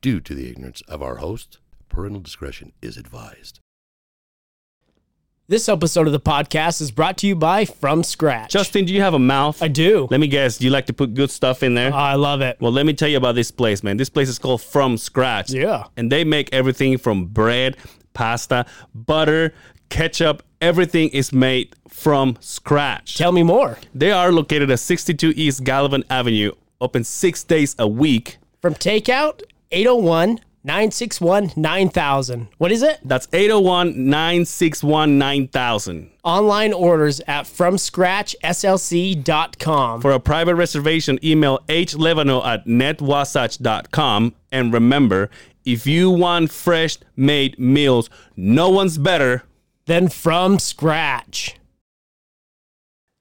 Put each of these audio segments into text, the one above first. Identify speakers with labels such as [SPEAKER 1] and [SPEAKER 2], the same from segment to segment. [SPEAKER 1] due to the ignorance of our host. Parental discretion is advised.
[SPEAKER 2] This episode of the podcast is brought to you by From Scratch.
[SPEAKER 3] Justin, do you have a mouth?
[SPEAKER 2] I do.
[SPEAKER 3] Let me guess. Do you like to put good stuff in there?
[SPEAKER 2] Oh, I love it.
[SPEAKER 3] well, let me tell you about this place, man. This place is called From Scratch.
[SPEAKER 2] Yeah.
[SPEAKER 3] And they make everything from bread, pasta, butter, ketchup. Everything is made from scratch.
[SPEAKER 2] Tell me more.
[SPEAKER 3] They are located at 62 East Gallivan Avenue, open six days a week.
[SPEAKER 2] From takeout 801 961 9000. What is it?
[SPEAKER 3] That's 801 961 9000.
[SPEAKER 2] Online orders at fromscratchslc.com.
[SPEAKER 3] For a private reservation, email hlevano at netwasatch.com. And remember, if you want fresh made meals, no one's better.
[SPEAKER 2] Then From Scratch.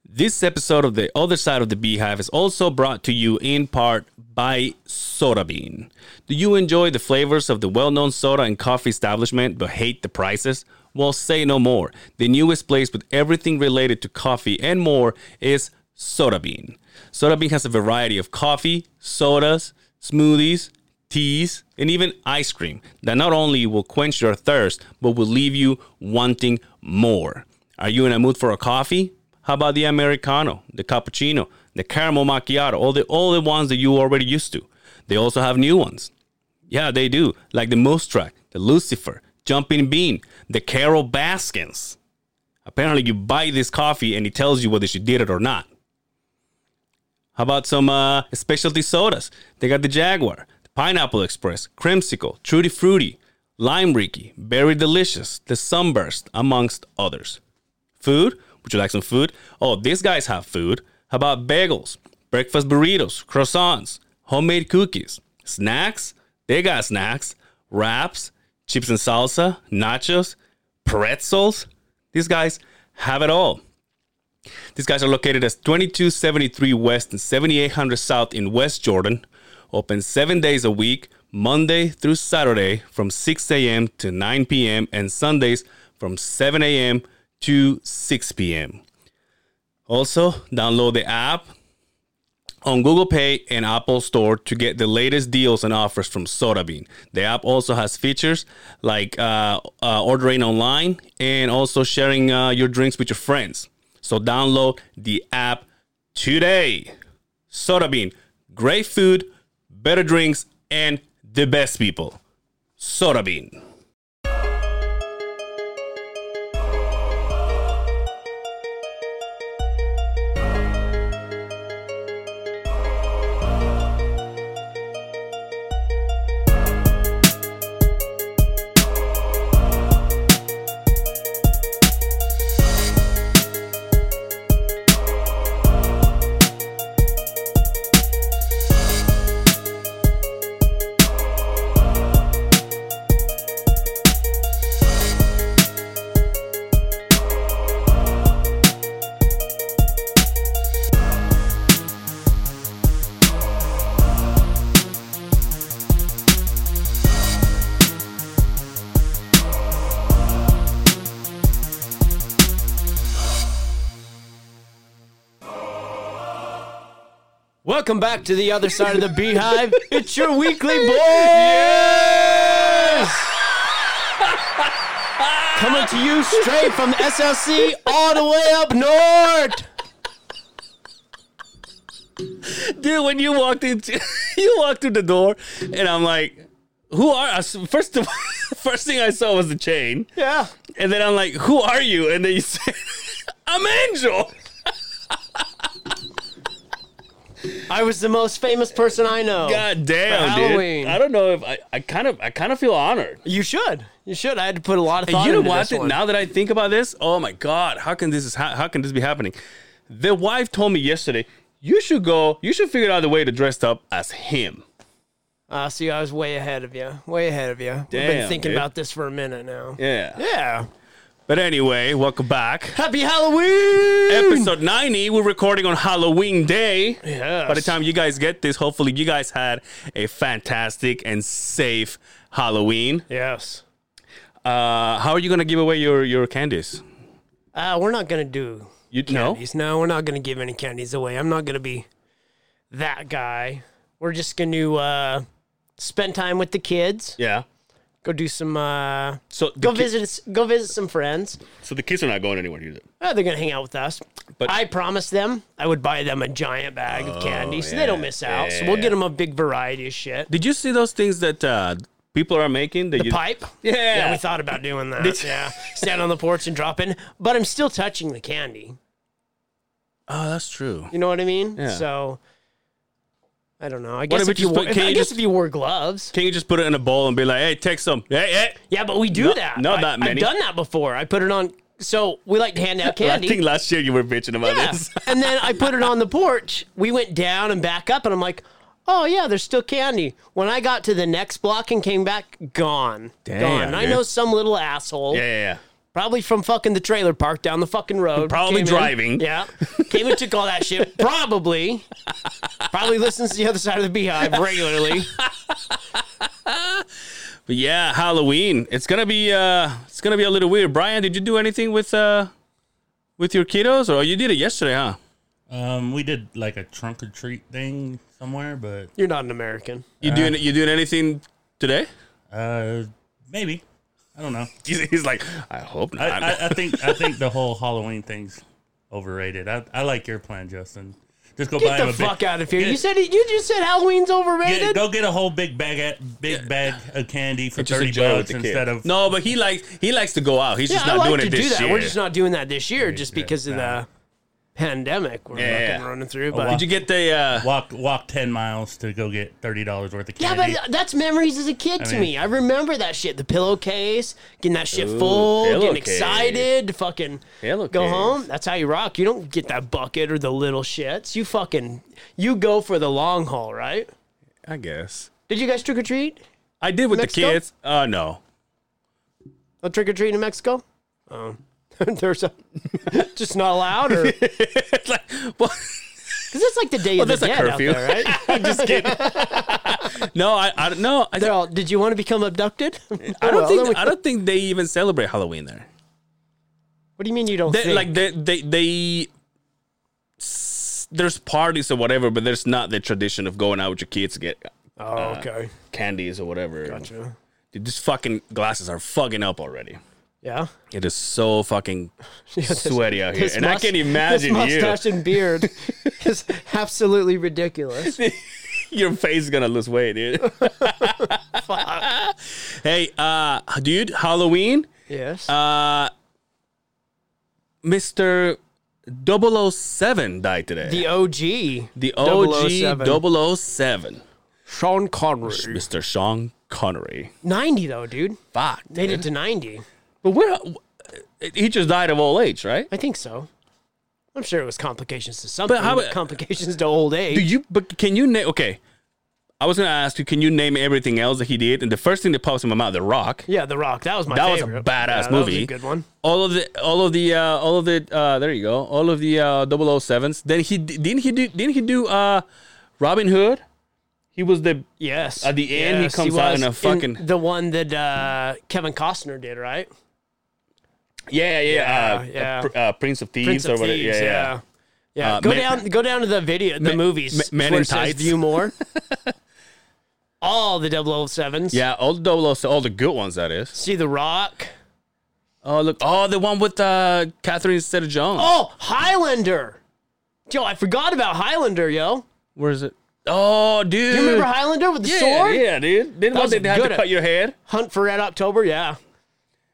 [SPEAKER 3] This episode of The Other Side of the Beehive is also brought to you in part by Soda Bean. Do you enjoy the flavors of the well known soda and coffee establishment but hate the prices? Well, say no more. The newest place with everything related to coffee and more is Soda Bean. Soda Bean has a variety of coffee, sodas, smoothies, teas, and even ice cream that not only will quench your thirst, but will leave you wanting more. Are you in a mood for a coffee? How about the Americano, the cappuccino, the caramel macchiato, all the all the ones that you already used to? They also have new ones. Yeah, they do. Like the Moose Track, the Lucifer, Jumping Bean, the Carol Baskins. Apparently, you buy this coffee and it tells you whether she did it or not. How about some uh, specialty sodas? They got the Jaguar, the Pineapple Express, Crimsicle, Trudy Fruity, Lime Ricky, Berry Delicious, the Sunburst, amongst others. Food? Would you like some food? Oh, these guys have food. How about bagels, breakfast burritos, croissants, homemade cookies, snacks? They got snacks, wraps, chips and salsa, nachos, pretzels. These guys have it all. These guys are located at 2273 West and 7800 South in West Jordan. Open seven days a week, Monday through Saturday from 6 a.m. to 9 p.m. and Sundays from 7 a.m. to 6 p.m. Also, download the app on Google Pay and Apple Store to get the latest deals and offers from SodaBean. The app also has features like uh, uh, ordering online and also sharing uh, your drinks with your friends. So download the app today. SodaBean, great food, better drinks, and the best people. SodaBean.
[SPEAKER 2] Welcome back to the other side of the beehive. It's your weekly boys. Coming to you straight from SLC all the way up north.
[SPEAKER 3] Dude, when you walked into you walked through the door and I'm like, who are us? First of first thing I saw was the chain.
[SPEAKER 2] Yeah.
[SPEAKER 3] And then I'm like, who are you? And then you say, I'm Angel.
[SPEAKER 2] I was the most famous person I know.
[SPEAKER 3] God damn,
[SPEAKER 2] For
[SPEAKER 3] dude.
[SPEAKER 2] Halloween.
[SPEAKER 3] I don't know if I, I kind of I kind of feel honored.
[SPEAKER 2] You should. You should. I had to put a lot of thought
[SPEAKER 3] you know
[SPEAKER 2] into
[SPEAKER 3] what?
[SPEAKER 2] this one.
[SPEAKER 3] Now that I think about this, oh my god, how can this is how, how can this be happening? The wife told me yesterday, you should go, you should figure out a way to dress up as him.
[SPEAKER 2] Ah, see, I was way ahead of you. Way ahead of you. I've been
[SPEAKER 3] Damn,
[SPEAKER 2] thinking
[SPEAKER 3] dude.
[SPEAKER 2] about this for a minute now.
[SPEAKER 3] Yeah.
[SPEAKER 2] Yeah.
[SPEAKER 3] But anyway, welcome back.
[SPEAKER 2] Happy Halloween!
[SPEAKER 3] Episode 90, we're recording on Halloween Day.
[SPEAKER 2] Yes.
[SPEAKER 3] By the time you guys get this, hopefully you guys had a fantastic and safe Halloween.
[SPEAKER 2] Yes.
[SPEAKER 3] Uh, how are you gonna give away your your candies?
[SPEAKER 2] Uh, we're not going to do
[SPEAKER 3] You know?
[SPEAKER 2] candies. No, we're not going to give any candies away. I'm not going to be that guy. We're just going to uh, spend time with the kids.
[SPEAKER 3] Yeah.
[SPEAKER 2] Go do some. Uh,
[SPEAKER 3] So the
[SPEAKER 2] go
[SPEAKER 3] ki-
[SPEAKER 2] visit. Go visit some friends.
[SPEAKER 3] So the kids are not going anywhere either.
[SPEAKER 2] Oh, they're gonna hang out with us.
[SPEAKER 3] But- Oh,
[SPEAKER 2] But I promised them I would buy them a giant bag of candy, so they don't miss out. so
[SPEAKER 3] yeah,
[SPEAKER 2] we'll
[SPEAKER 3] yeah.
[SPEAKER 2] get them a big variety of shit.
[SPEAKER 3] Did you see those things that uh, people are making? That
[SPEAKER 2] The
[SPEAKER 3] you,
[SPEAKER 2] pipe.
[SPEAKER 3] Yeah.
[SPEAKER 2] Yeah, we thought about doing that. yeah, stand on the porch and drop in, but I'm still touching the candy.
[SPEAKER 3] Oh, that's true.
[SPEAKER 2] You know what I mean?
[SPEAKER 3] Yeah.
[SPEAKER 2] So I don't know. I guess
[SPEAKER 3] if we
[SPEAKER 2] if, you
[SPEAKER 3] just
[SPEAKER 2] wore,
[SPEAKER 3] put-
[SPEAKER 2] if-
[SPEAKER 3] can
[SPEAKER 2] I
[SPEAKER 3] you
[SPEAKER 2] guess
[SPEAKER 3] just-
[SPEAKER 2] if you wore gloves.
[SPEAKER 3] Can you just put it in a bowl and be like, "Hey, take some." Hey, hey.
[SPEAKER 2] Yeah, but we do
[SPEAKER 3] Not-
[SPEAKER 2] that.
[SPEAKER 3] not
[SPEAKER 2] I-
[SPEAKER 3] that many.
[SPEAKER 2] I've done that before. I put it on. So we like to hand out
[SPEAKER 3] I
[SPEAKER 2] candy.
[SPEAKER 3] think last year you were bitching about
[SPEAKER 2] Yeah.
[SPEAKER 3] this.
[SPEAKER 2] and then I put it on the porch. We went down and back up, and I'm like, oh, yeah, there's still candy. When I got to the next block and came back, gone.
[SPEAKER 3] Damn,
[SPEAKER 2] gone. And I
[SPEAKER 3] dude.
[SPEAKER 2] know some little asshole,
[SPEAKER 3] Yeah, yeah, yeah.
[SPEAKER 2] probably from fucking the trailer park down the fucking road.
[SPEAKER 3] Probably
[SPEAKER 2] came in.
[SPEAKER 3] driving.
[SPEAKER 2] yeah. Came and took all that shit. Probably. probably listens to the other side of the beehive regularly.
[SPEAKER 3] But yeah, Halloween. It's gonna be uh, it's gonna be a little weird. Brian, did you do anything with uh, with your kiddos, or you did it yesterday, huh?
[SPEAKER 4] Um, we did like a trunk or treat thing somewhere, but
[SPEAKER 2] You're not an American.
[SPEAKER 3] You doing you doing anything today?
[SPEAKER 4] uh, maybe I don't know.
[SPEAKER 3] He's, he's like, I hope
[SPEAKER 4] I,
[SPEAKER 3] not.
[SPEAKER 4] I, I think I think the whole Halloween thing's overrated. I, I like your plan, Justin. Just go buy
[SPEAKER 2] Get
[SPEAKER 4] him
[SPEAKER 2] the
[SPEAKER 4] a big-
[SPEAKER 2] fuck out of here.
[SPEAKER 4] Get-
[SPEAKER 2] You said it, you just said Halloween's overrated.
[SPEAKER 4] Get, go get a whole big bag at, big bag of candy for
[SPEAKER 3] Just
[SPEAKER 4] thirty
[SPEAKER 3] enjoy it with
[SPEAKER 4] bucks
[SPEAKER 3] the kid.
[SPEAKER 4] instead of
[SPEAKER 3] no, but he likes he likes to go out. He's just
[SPEAKER 2] I
[SPEAKER 3] not
[SPEAKER 2] like
[SPEAKER 3] doing
[SPEAKER 2] to
[SPEAKER 3] it this
[SPEAKER 2] do that.
[SPEAKER 3] year.
[SPEAKER 2] We're just not doing that this year, just because of the pandemic we're
[SPEAKER 3] Yeah.
[SPEAKER 2] fucking running through.
[SPEAKER 4] wow.
[SPEAKER 2] But
[SPEAKER 3] Did you get the? Uh,
[SPEAKER 4] walk walk ten miles to go get thirty dollars worth of
[SPEAKER 2] yeah,
[SPEAKER 4] candy.
[SPEAKER 2] but that's memories as a kid to
[SPEAKER 4] mean-
[SPEAKER 2] me. I remember that shit. The pillowcase, getting that shit full, getting
[SPEAKER 3] pillowcase.
[SPEAKER 2] excited, to fucking go
[SPEAKER 3] Pillowcase.
[SPEAKER 2] home. That's how you rock. You don't get that bucket or the little shits. You fucking you go for the long haul, right?
[SPEAKER 3] I guess
[SPEAKER 2] Did you guys trick or treat?
[SPEAKER 3] I did with
[SPEAKER 2] Mexico?
[SPEAKER 3] the kids. Uh, no.
[SPEAKER 2] No trick or treat in Mexico? Oh. There's a just not allowed, or because
[SPEAKER 3] It's like, well,
[SPEAKER 2] it's like the day of
[SPEAKER 3] there's
[SPEAKER 2] the
[SPEAKER 3] a
[SPEAKER 2] dead out
[SPEAKER 3] curfew.
[SPEAKER 2] there, right?
[SPEAKER 3] I'm just kidding. no, I, I don't know. I,
[SPEAKER 2] They're all, did you want to become abducted?
[SPEAKER 3] I don't think I don't think they even celebrate Halloween there.
[SPEAKER 2] What do you mean you don't
[SPEAKER 3] They,
[SPEAKER 2] think?
[SPEAKER 3] Like they they they s- there's parties or whatever, but there's not the tradition of going out with your kids to get
[SPEAKER 2] oh, okay.
[SPEAKER 3] candies or whatever. Dude, these fucking glasses are fucking up already.
[SPEAKER 2] Yeah.
[SPEAKER 3] It is so fucking sweaty out here,
[SPEAKER 2] This
[SPEAKER 3] and I
[SPEAKER 2] must-
[SPEAKER 3] can imagine
[SPEAKER 2] this
[SPEAKER 3] you.
[SPEAKER 2] mustache and beard is absolutely ridiculous.
[SPEAKER 3] Your face is gonna lose weight, dude. hey, uh, dude, Halloween,
[SPEAKER 2] Yes.
[SPEAKER 3] uh, Mister 007 died today.
[SPEAKER 2] the OG.
[SPEAKER 3] The OG
[SPEAKER 2] 007.
[SPEAKER 3] 007.
[SPEAKER 2] Sean Connery.
[SPEAKER 3] Mr. oh Sean Connery.
[SPEAKER 2] 90 though, dude.
[SPEAKER 3] Fuck.
[SPEAKER 2] Made it to 90.
[SPEAKER 3] But where? He just died of old age, right?
[SPEAKER 2] I think so. I'm sure it was complications to something.
[SPEAKER 3] But how about-
[SPEAKER 2] complications to old
[SPEAKER 3] Do
[SPEAKER 2] age?
[SPEAKER 3] you? But can you name? Okay, I was gonna ask you. Can you name everything else that he did? And the first thing that pops in my mouth, The Rock.
[SPEAKER 2] yeah, The Rock. That was my
[SPEAKER 3] That was a
[SPEAKER 2] favorite.
[SPEAKER 3] badass
[SPEAKER 2] Yeah, that was
[SPEAKER 3] movie.
[SPEAKER 2] a good one.
[SPEAKER 3] All of the, all of the, uh, all of the. Uh, there you go. All of the uh, 007s. Then he d- didn't he do didn't he do uh, Robin Hood? He was the
[SPEAKER 2] Yes.
[SPEAKER 3] At the end, he
[SPEAKER 2] Yes,
[SPEAKER 3] comes out
[SPEAKER 2] was
[SPEAKER 3] in a fucking-
[SPEAKER 2] the one that uh, Kevin Costner did, right?
[SPEAKER 3] yeah yeah yeah,
[SPEAKER 2] Yeah,
[SPEAKER 3] uh,
[SPEAKER 2] yeah.
[SPEAKER 3] Uh, pr- uh, Prince of Thieves
[SPEAKER 2] Prince
[SPEAKER 3] or
[SPEAKER 2] of
[SPEAKER 3] whatever.
[SPEAKER 2] Thieves,
[SPEAKER 3] yeah, yeah.
[SPEAKER 2] yeah. Yeah,
[SPEAKER 3] Uh,
[SPEAKER 2] go
[SPEAKER 3] Men-
[SPEAKER 2] down, go down to the video, the
[SPEAKER 3] Men-
[SPEAKER 2] movies.
[SPEAKER 3] Men- Men
[SPEAKER 2] where
[SPEAKER 3] in
[SPEAKER 2] it says
[SPEAKER 3] Tights.
[SPEAKER 2] View more. All the 007s.
[SPEAKER 3] Yeah, all the 007, all the good ones that is.
[SPEAKER 2] See the Rock.
[SPEAKER 3] Oh look! Oh, the one with uh, Catherine Zeta-Jones.
[SPEAKER 2] Oh, Highlander. Yo, I forgot about Highlander. Yo,
[SPEAKER 3] Where is it? Oh, dude!
[SPEAKER 2] you remember Highlander with the
[SPEAKER 3] yeah,
[SPEAKER 2] sword?
[SPEAKER 3] Yeah, dude. Then what?
[SPEAKER 2] was
[SPEAKER 3] They had
[SPEAKER 2] good
[SPEAKER 3] to
[SPEAKER 2] at-
[SPEAKER 3] cut your head.
[SPEAKER 2] Hunt for Red October. Yeah.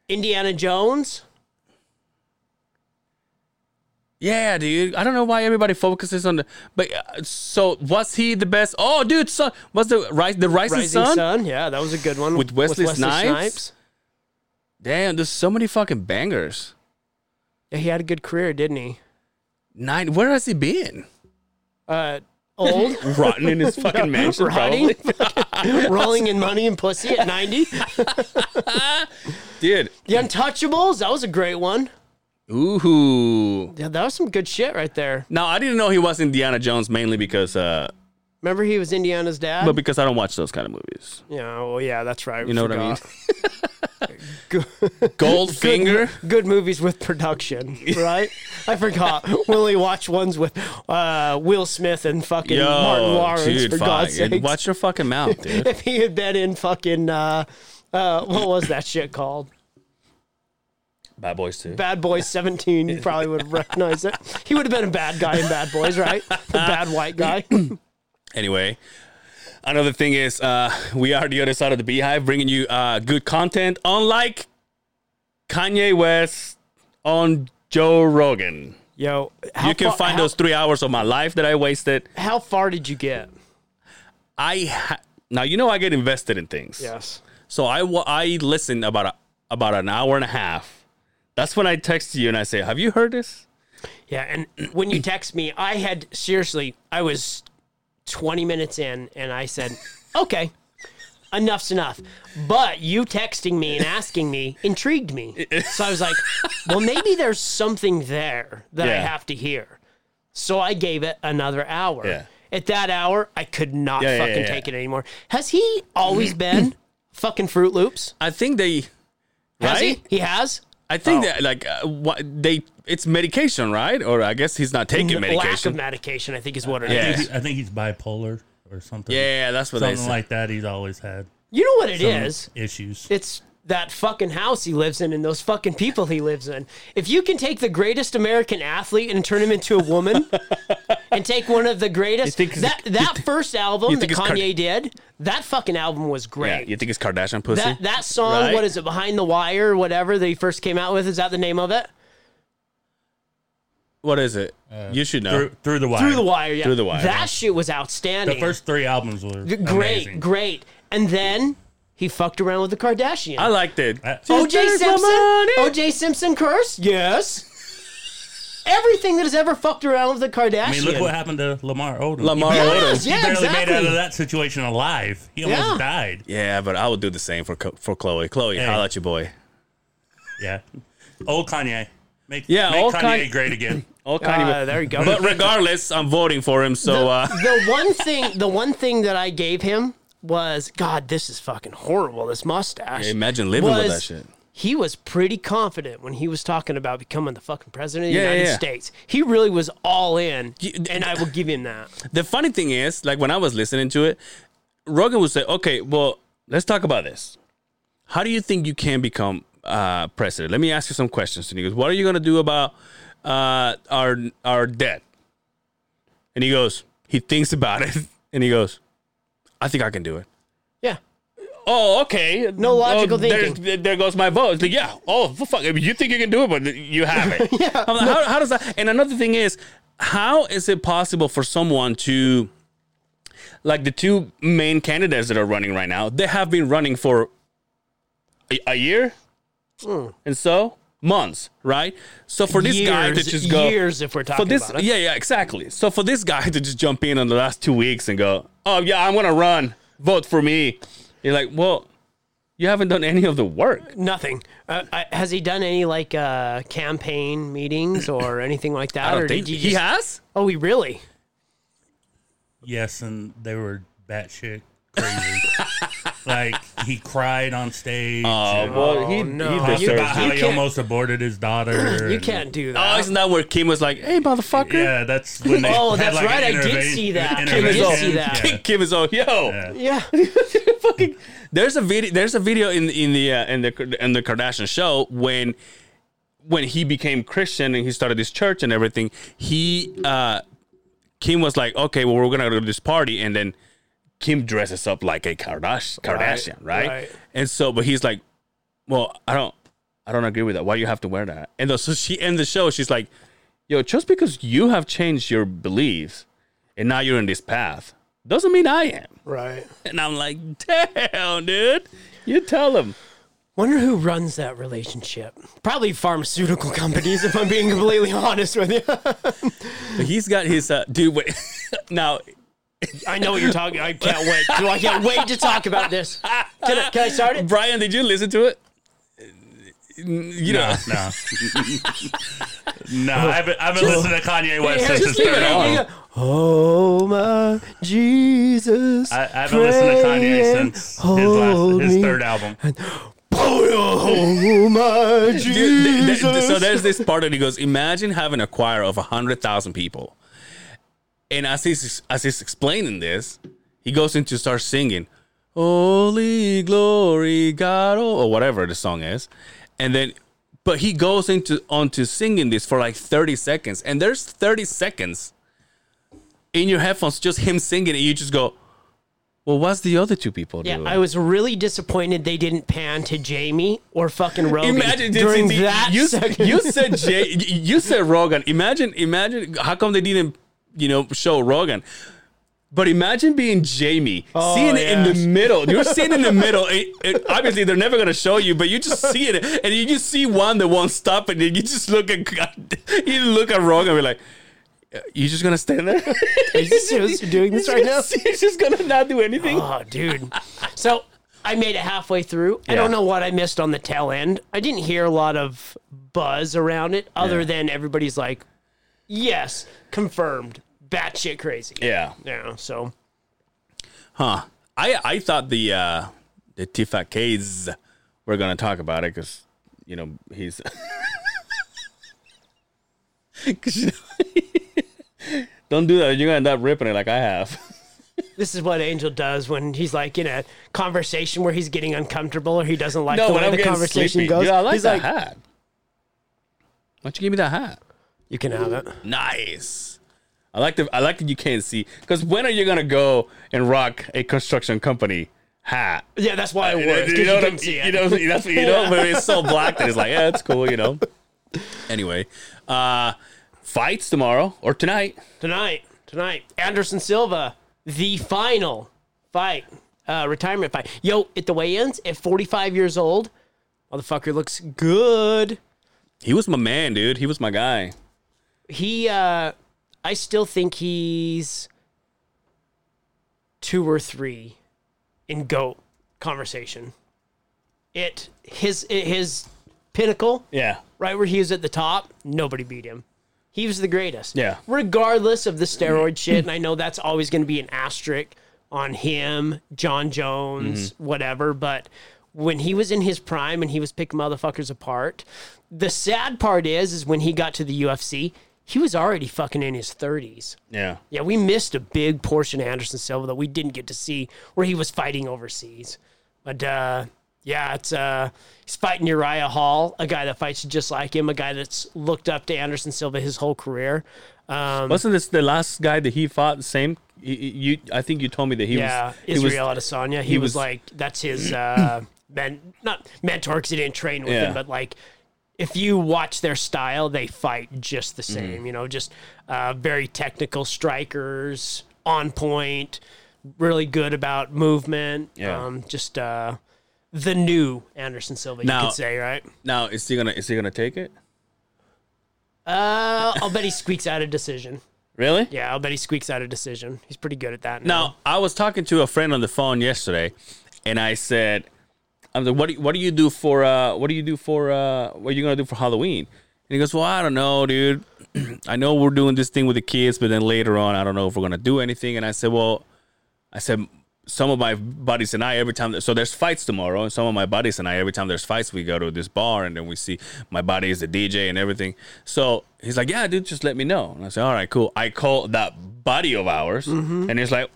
[SPEAKER 2] Indiana Jones.
[SPEAKER 3] Yeah, dude. I don't know why everybody focuses on the. But uh, so was he the best? Oh, dude. So was the rise the rising,
[SPEAKER 2] Rising
[SPEAKER 3] sun?
[SPEAKER 2] Sun? Yeah, that was a good one
[SPEAKER 3] With Wesley Snipes? Damn, there's so many fucking bangers.
[SPEAKER 2] Yeah, he had a good career, didn't he?
[SPEAKER 3] Nine. Where has he been?
[SPEAKER 2] Uh, old.
[SPEAKER 3] Rotten in his fucking mansion,
[SPEAKER 2] Rotting,
[SPEAKER 3] probably.
[SPEAKER 2] fucking rolling in money and pussy at 90.
[SPEAKER 3] Dude.
[SPEAKER 2] The Untouchables, that was a great one.
[SPEAKER 3] Ooh.
[SPEAKER 2] Yeah, that was some good shit right there.
[SPEAKER 3] Now I didn't know he was Indiana Jones mainly because, uh,
[SPEAKER 2] Remember he was Indiana's dad? oh,
[SPEAKER 3] but because I don't watch those kind of movies.
[SPEAKER 2] yeah, well, yeah, that's right.
[SPEAKER 3] You know what I mean? Goldfinger.
[SPEAKER 2] good movies with production, right? I forgot. Willie watch ones with uh, Will Smith and fucking Martin
[SPEAKER 3] Yo,
[SPEAKER 2] Lawrence
[SPEAKER 3] dude,
[SPEAKER 2] for
[SPEAKER 3] fuck.
[SPEAKER 2] God's sake.
[SPEAKER 3] Watch your fucking mouth, dude.
[SPEAKER 2] if he had been in fucking uh, uh, what was that shit called?
[SPEAKER 3] Bad Boys too.
[SPEAKER 2] Bad Boys 17, you probably would have recognized it. He would have been a bad guy in Bad Boys, right? The bad white guy.
[SPEAKER 3] Anyway, another thing is uh, we are the other side of the beehive, bringing you uh, good content, unlike Kanye West on Joe Rogan.
[SPEAKER 2] Yo, how
[SPEAKER 3] you can
[SPEAKER 2] fa-
[SPEAKER 3] find
[SPEAKER 2] how-
[SPEAKER 3] those three hours of my life that I wasted.
[SPEAKER 2] How far did you get?
[SPEAKER 3] I ha- now you know I get invested in things.
[SPEAKER 2] Yes.
[SPEAKER 3] So I wa- I listen about a, about an hour and a half. That's when I text you and I say, "Have you heard this?"
[SPEAKER 2] Yeah, and when you text me, I had seriously, I was 20 minutes in and I said, "Okay, enough's enough." But you texting me and asking me intrigued me. So I was like, "Well, maybe there's something there that I
[SPEAKER 3] Yeah.
[SPEAKER 2] have to hear." So I gave it another hour.
[SPEAKER 3] Yeah.
[SPEAKER 2] At that hour, I could not
[SPEAKER 3] Yeah, yeah,
[SPEAKER 2] fucking
[SPEAKER 3] yeah, yeah.
[SPEAKER 2] take it anymore. Has he always been fucking Fruit Loops?
[SPEAKER 3] I think they
[SPEAKER 2] Has
[SPEAKER 3] Right?
[SPEAKER 2] he? Oh. He has.
[SPEAKER 3] I think that like uh, what they it's medication, right? Or I guess he's not taking
[SPEAKER 2] Lack of
[SPEAKER 3] medication.
[SPEAKER 2] medication, I think, is what it is.
[SPEAKER 3] Yeah.
[SPEAKER 4] I think- I think he's bipolar or something.
[SPEAKER 3] yeah, that's what they
[SPEAKER 4] something
[SPEAKER 3] say.
[SPEAKER 4] like that. He's always had
[SPEAKER 2] You know what it is.
[SPEAKER 4] issues.
[SPEAKER 2] it's that fucking house he lives in and those fucking people he lives in. If you can take the greatest American athlete and turn him into a woman and take one of the greatest
[SPEAKER 3] You think
[SPEAKER 2] that
[SPEAKER 3] it's- you
[SPEAKER 2] that
[SPEAKER 3] thi-
[SPEAKER 2] first album that
[SPEAKER 3] think
[SPEAKER 2] Kanye
[SPEAKER 3] it's Card-
[SPEAKER 2] did, that fucking album was
[SPEAKER 3] yeah,
[SPEAKER 2] great.
[SPEAKER 3] you think it's Kardashian pussy?
[SPEAKER 2] that that song,
[SPEAKER 3] Right?
[SPEAKER 2] what is it, Behind the Wire, whatever they first came out with, is that the name of it?
[SPEAKER 3] what is it? you should know.
[SPEAKER 4] through, through the wire.
[SPEAKER 2] Through the Wire, yeah.
[SPEAKER 3] Through the Wire,
[SPEAKER 2] That
[SPEAKER 3] yeah.
[SPEAKER 2] shit was outstanding.
[SPEAKER 4] The first three albums were
[SPEAKER 2] great,
[SPEAKER 4] amazing.
[SPEAKER 2] great. And then he fucked around with the Kardashians.
[SPEAKER 3] I liked it.
[SPEAKER 4] I-
[SPEAKER 2] OJ
[SPEAKER 3] There's my
[SPEAKER 2] Simpson.
[SPEAKER 3] money.
[SPEAKER 2] OJ Simpson curse? Yes. Everything that has ever fucked around with the Kardashian.
[SPEAKER 4] I mean, look what happened to Lamar Odom.
[SPEAKER 3] Lamar
[SPEAKER 2] Yes,
[SPEAKER 3] Odom.
[SPEAKER 4] he
[SPEAKER 2] yeah,
[SPEAKER 4] barely
[SPEAKER 2] exactly.
[SPEAKER 4] made out of that situation alive. He almost
[SPEAKER 2] Yeah.
[SPEAKER 4] died.
[SPEAKER 3] Yeah, but I would do the same for Co- for Chloe. Chloe,
[SPEAKER 4] Hey.
[SPEAKER 3] holla at your boy.
[SPEAKER 4] Yeah, old Kanye. Make,
[SPEAKER 3] Yeah,
[SPEAKER 4] make
[SPEAKER 3] old
[SPEAKER 4] Kanye
[SPEAKER 3] Kanye-
[SPEAKER 4] great again. Oh,
[SPEAKER 3] All kind
[SPEAKER 2] Uh,
[SPEAKER 3] of.
[SPEAKER 2] there you go.
[SPEAKER 3] But regardless, I'm voting for him. So uh,
[SPEAKER 2] the one thing, the one thing that I gave him was, God, this is fucking horrible. This mustache.
[SPEAKER 3] Yeah, imagine living with
[SPEAKER 2] was-
[SPEAKER 3] that shit.
[SPEAKER 2] He was pretty confident when he was talking about becoming the fucking president of the
[SPEAKER 3] Yeah, yeah,
[SPEAKER 2] United
[SPEAKER 3] yeah.
[SPEAKER 2] States. He really was all in,
[SPEAKER 3] You- th-
[SPEAKER 2] and I will give him that.
[SPEAKER 3] the funny thing is, like when I was listening to it, Rogan would say, "Okay, well, let's talk about this. How do you think you can become uh, president? Let me ask you some questions." And he goes, "What are you gonna do about uh, our our debt?" And he goes, he thinks about it, and he goes, "I think I can do it."
[SPEAKER 2] Yeah.
[SPEAKER 3] Oh, okay.
[SPEAKER 2] No logical
[SPEAKER 3] oh, there's-
[SPEAKER 2] thinking.
[SPEAKER 3] There, there goes my vote. It's like, yeah. Oh, f- fuck. I mean, you think you can do it, but you haven't. yeah. I'm like, how, how does that? And another thing is, how is it possible for someone to, like, the two main candidates that are running right now, they have been running for a, a year,
[SPEAKER 2] Hmm.
[SPEAKER 3] and so months, right? So for this
[SPEAKER 2] years,
[SPEAKER 3] guy to just go
[SPEAKER 2] years, if we're
[SPEAKER 3] for
[SPEAKER 2] talking
[SPEAKER 3] this,
[SPEAKER 2] about it.
[SPEAKER 3] yeah, yeah, exactly. So for this guy to just jump in on the last two weeks and go, "Oh yeah, I'm gonna run, vote for me," you're like, "Well, you haven't done any of the work."
[SPEAKER 2] Nothing. Uh, I, has he done any like uh, campaign meetings or anything like that?
[SPEAKER 3] I don't
[SPEAKER 2] or
[SPEAKER 3] think
[SPEAKER 2] did you
[SPEAKER 3] he
[SPEAKER 2] just-
[SPEAKER 3] has.
[SPEAKER 2] Oh, he really?
[SPEAKER 4] Yes, and they were batshit crazy. like he cried on stage. and
[SPEAKER 3] Oh, Well, he,
[SPEAKER 2] no.
[SPEAKER 3] he
[SPEAKER 2] You
[SPEAKER 4] about
[SPEAKER 3] deserves.
[SPEAKER 4] how
[SPEAKER 3] it.
[SPEAKER 2] Oh. You
[SPEAKER 4] he
[SPEAKER 2] can't-
[SPEAKER 4] almost aborted his daughter.
[SPEAKER 2] You
[SPEAKER 4] and-
[SPEAKER 2] can't do
[SPEAKER 3] Oh,
[SPEAKER 2] that.
[SPEAKER 3] isn't that where Kim was like, "Hey, motherfucker"?
[SPEAKER 4] Yeah, that's when they.
[SPEAKER 2] Oh,
[SPEAKER 4] had,
[SPEAKER 2] that's
[SPEAKER 4] like, an
[SPEAKER 2] right, I did
[SPEAKER 4] interve-
[SPEAKER 2] see that.
[SPEAKER 4] an
[SPEAKER 2] I did
[SPEAKER 4] intervention.
[SPEAKER 2] see that.
[SPEAKER 4] Yeah.
[SPEAKER 3] Kim- Kim is all, "Yo,
[SPEAKER 2] yeah.
[SPEAKER 3] fucking there's a video there's a video in in the uh, in the in the Kardashian show when when he became Christian and he started this church and everything he uh Kim was like okay well we're gonna go to this party and then Kim dresses up like a Kardash- Kardashian right?
[SPEAKER 2] right.
[SPEAKER 3] and so but he's like well I don't I don't agree with that why do you have to wear that and so she ends the show she's like yo just because you have changed your beliefs and now you're in this path doesn't mean I am
[SPEAKER 2] Right.
[SPEAKER 3] and I'm like, damn, dude. You tell him.
[SPEAKER 2] Wonder who runs that relationship. Probably pharmaceutical companies, if I'm being completely honest with you.
[SPEAKER 3] But he's got his uh, dude. Wait, now
[SPEAKER 2] I know what you're talking. I can't wait. So I can't wait to talk about this. Can I, can I start it?
[SPEAKER 3] Brian, did you listen to it? You know,
[SPEAKER 4] No. no, I haven't, I haven't listened to Kanye West
[SPEAKER 2] Yeah,
[SPEAKER 4] since
[SPEAKER 2] just
[SPEAKER 4] his
[SPEAKER 2] leave
[SPEAKER 4] third
[SPEAKER 2] it
[SPEAKER 4] album.
[SPEAKER 2] on. Oh my Jesus.
[SPEAKER 4] I, I haven't listened to Kanye since his, last, his third album.
[SPEAKER 1] Oh my
[SPEAKER 3] Dude, th- th- so there's this part that he goes, imagine having a choir of 100,000 people. And as he's, as he's explaining this, he goes into start singing, Holy Glory God, oh, or whatever the song is. And then, but he goes into onto singing this for like 30 seconds. And there's 30 seconds in your headphones, just him singing, and you just go, well, what's the other two people
[SPEAKER 2] Yeah,
[SPEAKER 3] doing?
[SPEAKER 2] I was really disappointed they didn't pan to Jamie or fucking Rogan
[SPEAKER 3] Imagine this
[SPEAKER 2] during
[SPEAKER 3] is the-
[SPEAKER 2] that
[SPEAKER 3] you,
[SPEAKER 2] second.
[SPEAKER 3] you said Jay, you said Rogan. Imagine, imagine how come they didn't, you know, show Rogan. But imagine being Jamie, seeing it in
[SPEAKER 2] Oh, yeah.
[SPEAKER 3] the middle. You're seeing it in the middle. It- it- obviously, they're never gonna show you, but you just see it, and you just see one that won't stop, and then you just look at you look at Rogan, and be like, "You just gonna stand there?
[SPEAKER 2] Are you serious? You're doing this right now?
[SPEAKER 3] He's just gonna not do anything."
[SPEAKER 2] Oh, dude. So I made it halfway through. I
[SPEAKER 3] Yeah.
[SPEAKER 2] don't know what I missed on the tail end. I didn't hear a lot of buzz around it, other
[SPEAKER 3] Yeah.
[SPEAKER 2] than everybody's like, "Yes, confirmed, batshit crazy."
[SPEAKER 3] Yeah.
[SPEAKER 2] Yeah. So
[SPEAKER 3] Huh. I I thought the uh the Tifa K's were gonna talk about it because you know he's. 'Cause, you know, don't do that. You're gonna end up ripping it like I have.
[SPEAKER 2] this is what Angel does when he's like in a conversation where he's getting uncomfortable or he doesn't like the way the conversation goes.
[SPEAKER 3] Yeah, I like
[SPEAKER 2] he's
[SPEAKER 3] that
[SPEAKER 2] like,
[SPEAKER 3] hat. Why don't you give me that hat?
[SPEAKER 2] "You can have it."
[SPEAKER 3] Nice. I like the I like that you can't see. Cause when are you gonna go and rock a construction company hat?
[SPEAKER 2] Yeah, that's why I wore it. 'cause
[SPEAKER 3] Uh, You know,
[SPEAKER 2] you
[SPEAKER 3] what I'm-
[SPEAKER 2] couldn't see
[SPEAKER 3] you
[SPEAKER 2] it.
[SPEAKER 3] know, that's what you know, but it's so black that it's like, yeah, it's cool, you know. Anyway, uh, fights tomorrow or tonight.
[SPEAKER 2] Tonight, tonight, Anderson Silva, the final fight, uh, retirement fight. Yo, at the weigh-ins at 45 years old, motherfucker looks good.
[SPEAKER 3] He was my man, dude. He was my guy.
[SPEAKER 2] He, uh, I still think he's two or three in goat conversation. It his his pinnacle
[SPEAKER 3] Yeah.
[SPEAKER 2] right where he was at the top, nobody beat him. He was the greatest.
[SPEAKER 3] Yeah.
[SPEAKER 2] Regardless of the steroid shit, and I know that's always going to be an asterisk on him, John Jones, whatever, but when he was in his prime and he was picking motherfuckers apart, the sad part is is when he got to the UFC, he was already fucking in his 30s.
[SPEAKER 3] Yeah.
[SPEAKER 2] Yeah, we missed a big portion of Anderson Silva that we didn't get to see where he was fighting overseas. But uh, yeah, it's uh, he's fighting Uriah Hall, a guy that fights just like him, a guy that's looked up to Anderson Silva his whole career. Um,
[SPEAKER 3] Wasn't this the last guy that he fought? Same. You, you I think you told me that he
[SPEAKER 2] yeah,
[SPEAKER 3] was. he was-
[SPEAKER 2] Israel Adesanya. He,
[SPEAKER 3] he
[SPEAKER 2] was,
[SPEAKER 3] was-
[SPEAKER 2] like that's his uh, men, not mentor because he didn't train with
[SPEAKER 3] Yeah.
[SPEAKER 2] him, but like. If you watch their style, they fight just the
[SPEAKER 3] Mm.
[SPEAKER 2] same. You know, just uh, very technical strikers, on point, really good about movement.
[SPEAKER 3] Yeah.
[SPEAKER 2] Um, just uh, the new Anderson Silva, you
[SPEAKER 3] Now-
[SPEAKER 2] could say, right?
[SPEAKER 3] now is he gonna is he gonna take it?
[SPEAKER 2] Uh, I'll bet he squeaks out a decision.
[SPEAKER 3] Really?
[SPEAKER 2] Yeah, I'll bet he squeaks out a decision. He's pretty good at that.
[SPEAKER 3] Now I was talking to a friend on the phone yesterday, and I said, "I'm like, what do you, what do you do for uh, what do you do for uh, what are you gonna do for Halloween?" And he goes, "Well, I don't know, dude. I know we're doing this thing with the kids, but then later on, I don't know if we're gonna do anything." And I said, "Well, I said some of my buddies and I every time that, so there's fights tomorrow, and some of my buddies and I every time there's fights, we go to this bar and then we see my buddy is the DJ and everything. So he's like, "Yeah, dude, just let me know." And I said, "All right, cool." I call that buddy of ours, and he's like,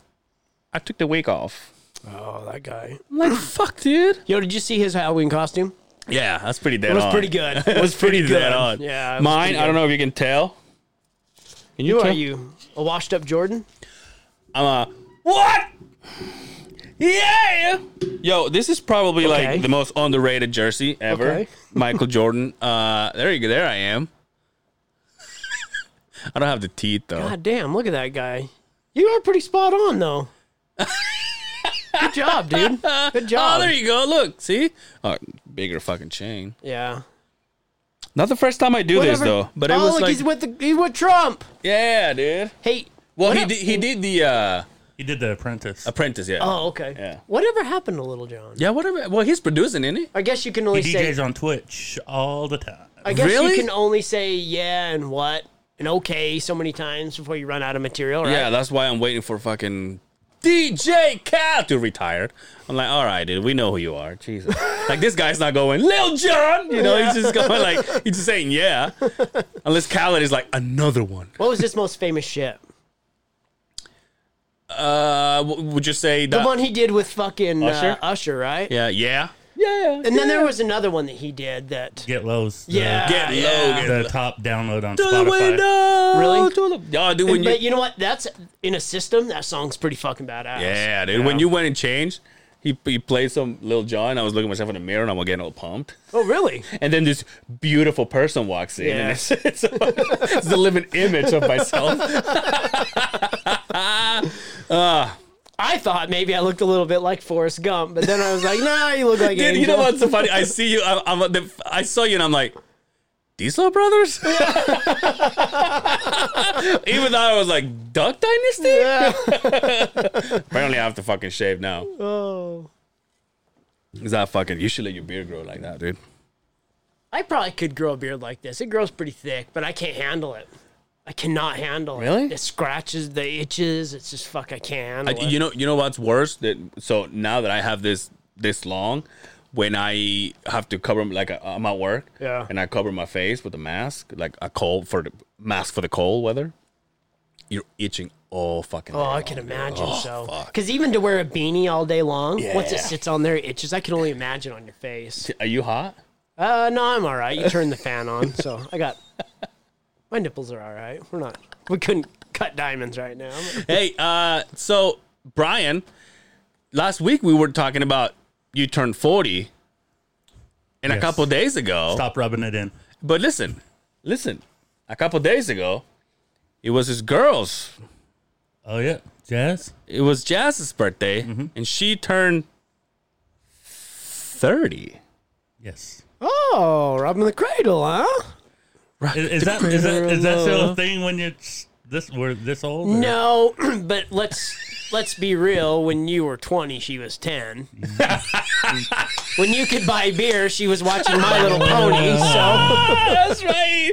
[SPEAKER 3] "I took the week off."
[SPEAKER 2] oh, that guy.
[SPEAKER 3] I'm like, "Fuck, dude."
[SPEAKER 2] Yo, did you see his Halloween costume?
[SPEAKER 3] Yeah, that's pretty dead
[SPEAKER 2] It was
[SPEAKER 3] on.
[SPEAKER 2] pretty good.
[SPEAKER 3] It was pretty, dead
[SPEAKER 2] good.
[SPEAKER 3] on.
[SPEAKER 2] Yeah, it was
[SPEAKER 3] mine.
[SPEAKER 2] pretty
[SPEAKER 3] I don't
[SPEAKER 2] good.
[SPEAKER 3] know if you can tell. Can you?
[SPEAKER 2] Who are
[SPEAKER 3] tell?
[SPEAKER 2] you? A washed up Jordan?
[SPEAKER 3] I'm a what? Yeah. Yo, this is probably
[SPEAKER 2] Okay.
[SPEAKER 3] like the most underrated jersey ever.
[SPEAKER 2] Okay.
[SPEAKER 3] Michael Jordan. Uh, there you go. There I am. I don't have the teeth though.
[SPEAKER 2] God damn, look at that guy. You are pretty spot on though. Good job, dude. Good job.
[SPEAKER 3] Oh, there you go. Look, see? Oh, bigger fucking chain.
[SPEAKER 2] yeah.
[SPEAKER 3] Not the first time I do this
[SPEAKER 2] Whatever.
[SPEAKER 3] though, but it
[SPEAKER 2] oh,
[SPEAKER 3] was
[SPEAKER 2] look,
[SPEAKER 3] like,
[SPEAKER 2] he's with the, he's with Trump.
[SPEAKER 3] yeah, dude.
[SPEAKER 2] Hey.
[SPEAKER 3] Well,
[SPEAKER 2] what
[SPEAKER 3] he
[SPEAKER 2] up-
[SPEAKER 3] did, he did the uh,
[SPEAKER 4] He did The Apprentice.
[SPEAKER 3] Apprentice, yeah.
[SPEAKER 2] Oh, okay.
[SPEAKER 3] Yeah.
[SPEAKER 2] Whatever happened to Little John?
[SPEAKER 3] Yeah, whatever. Well, he's producing, isn't he?
[SPEAKER 2] I guess you can
[SPEAKER 4] He
[SPEAKER 2] only say
[SPEAKER 4] DJs on Twitch all the time.
[SPEAKER 2] I guess
[SPEAKER 3] Really?
[SPEAKER 2] you can only say yeah and what and okay so many times before you run out of material, right?
[SPEAKER 3] Yeah, that's why I'm waiting for fucking DJ Cal, dude, retired. I'm like, all right, dude, we know who you are. Jesus. Like, this guy's not going, Lil John. You know, he's just going, like, he's just saying, yeah. Unless Khaled is like, another one.
[SPEAKER 2] What was his most famous shit?
[SPEAKER 3] Uh, w- would you say
[SPEAKER 2] The
[SPEAKER 3] that?
[SPEAKER 2] one he did with fucking Usher,
[SPEAKER 3] Usher?
[SPEAKER 2] uh, Usher right?
[SPEAKER 3] Yeah, yeah.
[SPEAKER 2] And then there was another one that he did that.
[SPEAKER 4] Get Lowe's. the-
[SPEAKER 2] Yeah.
[SPEAKER 3] Get
[SPEAKER 2] yeah.
[SPEAKER 3] low,
[SPEAKER 4] The,
[SPEAKER 3] get
[SPEAKER 4] top download on
[SPEAKER 3] To the
[SPEAKER 4] Spotify.
[SPEAKER 3] window.
[SPEAKER 2] Really?
[SPEAKER 3] To the- Yeah, dude, when you,
[SPEAKER 2] but you know what? That's in a system. That song's pretty fucking badass.
[SPEAKER 3] yeah, dude, when you went and changed, he, he played some Lil John. I was looking at myself in the mirror and I'm getting all pumped.
[SPEAKER 2] Oh, really?
[SPEAKER 3] And then this beautiful person walks in,
[SPEAKER 2] Yeah.
[SPEAKER 3] and it's, it's, it's the living image of myself.
[SPEAKER 2] I thought maybe I looked a little bit like Forrest Gump, but then I was like, nah, you look like
[SPEAKER 3] Dude,
[SPEAKER 2] Angel.
[SPEAKER 3] you know what's so funny? I see you. I, I'm, the, I saw you, and I'm like, these little brothers. Even though I was like, Duck Dynasty. Apparently, I have to fucking shave now.
[SPEAKER 2] Oh.
[SPEAKER 3] Is that fucking? You should let your beard grow like that, dude.
[SPEAKER 2] I probably could grow a beard like this. It grows pretty thick, but I can't handle it. I cannot handle it.
[SPEAKER 3] Really?
[SPEAKER 2] It scratches the itches. It's just fuck. I can't.
[SPEAKER 3] I,
[SPEAKER 2] Handle it.
[SPEAKER 3] you know, you know what's worse? That so now that I have this this long, when I have to cover like I- I'm at work,
[SPEAKER 2] Yeah.
[SPEAKER 3] and I cover my face with a mask, like a cold for the mask for the cold weather. You're itching all fucking.
[SPEAKER 2] Oh,
[SPEAKER 3] day
[SPEAKER 2] I
[SPEAKER 3] long,
[SPEAKER 2] can
[SPEAKER 3] dude.
[SPEAKER 2] imagine
[SPEAKER 3] Oh,
[SPEAKER 2] so.
[SPEAKER 3] fuck.
[SPEAKER 2] Because even to wear a beanie all day long, once it
[SPEAKER 3] Yeah.
[SPEAKER 2] sits on there, it itches. I can only imagine on your face.
[SPEAKER 3] Are you hot?
[SPEAKER 2] Uh, no, I'm all right. You turn the fan on, so I got my nipples are all right. We're not. We couldn't cut diamonds right now.
[SPEAKER 3] hey, uh, so Brian, last week we were talking about you turned forty, and a
[SPEAKER 4] Yes.
[SPEAKER 3] couple days ago,
[SPEAKER 4] Stop rubbing it in.
[SPEAKER 3] But listen, listen. A couple days ago, it was his girl's.
[SPEAKER 4] Oh yeah, Jazz.
[SPEAKER 3] It was Jazz's birthday, and she turned thirty.
[SPEAKER 4] Yes.
[SPEAKER 2] Oh, robbing the cradle, huh?
[SPEAKER 3] Right.
[SPEAKER 4] Is, is that is that is that still a thing when you're this we're this old? or-
[SPEAKER 2] No, but let's let's be real. When you were 20, she was 10. when you could buy beer, she was watching My Little Pony. So
[SPEAKER 3] That's right.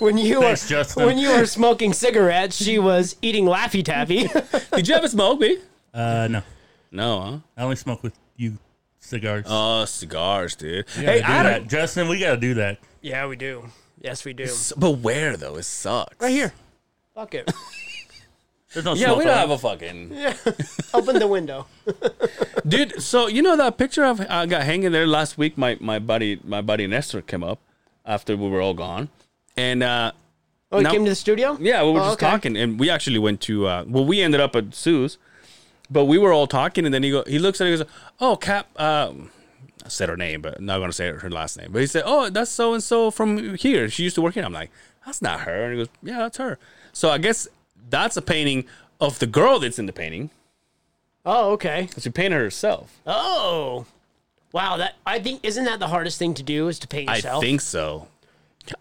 [SPEAKER 2] when you were
[SPEAKER 4] Thanks, Justin.
[SPEAKER 2] when you were smoking cigarettes, she was eating Laffy Taffy.
[SPEAKER 3] Did you ever smoke me?
[SPEAKER 4] Uh, no.
[SPEAKER 3] No, huh?
[SPEAKER 4] I only smoke with you cigars.
[SPEAKER 3] Oh, cigars, dude.
[SPEAKER 4] We gotta
[SPEAKER 3] Hey,
[SPEAKER 4] do
[SPEAKER 3] I
[SPEAKER 4] that.
[SPEAKER 3] don't.
[SPEAKER 4] Justin, we gotta do that.
[SPEAKER 2] yeah, we do. Yes, we do.
[SPEAKER 3] But where though? It sucks.
[SPEAKER 2] Right here. Fuck it.
[SPEAKER 4] There's no
[SPEAKER 3] Yeah,
[SPEAKER 4] smoke
[SPEAKER 3] we don't
[SPEAKER 4] on
[SPEAKER 3] have
[SPEAKER 4] it.
[SPEAKER 3] a fucking
[SPEAKER 2] Open the window.
[SPEAKER 3] dude. So you know that picture I've, I got hanging there last week. My my buddy my buddy Nestor came up after we were all gone, and uh,
[SPEAKER 2] Oh, you
[SPEAKER 3] No.
[SPEAKER 2] came to the studio.
[SPEAKER 3] Yeah, we were
[SPEAKER 2] Oh,
[SPEAKER 3] just
[SPEAKER 2] okay.
[SPEAKER 3] talking, and we actually went to uh, well, we ended up at Sue's, but we were all talking, and then he go, he looks at it, and goes, "Oh, Cap," uh, I said her name, but I'm not gonna say her last name. But he said, "Oh, that's so and so from here. She used to work here." I'm like, "That's not her," and he goes, "Yeah, that's her." So I guess that's a painting of the girl that's in the painting.
[SPEAKER 2] Oh, okay.
[SPEAKER 3] 'cause She painted herself.
[SPEAKER 2] Oh, wow. That I think isn't that the hardest thing to do is to paint yourself.
[SPEAKER 3] I think so.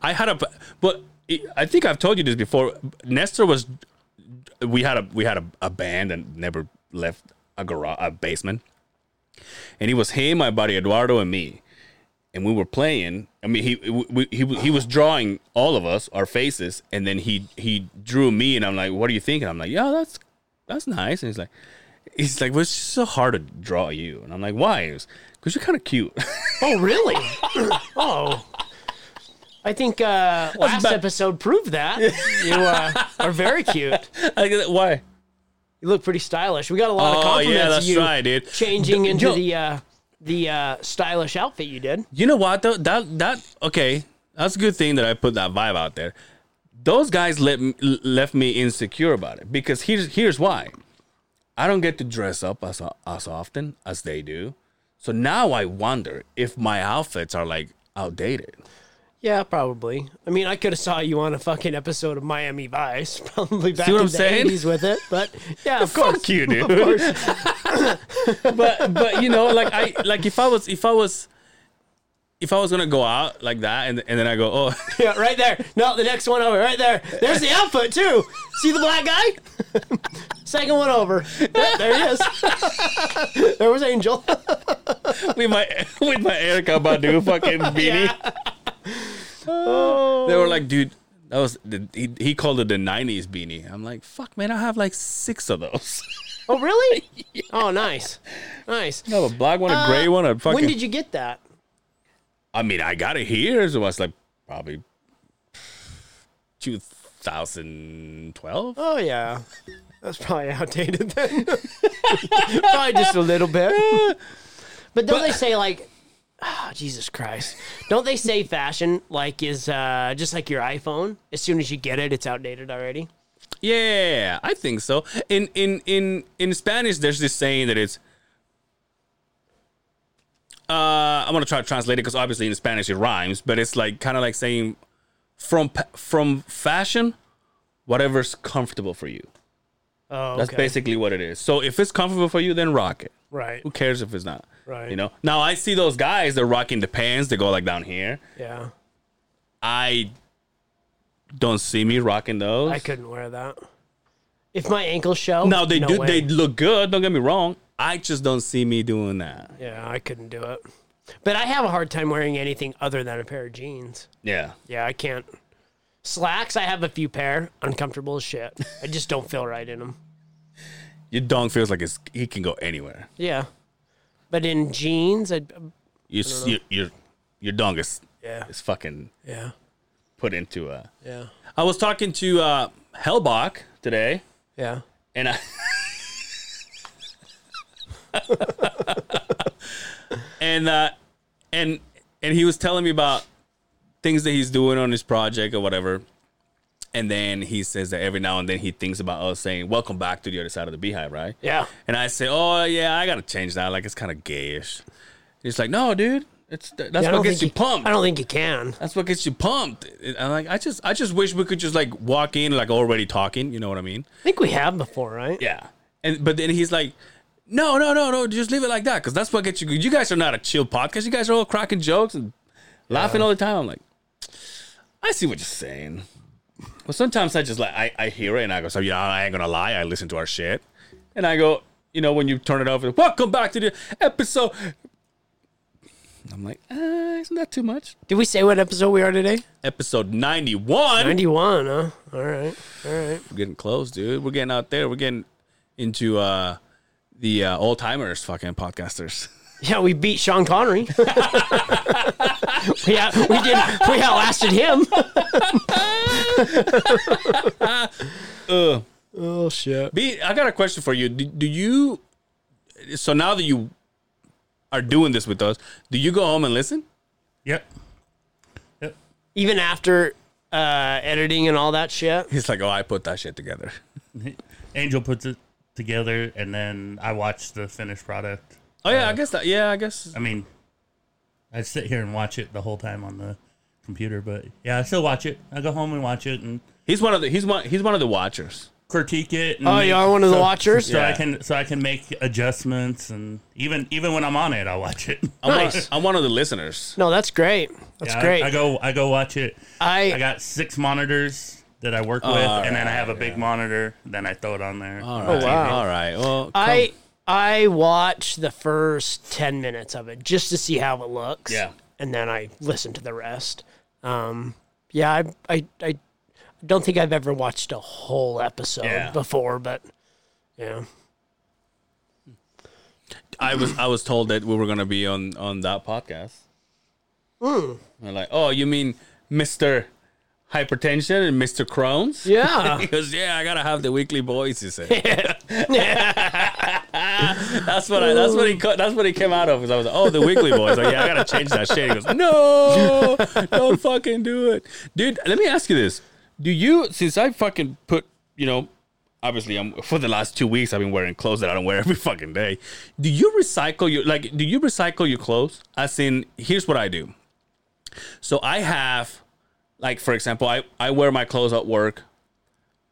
[SPEAKER 3] I had a, but it, I think I've told you this before. Nestor was, we had a we had a, a band and never left a garage a basement, and he was him, my buddy Eduardo, and me, and we were playing. I mean, he we, he he was drawing all of us our faces, and then he he drew me, and I'm like, "What are you thinking?" I'm like, "Yeah, that's that's nice," and he's like. He's like, well, it's just so hard to draw you. And I'm like, why? Because you're kind of cute.
[SPEAKER 2] Oh, really? oh. I think uh, last
[SPEAKER 3] bad.
[SPEAKER 2] episode proved that. You uh, are very cute.
[SPEAKER 3] I get it. why?
[SPEAKER 2] You look pretty stylish. We got a lot of
[SPEAKER 3] Oh,
[SPEAKER 2] compliments
[SPEAKER 3] yeah,
[SPEAKER 2] of
[SPEAKER 3] that's
[SPEAKER 2] you
[SPEAKER 3] right, dude.
[SPEAKER 2] changing
[SPEAKER 3] Th-
[SPEAKER 2] into
[SPEAKER 3] yo-
[SPEAKER 2] the uh, the uh, stylish outfit you did.
[SPEAKER 3] You know what though? That that okay. That's a good thing that I put that vibe out there. Those guys let me, left me insecure about it because here's here's why. I don't get to dress up as as often as they do, so now I wonder if my outfits are like outdated.
[SPEAKER 2] Yeah, probably. I mean, I could have saw you on a fucking episode of Miami Vice, probably back
[SPEAKER 3] what
[SPEAKER 2] in
[SPEAKER 3] I'm
[SPEAKER 2] the
[SPEAKER 3] saying?
[SPEAKER 2] 80s with it. But yeah, of course.
[SPEAKER 3] Fuck you, dude. but but you know, like I like if I was if I was if I was gonna go out like that and and then I go oh.
[SPEAKER 2] Yeah, right there. No, the next one over, right there. There's the outfit too. See the black guy? Second one over. Yeah, there he is. there was Angel.
[SPEAKER 3] with my with my Erica Badu fucking beanie. They were like, dude, That was the, he, he called it the '90s beanie. I'm like, fuck, man, I have like six of those.
[SPEAKER 2] Oh, really? Oh, nice, nice.
[SPEAKER 3] I have a black one, a gray one, a fucking.
[SPEAKER 2] Uh, When did you get that?
[SPEAKER 3] I mean, I got it here. So I was like probably 2012.
[SPEAKER 2] Oh yeah, that's probably outdated then. probably just a little bit. But don't they say like, oh, Jesus Christ? Don't they say fashion like is uh, just like your iPhone? As soon as you get it, it's outdated already.
[SPEAKER 3] Yeah, I think so. In in in in Spanish, there's this saying that it's. Uh, I'm gonna try to translate it because obviously in Spanish it rhymes, but it's like kind of like saying, from pa- from fashion, whatever's comfortable for you.
[SPEAKER 2] Oh,
[SPEAKER 3] That's basically what it is. So if it's comfortable for you, then rock it.
[SPEAKER 2] right.
[SPEAKER 3] Who cares if it's not?
[SPEAKER 2] Right.
[SPEAKER 3] You know. Now I see those guys that are rocking the pants that go like down here.
[SPEAKER 2] Yeah,
[SPEAKER 3] I don't see me rocking those.
[SPEAKER 2] I couldn't wear that. If my ankles show,
[SPEAKER 3] Now they
[SPEAKER 2] no
[SPEAKER 3] do.
[SPEAKER 2] way.
[SPEAKER 3] They look good. Don't get me wrong. I just don't see me doing that.
[SPEAKER 2] Yeah, I couldn't do it. But I have a hard time wearing anything other than a pair of jeans.
[SPEAKER 3] Yeah.
[SPEAKER 2] Yeah, I can't. Slacks, I have a few pair. Uncomfortable as shit. I just don't feel right in them.
[SPEAKER 3] Your dong feels like it's he can go anywhere.
[SPEAKER 2] Yeah, but in jeans, I'd, um,
[SPEAKER 3] Your s- your your, your dong is
[SPEAKER 2] yeah,
[SPEAKER 3] is fucking
[SPEAKER 2] yeah,
[SPEAKER 3] put into a.
[SPEAKER 2] yeah,
[SPEAKER 3] I was talking to uh Hellbach today,
[SPEAKER 2] yeah.
[SPEAKER 3] and I. and uh, and and he was telling me about things that he's doing on his project or whatever. And then he says that every now and then he thinks about us saying, "Welcome back to the other side of the beehive," right?
[SPEAKER 2] Yeah.
[SPEAKER 3] And I say, "Oh yeah, I gotta change that. Like it's kind of gayish." He's like, "No, dude, it's that's
[SPEAKER 2] I
[SPEAKER 3] what
[SPEAKER 2] don't
[SPEAKER 3] gets
[SPEAKER 2] think
[SPEAKER 3] you pumped.
[SPEAKER 2] I don't think you can.
[SPEAKER 3] That's what gets you pumped." And I'm like, "I just, I just wish we could just like walk in like already talking. You know what I mean?"
[SPEAKER 2] I think we have before, right?
[SPEAKER 3] Yeah. And but then he's like, "No, no, no, no, just leave it like that because that's what gets you. You guys are not a chill podcast. You guys are all cracking jokes and laughing all the time." I'm like, "I see what you're saying." Well, sometimes I just like I, I hear it and I go, "So you know, I ain't gonna lie. I listen to our shit." And I go, you know, when you turn it over, welcome back to the episode. I'm like, uh, isn't that too much?
[SPEAKER 2] Did we say what episode we are today?
[SPEAKER 3] Episode 91.
[SPEAKER 2] Ninety-one. Huh. All right. All right.
[SPEAKER 3] We're getting close, dude. We're getting out there. We're getting into uh, the uh, old timers, fucking podcasters.
[SPEAKER 2] Yeah, we beat Sean Connery. yeah, we did. We outlasted him. oh shit.
[SPEAKER 3] B, I got a question for you. Do, do you? So now that you are doing this with us, do you go home and listen?
[SPEAKER 4] Yep. Yep.
[SPEAKER 2] Even after uh, editing and all that shit.
[SPEAKER 3] He's like, "Oh, I put that shit together."
[SPEAKER 4] Angel puts it together, and then I watch the finished product.
[SPEAKER 3] Oh yeah, I guess that. Yeah, I guess.
[SPEAKER 4] I mean, I sit here and watch it the whole time on the computer, but yeah, I still watch it. I go home and watch it and
[SPEAKER 3] He's one of the. He's one. He's one of the watchers.
[SPEAKER 4] critique it. And
[SPEAKER 2] Oh, you are one of the watchers.
[SPEAKER 4] So I
[SPEAKER 3] Yeah.
[SPEAKER 4] can so I can make adjustments, and even even when I'm on it, I watch it.
[SPEAKER 3] I'm, one,
[SPEAKER 2] Nice.
[SPEAKER 3] I'm one of the listeners.
[SPEAKER 2] No, that's great. That's
[SPEAKER 4] Yeah, I-
[SPEAKER 2] Oh, great.
[SPEAKER 4] I, go I go watch it.
[SPEAKER 2] I-
[SPEAKER 4] I got six monitors that I work with, and then I have a big monitor. Then I throw it on there.
[SPEAKER 3] All
[SPEAKER 2] Oh,
[SPEAKER 3] right.
[SPEAKER 2] wow.
[SPEAKER 3] All right. Well,
[SPEAKER 2] I I watch the first ten minutes of it just to see how it looks.
[SPEAKER 3] Yeah.
[SPEAKER 2] and then I listen to the rest. Um, yeah, I I I don't think I've ever watched a whole episode
[SPEAKER 3] Yeah.
[SPEAKER 2] before, but yeah,
[SPEAKER 3] I was I was told that we were gonna be on on that podcast. And like, oh, you mean Mister Hypertension and Mister Crohn's?
[SPEAKER 2] yeah,
[SPEAKER 3] He goes, yeah, I gotta have the weekly boys. He said, that's what I, that's what he co- that's what he came out of. Is I was like, oh, the weekly boys. Like, yeah, I gotta change that shit. He goes, no, don't fucking do it, dude. Let me ask you this: Do you, since I fucking put, you know, obviously, I'm for the last two weeks I've been wearing clothes that I don't wear every fucking day. Do you recycle your like? Do you recycle your clothes? As in, here's what I do. So I have, like, for example, I I wear my clothes at work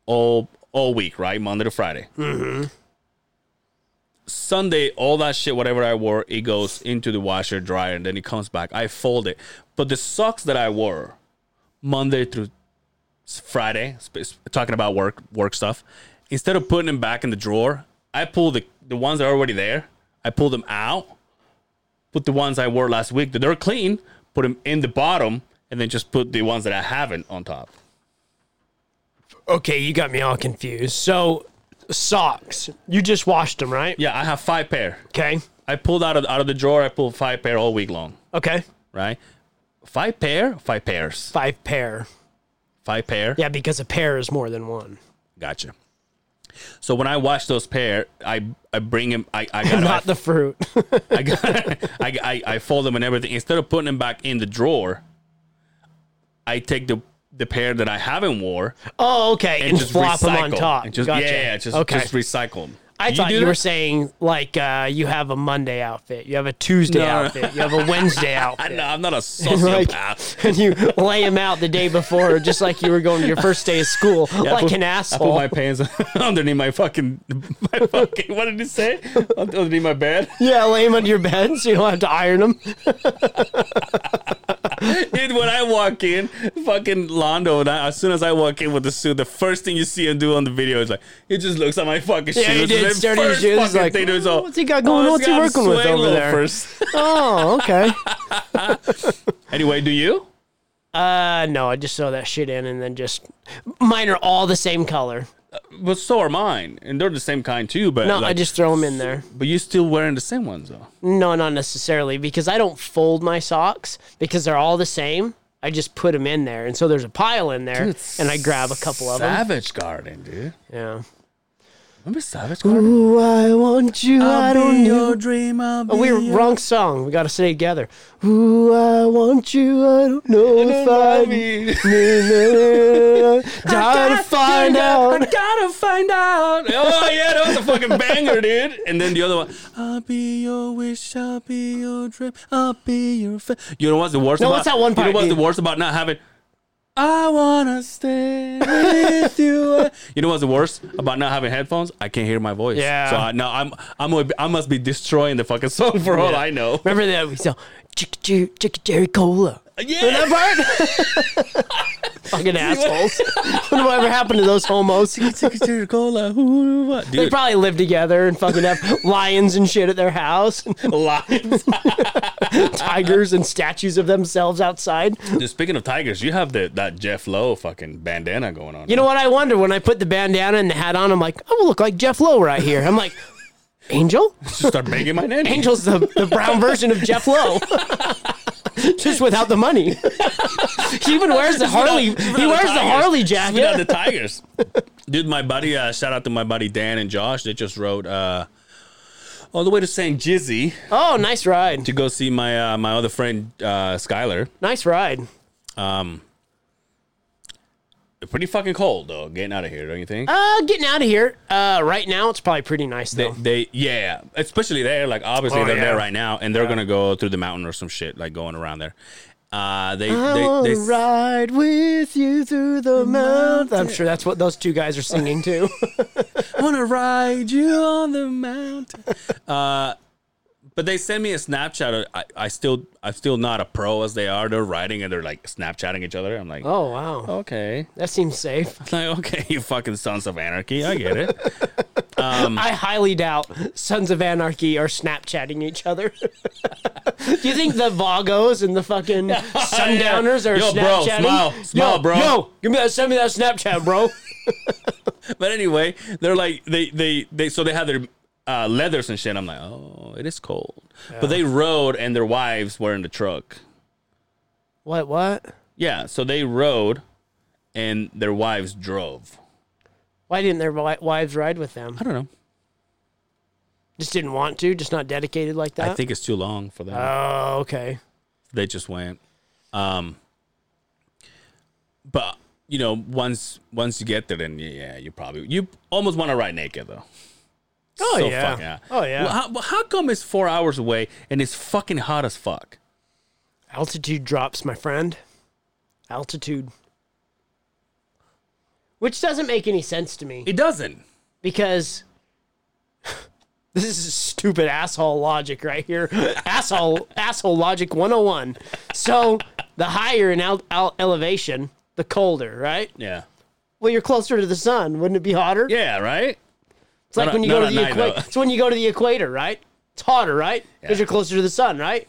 [SPEAKER 3] all all week, right? Monday to Friday. Mm-hmm. Sunday, all that shit, whatever I wore, it goes into the washer, dryer, and then it comes back. I fold it. But the socks that I wore Monday through s- Friday, sp- sp- talking about work work stuff, instead of putting them back in the drawer, I pull the the ones that are already there. I pull them out, put the ones I wore last week that they're clean, put them in the bottom, and then just put the ones that I haven't on top.
[SPEAKER 2] Okay, you got me all confused. So, socks. You just washed them, right?
[SPEAKER 3] Yeah, I have five pair.
[SPEAKER 2] Okay.
[SPEAKER 3] I pulled out of out of the drawer. I pulled five pair all week long.
[SPEAKER 2] Okay.
[SPEAKER 3] Right, five pair, five pairs,
[SPEAKER 2] Five pair.
[SPEAKER 3] five pair.
[SPEAKER 2] Yeah, because a pair is more than one.
[SPEAKER 3] Gotcha. So when I wash those pair, I I bring them. I I got
[SPEAKER 2] Not the fruit.
[SPEAKER 3] I, got, I, I I fold them and everything. Instead of putting them back in the drawer, I take the the pair that I haven't wore
[SPEAKER 2] oh, okay. And,
[SPEAKER 3] and, just
[SPEAKER 2] flop
[SPEAKER 3] recycle.
[SPEAKER 2] them on top.
[SPEAKER 3] And just,
[SPEAKER 2] gotcha.
[SPEAKER 3] Yeah, yeah, just
[SPEAKER 2] okay.
[SPEAKER 3] just recycle them.
[SPEAKER 2] I
[SPEAKER 3] Do
[SPEAKER 2] thought
[SPEAKER 3] do
[SPEAKER 2] you,
[SPEAKER 3] that?
[SPEAKER 2] were saying like uh, you have a Monday outfit, you have a Tuesday
[SPEAKER 3] No, no.
[SPEAKER 2] outfit, you have a Wednesday
[SPEAKER 3] I,
[SPEAKER 2] outfit,
[SPEAKER 3] no, I'm not a
[SPEAKER 2] Like-
[SPEAKER 3] sociopath.
[SPEAKER 2] and you lay them out the day before, just like you were going to your first day of school,
[SPEAKER 3] I
[SPEAKER 2] like
[SPEAKER 3] put-
[SPEAKER 2] an
[SPEAKER 3] I put
[SPEAKER 2] asshole.
[SPEAKER 3] my pants underneath my fucking, my fucking. What did you say? underneath my bed.
[SPEAKER 2] yeah, lay them under your bed so you don't have to iron them.
[SPEAKER 3] Dude, when I walk in, fucking Londo, and I, as soon as I walk in with the suit, the first thing you see him do on the video is like, he just looks at my fucking
[SPEAKER 2] Yeah, he
[SPEAKER 3] shoes.
[SPEAKER 2] did
[SPEAKER 3] and
[SPEAKER 2] stare at his
[SPEAKER 3] first
[SPEAKER 2] shoes,
[SPEAKER 3] fucking
[SPEAKER 2] like,
[SPEAKER 3] thing is all, "Oh,
[SPEAKER 2] "What's he got going on?
[SPEAKER 3] this
[SPEAKER 2] What's he
[SPEAKER 3] guy's
[SPEAKER 2] working with
[SPEAKER 3] suede
[SPEAKER 2] over there?"
[SPEAKER 3] loafers."
[SPEAKER 2] Oh, okay.
[SPEAKER 3] anyway, do you?
[SPEAKER 2] Uh, no, I just sew that shit in and then just mine are all the same color.
[SPEAKER 3] But so are mine, and they're the same kind too. But
[SPEAKER 2] No, I
[SPEAKER 3] like-
[SPEAKER 2] just throw them in there.
[SPEAKER 3] But you're still wearing the same ones though.
[SPEAKER 2] No, not necessarily because I don't fold my socks because they're all the same. I just put them in there, and so there's a pile in there, and I grab a couple of them.
[SPEAKER 3] Savage Garden, dude.
[SPEAKER 2] Yeah.
[SPEAKER 3] Remember Savage Garden?
[SPEAKER 2] Ooh, I want you. I'll I do not know.
[SPEAKER 3] your dream. I'll be
[SPEAKER 2] Oh, We are
[SPEAKER 3] your-
[SPEAKER 2] wrong song. We got to stay together. Ooh, I want you. I don't know if I.
[SPEAKER 3] I mean-
[SPEAKER 2] Time to find
[SPEAKER 3] I
[SPEAKER 2] out.
[SPEAKER 3] gotta find out. Oh yeah, that was a fucking banger, dude. And then the other one, I'll be your wish, I'll be your dream, I'll be your. Fa-. You know what's the worst?
[SPEAKER 2] No,
[SPEAKER 3] about,
[SPEAKER 2] what's that one
[SPEAKER 3] You
[SPEAKER 2] part,
[SPEAKER 3] know what's the
[SPEAKER 2] dude?
[SPEAKER 3] worst about not having? I wanna stay with you. You know what's the worst about not having headphones? I can't hear my voice.
[SPEAKER 2] Yeah.
[SPEAKER 3] So I, no, I'm I'm a, I must be destroying the fucking song for all
[SPEAKER 2] Yeah.
[SPEAKER 3] I know.
[SPEAKER 2] Remember that we saw Chicka Jer- Chicka Jerry Cola.
[SPEAKER 3] Yeah.
[SPEAKER 2] Fucking assholes. Whatever happened to those homos?
[SPEAKER 3] Cola, who, what?
[SPEAKER 2] They
[SPEAKER 3] Dude,
[SPEAKER 2] probably live together and fucking have lions and shit at their house, and
[SPEAKER 3] live.
[SPEAKER 2] tigers and statues of themselves outside.
[SPEAKER 3] Dude, speaking of tigers, you have the, that Jeff Lowe fucking bandana going on.
[SPEAKER 2] You know what I wonder when I put the bandana and the hat on? I'm like, I will look like Jeff Lowe right here. I'm like, Angel?
[SPEAKER 3] Just start begging my nanny.
[SPEAKER 2] Angel's the, the brown version of Jeff Lowe. Just without the money. he even wears the Harley. he wears the Harley jacket.
[SPEAKER 3] Yeah, the tigers. Dude, my buddy, uh, shout out to my buddy Dan and Josh. They just rode uh, all the way to St. Jizzy
[SPEAKER 2] oh, nice ride.
[SPEAKER 3] to go see my uh, my other friend uh, Skylar.
[SPEAKER 2] Nice ride.
[SPEAKER 3] Pretty fucking cold though, getting out of here, don't you think?
[SPEAKER 2] Uh, getting out of here. Uh, right now it's probably pretty nice
[SPEAKER 3] They,
[SPEAKER 2] though.
[SPEAKER 3] they, yeah, especially there. Like, obviously,
[SPEAKER 2] Oh,
[SPEAKER 3] they're there
[SPEAKER 2] yeah.
[SPEAKER 3] right now, and they're gonna go through the mountain or some shit, like going around there. Uh, they,
[SPEAKER 2] I
[SPEAKER 3] they,
[SPEAKER 2] wanna
[SPEAKER 3] they,
[SPEAKER 2] ride with you through the mountain. I'm sure that's what those two guys are singing too.
[SPEAKER 3] wanna ride you on the mountain. Uh, but they send me a Snapchat. I, I still, I'm still not a pro as they are. They're riding and they're like Snapchatting each other. I'm like,
[SPEAKER 2] oh wow,
[SPEAKER 3] okay,
[SPEAKER 2] that seems safe.
[SPEAKER 3] I'm like okay, you fucking sons of anarchy. I get it.
[SPEAKER 2] I highly doubt Sons of Anarchy are Snapchatting each other. Do you think the Vagos and the fucking Sundowners are
[SPEAKER 3] Yo, bro,
[SPEAKER 2] Snapchatting?
[SPEAKER 3] smile, smile,
[SPEAKER 2] yo,
[SPEAKER 3] bro.
[SPEAKER 2] Yo, give me that. Send me that Snapchat, bro.
[SPEAKER 3] but anyway, they're like they, they, they. So they had their uh, leathers and shit. I'm like, oh, it is cold. But they rode and their wives were in the truck.
[SPEAKER 2] what? What?
[SPEAKER 3] Yeah, so they rode and their wives drove.
[SPEAKER 2] Why didn't their wi- wives ride with them?
[SPEAKER 3] I don't know.
[SPEAKER 2] Just didn't want to. Just not dedicated like that.
[SPEAKER 3] I think it's too long for them.
[SPEAKER 2] Oh, okay.
[SPEAKER 3] they just went um but you know once once you get there then yeah you probably you almost want to ride naked though
[SPEAKER 2] Oh
[SPEAKER 3] So
[SPEAKER 2] yeah.
[SPEAKER 3] fuck
[SPEAKER 2] Oh yeah.
[SPEAKER 3] well, how, well, how come it's four hours away and it's fucking hot as fuck
[SPEAKER 2] Altitude drops, my friend. Altitude. Which doesn't make any sense to me
[SPEAKER 3] it doesn't
[SPEAKER 2] because this is stupid asshole logic right here. asshole asshole logic 101. So, the higher in al- al- elevation, the colder, right?
[SPEAKER 3] yeah
[SPEAKER 2] Well, you're closer to the sun, wouldn't it be hotter?
[SPEAKER 3] yeah right
[SPEAKER 2] it's like
[SPEAKER 3] not
[SPEAKER 2] when
[SPEAKER 3] at-
[SPEAKER 2] you go
[SPEAKER 3] not
[SPEAKER 2] to the
[SPEAKER 3] at night,
[SPEAKER 2] equator.
[SPEAKER 3] though.
[SPEAKER 2] It's when you go to the equator, right? It's hotter, right? Because
[SPEAKER 3] Yeah.
[SPEAKER 2] you're closer to the sun, right?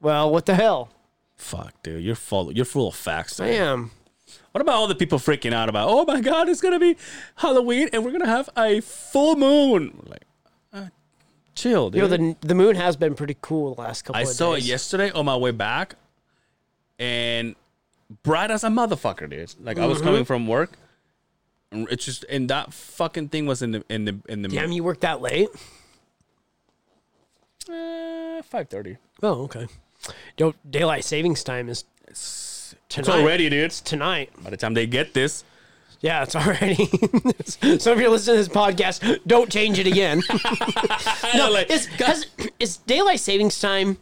[SPEAKER 2] Well, what the hell?
[SPEAKER 3] fuck dude you're full you're full of facts
[SPEAKER 2] I
[SPEAKER 3] dude.
[SPEAKER 2] am.
[SPEAKER 3] What about all the people freaking out about, oh my God, it's going to be Halloween and we're going to have a full moon? We're like, uh, chill, dude.
[SPEAKER 2] You know, the, the moon has been pretty cool the last couple
[SPEAKER 3] I
[SPEAKER 2] of
[SPEAKER 3] saw
[SPEAKER 2] days.
[SPEAKER 3] it yesterday on my way back, and bright as a motherfucker, dude. Like I was
[SPEAKER 2] Mm-hmm.
[SPEAKER 3] coming from work, and it's just and that fucking thing was in the in the in the
[SPEAKER 2] Damn, you worked out late?
[SPEAKER 3] uh, five thirty.
[SPEAKER 2] Oh, okay. Yo, daylight savings time is tonight.
[SPEAKER 3] It's already, dude.
[SPEAKER 2] It's tonight.
[SPEAKER 3] By the time they get this,
[SPEAKER 2] Yeah, it's already. so if you're listening to this podcast, don't change it again. no,
[SPEAKER 3] like-
[SPEAKER 2] is, has, is daylight savings time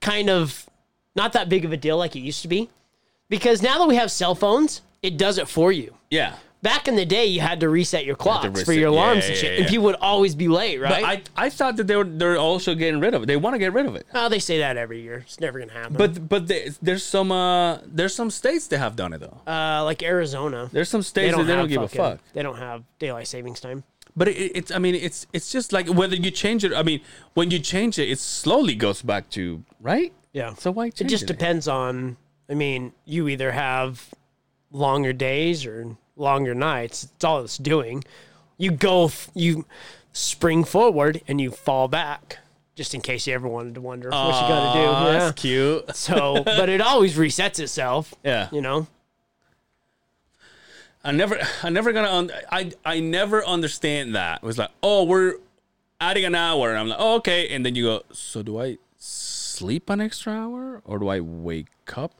[SPEAKER 2] kind of not that big of a deal like it used to be? Because now that we have cell phones, it does it for you.
[SPEAKER 3] yeah.
[SPEAKER 2] Back in the day, you had to reset your clocks for
[SPEAKER 3] reset-
[SPEAKER 2] your alarms
[SPEAKER 3] yeah,
[SPEAKER 2] and
[SPEAKER 3] yeah,
[SPEAKER 2] shit,
[SPEAKER 3] yeah,
[SPEAKER 2] and
[SPEAKER 3] yeah.
[SPEAKER 2] people would always be late, right?
[SPEAKER 3] I I thought that they were they're also getting rid of it. They want to get rid of it.
[SPEAKER 2] oh, they say that every year. It's never gonna happen.
[SPEAKER 3] But but they, there's some uh there's some states that have done it though.
[SPEAKER 2] uh, like Arizona,
[SPEAKER 3] There's some states that they don't
[SPEAKER 2] have
[SPEAKER 3] give a
[SPEAKER 2] fucking-
[SPEAKER 3] fuck.
[SPEAKER 2] They don't have daylight savings time.
[SPEAKER 3] But it, it's I mean it's it's just like whether you change it. I mean when you change it, it slowly goes back to right.
[SPEAKER 2] Yeah.
[SPEAKER 3] So why
[SPEAKER 2] It
[SPEAKER 3] change
[SPEAKER 2] just depends on. I mean, you either have longer days or longer nights. It's all it's doing. You go, f- you spring forward and you fall back, just in case you ever wanted to wonder what you got to
[SPEAKER 3] Aw,
[SPEAKER 2] do. Yeah.
[SPEAKER 3] That's cute.
[SPEAKER 2] So, but it always resets itself.
[SPEAKER 3] Yeah.
[SPEAKER 2] You know.
[SPEAKER 3] I never, I never gonna, un- I, I never understand that. It was like, oh, we're adding an hour, and I'm like, oh, okay, and then you go, so do I sleep an extra hour or do I wake up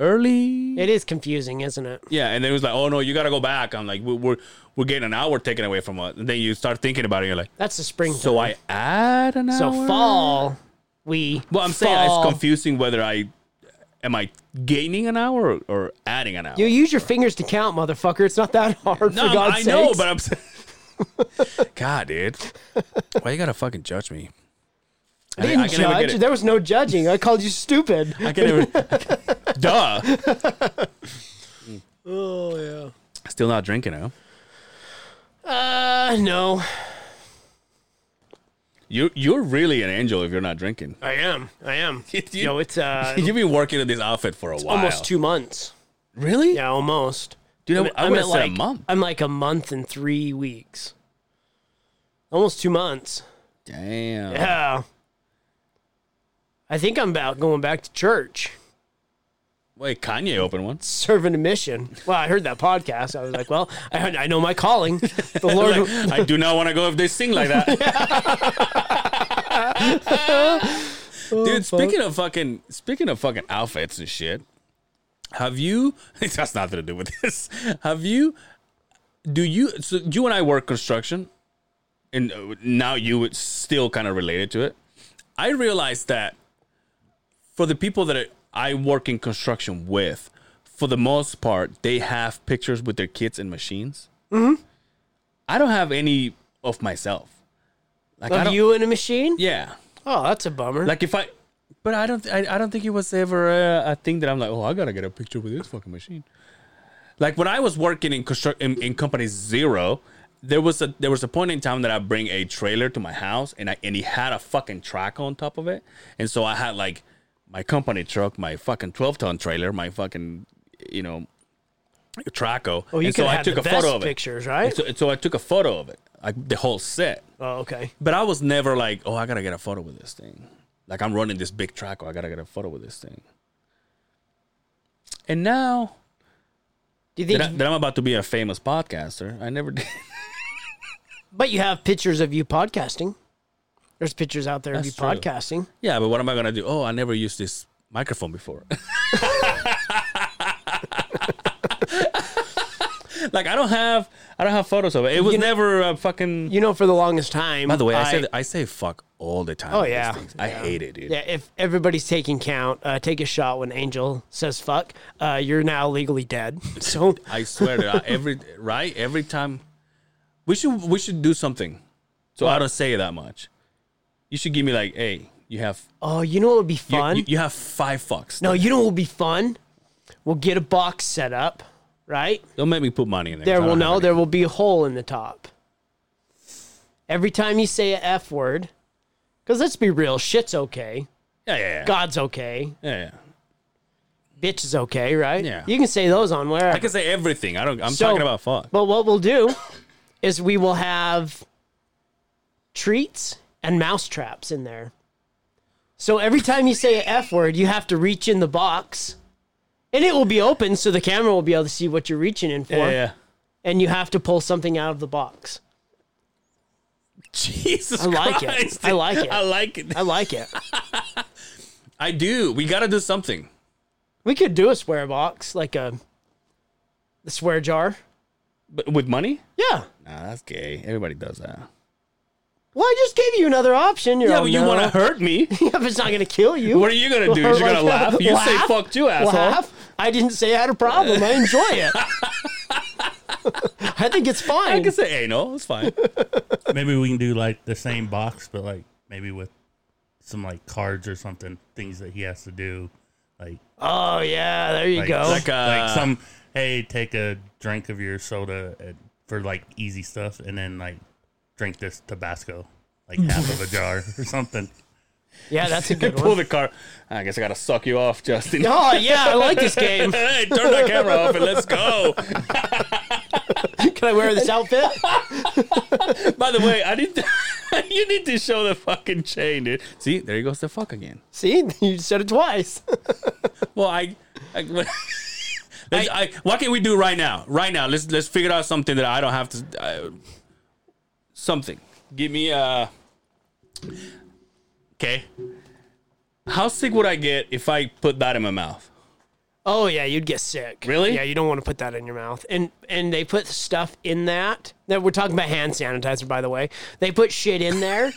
[SPEAKER 3] early?
[SPEAKER 2] It is confusing, isn't it?
[SPEAKER 3] Yeah, and then it was like, oh no, you gotta go back. I'm like, we- we're we're getting an hour taken away from us, and then you start thinking about it, you're like,
[SPEAKER 2] That's the spring.
[SPEAKER 3] so I add an
[SPEAKER 2] so
[SPEAKER 3] hour.
[SPEAKER 2] fall. We
[SPEAKER 3] Well, I'm saying
[SPEAKER 2] fall.
[SPEAKER 3] it's confusing whether I am I gaining an hour or, or adding an hour.
[SPEAKER 2] You use your fingers to count, motherfucker. It's not that hard.
[SPEAKER 3] No,
[SPEAKER 2] for
[SPEAKER 3] I'm-
[SPEAKER 2] God's
[SPEAKER 3] I know,
[SPEAKER 2] sakes.
[SPEAKER 3] but I'm saying, God, dude, why you gotta fucking judge me? I
[SPEAKER 2] didn't
[SPEAKER 3] can never
[SPEAKER 2] judge.
[SPEAKER 3] get it.
[SPEAKER 2] There was no judging. I called you stupid.
[SPEAKER 3] I can never. duh.
[SPEAKER 2] Oh yeah.
[SPEAKER 3] Still not drinking, huh?
[SPEAKER 2] Uh no,
[SPEAKER 3] You you're really an angel if you're not drinking.
[SPEAKER 2] I am. I am.
[SPEAKER 3] You-
[SPEAKER 2] Yo, it's uh
[SPEAKER 3] You've been working in this outfit for a while.
[SPEAKER 2] almost two months.
[SPEAKER 3] Really?
[SPEAKER 2] Yeah, almost.
[SPEAKER 3] Dude, I,
[SPEAKER 2] I'm-
[SPEAKER 3] I
[SPEAKER 2] I'm
[SPEAKER 3] would have
[SPEAKER 2] at
[SPEAKER 3] said
[SPEAKER 2] like,
[SPEAKER 3] a month.
[SPEAKER 2] I'm like a month and three weeks. Almost two months.
[SPEAKER 3] Damn.
[SPEAKER 2] Yeah. I think I'm about going back to church,
[SPEAKER 3] Wait, Kanye opened one.
[SPEAKER 2] serving a mission. Well, I heard that podcast. I was like, well, I, heard, I know my calling. The Lord,
[SPEAKER 3] Like, I do not want to go if they sing like that. Dude, speaking of fucking speaking of fucking outfits and shit, have you it has nothing to do with this. Have you do you so you and I work construction and uh, now you it's still kind of related to it. I realized that for the people that I work in construction with, for the most part, they have pictures with their kids and machines.
[SPEAKER 2] Mm-hmm.
[SPEAKER 3] I don't have any of myself. Like I
[SPEAKER 2] of
[SPEAKER 3] don't,
[SPEAKER 2] you in a machine.
[SPEAKER 3] yeah.
[SPEAKER 2] Oh, that's a bummer.
[SPEAKER 3] Like if I, but I don't, I, I don't think it was ever a, a thing that I'm like, oh, I gotta get a picture with this fucking machine. Like when I was working in construct in, in company zero, there was a there was a point in time that I bring a trailer to my house and I and he had a fucking track on top of it, and so I had like my company truck, my fucking twelve ton trailer, my fucking you know. Traco.
[SPEAKER 2] oh, you
[SPEAKER 3] and
[SPEAKER 2] could
[SPEAKER 3] so
[SPEAKER 2] have
[SPEAKER 3] I
[SPEAKER 2] had
[SPEAKER 3] took
[SPEAKER 2] the
[SPEAKER 3] a
[SPEAKER 2] best
[SPEAKER 3] photo of it.
[SPEAKER 2] pictures,
[SPEAKER 3] And
[SPEAKER 2] right?
[SPEAKER 3] so, so I took a photo of it, like the whole set.
[SPEAKER 2] oh, okay.
[SPEAKER 3] But I was never like, oh, I gotta get a photo with this thing. Like I'm running this big track, or I gotta get a photo with this thing. And now
[SPEAKER 2] Do you think
[SPEAKER 3] that, I, am about to be a famous podcaster, I never did.
[SPEAKER 2] But you have pictures of you podcasting. There's pictures out there
[SPEAKER 3] That's
[SPEAKER 2] of you
[SPEAKER 3] true.
[SPEAKER 2] podcasting.
[SPEAKER 3] yeah, but what am I gonna do? Oh, I never used this microphone before. like I don't have, I don't have photos of it. It was never a fucking.
[SPEAKER 2] You know, for the longest time.
[SPEAKER 3] By the way, I, say I say fuck all the time.
[SPEAKER 2] Oh,
[SPEAKER 3] with these
[SPEAKER 2] yeah.
[SPEAKER 3] things. I hate it, dude.
[SPEAKER 2] Yeah, if everybody's taking count, uh, take a shot when Angel says fuck. Uh, you're now legally dead. So
[SPEAKER 3] I swear to God, every right every time we should we should do something. So I don't say that much. You should give me like, hey, you have
[SPEAKER 2] oh, you know what would be
[SPEAKER 3] you,
[SPEAKER 2] fun?
[SPEAKER 3] you- you have five fucks.
[SPEAKER 2] no, you know what would be fun? We'll get a box set up, right?
[SPEAKER 3] don't make me put money in there. 'cause
[SPEAKER 2] There
[SPEAKER 3] I
[SPEAKER 2] will
[SPEAKER 3] don't have
[SPEAKER 2] no,
[SPEAKER 3] any.
[SPEAKER 2] there will be a hole in the top. Every time you say a F word, because let's be real, shit's okay.
[SPEAKER 3] Yeah, yeah, yeah.
[SPEAKER 2] God's okay.
[SPEAKER 3] yeah, yeah.
[SPEAKER 2] bitch is okay, right?
[SPEAKER 3] Yeah.
[SPEAKER 2] You can say those on where
[SPEAKER 3] I can say everything. I don't. I'm
[SPEAKER 2] So-
[SPEAKER 3] talking about fuck.
[SPEAKER 2] But what we'll do is we will have treats and mouse traps in there. So every time you say an F word, you have to reach in the box. And it will be open so the camera will be able to see what you're reaching in for. And you have to pull something out of the box.
[SPEAKER 3] Jesus.
[SPEAKER 2] I like it.
[SPEAKER 3] Christ.
[SPEAKER 2] I like it.
[SPEAKER 3] I like it.
[SPEAKER 2] I like it.
[SPEAKER 3] I do. We gotta do something.
[SPEAKER 2] we could do a swear box, like a the swear jar.
[SPEAKER 3] But with money?
[SPEAKER 2] Yeah.
[SPEAKER 3] Nah, that's gay. Everybody does that.
[SPEAKER 2] Well, I just gave you another option. You're
[SPEAKER 3] Yeah,
[SPEAKER 2] all,
[SPEAKER 3] but you
[SPEAKER 2] "No."
[SPEAKER 3] want to hurt me?
[SPEAKER 2] Yeah, but it's not going to kill you.
[SPEAKER 3] What are you gonna do? You're gonna laugh. You say
[SPEAKER 2] Laugh?
[SPEAKER 3] fuck too, asshole.
[SPEAKER 2] Laugh? I didn't say I had a problem. I enjoy it. I think it's
[SPEAKER 3] I
[SPEAKER 2] fine.
[SPEAKER 3] can say, hey, no, it's fine.
[SPEAKER 4] Maybe we can do like the same box, but like maybe with some like cards or something, things that he has to do. Like,
[SPEAKER 2] oh yeah, there you
[SPEAKER 4] like,
[SPEAKER 2] go.
[SPEAKER 3] Like,
[SPEAKER 4] like,
[SPEAKER 3] uh,
[SPEAKER 4] some, hey, take a drink of your soda at, for like easy stuff and then like drink this Tabasco, like half of a jar or something.
[SPEAKER 2] yeah, that's a good
[SPEAKER 3] Pull
[SPEAKER 2] one.
[SPEAKER 3] the car. I guess I gotta suck you off, Justin.
[SPEAKER 2] Oh yeah, I like this game.
[SPEAKER 3] hey, turn that camera off and let's go.
[SPEAKER 2] Can I wear this outfit?
[SPEAKER 3] By the way, I need to, you need to show the fucking chain, dude. See, there goes the fuck again.
[SPEAKER 2] See, you said it twice.
[SPEAKER 3] Well, I, I, I- I- what can we do right now? Right now, let's let's figure out something that I don't have to. Uh, something. Give me a. Okay. How sick would I get if I put that in my mouth?
[SPEAKER 2] Oh yeah, you'd get sick.
[SPEAKER 3] Really?
[SPEAKER 2] Yeah, you don't want to put that in your mouth. And and they put stuff in that. That we're talking about hand sanitizer, by the way. They put shit in there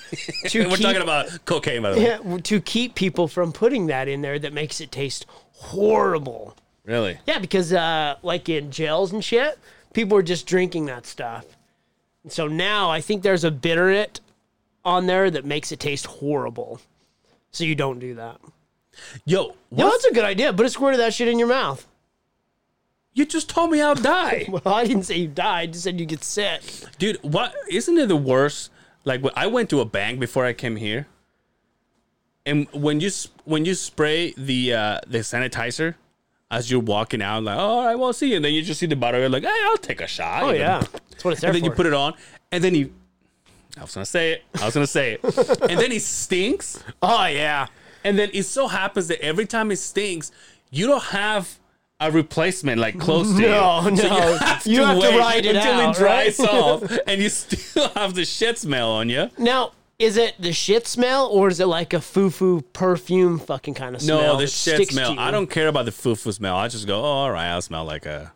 [SPEAKER 2] to
[SPEAKER 3] We're
[SPEAKER 2] keep
[SPEAKER 3] talking about cocaine, by the way.
[SPEAKER 2] Yeah, w- to keep people from putting that in there that makes it taste horrible.
[SPEAKER 3] Really?
[SPEAKER 2] Yeah, because uh, like in jails and shit, people were just drinking that stuff. And so now I think there's a bitter it on there that makes it taste horrible. So you don't do that.
[SPEAKER 3] Yo,
[SPEAKER 2] No,
[SPEAKER 3] what?
[SPEAKER 2] that's a good idea. Put a squirt of that shit in your mouth.
[SPEAKER 3] You just told me I'll die.
[SPEAKER 2] Well, I didn't say you died. I just said you get sick.
[SPEAKER 3] Dude, what isn't it the worst? Like when I went to a bank before I came here, and when you s- when you spray the uh, the sanitizer as you're walking out, like all right, well, see you. And then you just see the bottle. You're like, hey, I'll take a shot.
[SPEAKER 2] Oh
[SPEAKER 3] you know?
[SPEAKER 2] yeah, that's what it's there
[SPEAKER 3] And then you
[SPEAKER 2] for.
[SPEAKER 3] put it on, and then you. I was gonna say it. I was gonna say it. and then it stinks.
[SPEAKER 2] oh yeah.
[SPEAKER 3] And then it so happens that every time it stinks, you don't have a replacement like close to
[SPEAKER 2] No,
[SPEAKER 3] you.
[SPEAKER 2] no. You have to
[SPEAKER 3] wait
[SPEAKER 2] ride it
[SPEAKER 3] until
[SPEAKER 2] out,
[SPEAKER 3] it dries
[SPEAKER 2] right?
[SPEAKER 3] off, and you still have the shit smell on you.
[SPEAKER 2] Now, is it the shit smell or is it like a foo foo perfume fucking kind of
[SPEAKER 3] No,
[SPEAKER 2] smell?
[SPEAKER 3] the
[SPEAKER 2] that
[SPEAKER 3] shit
[SPEAKER 2] sticks to
[SPEAKER 3] smell.
[SPEAKER 2] you?
[SPEAKER 3] I don't care about the foo foo smell. I just go, oh, all right, I smell like a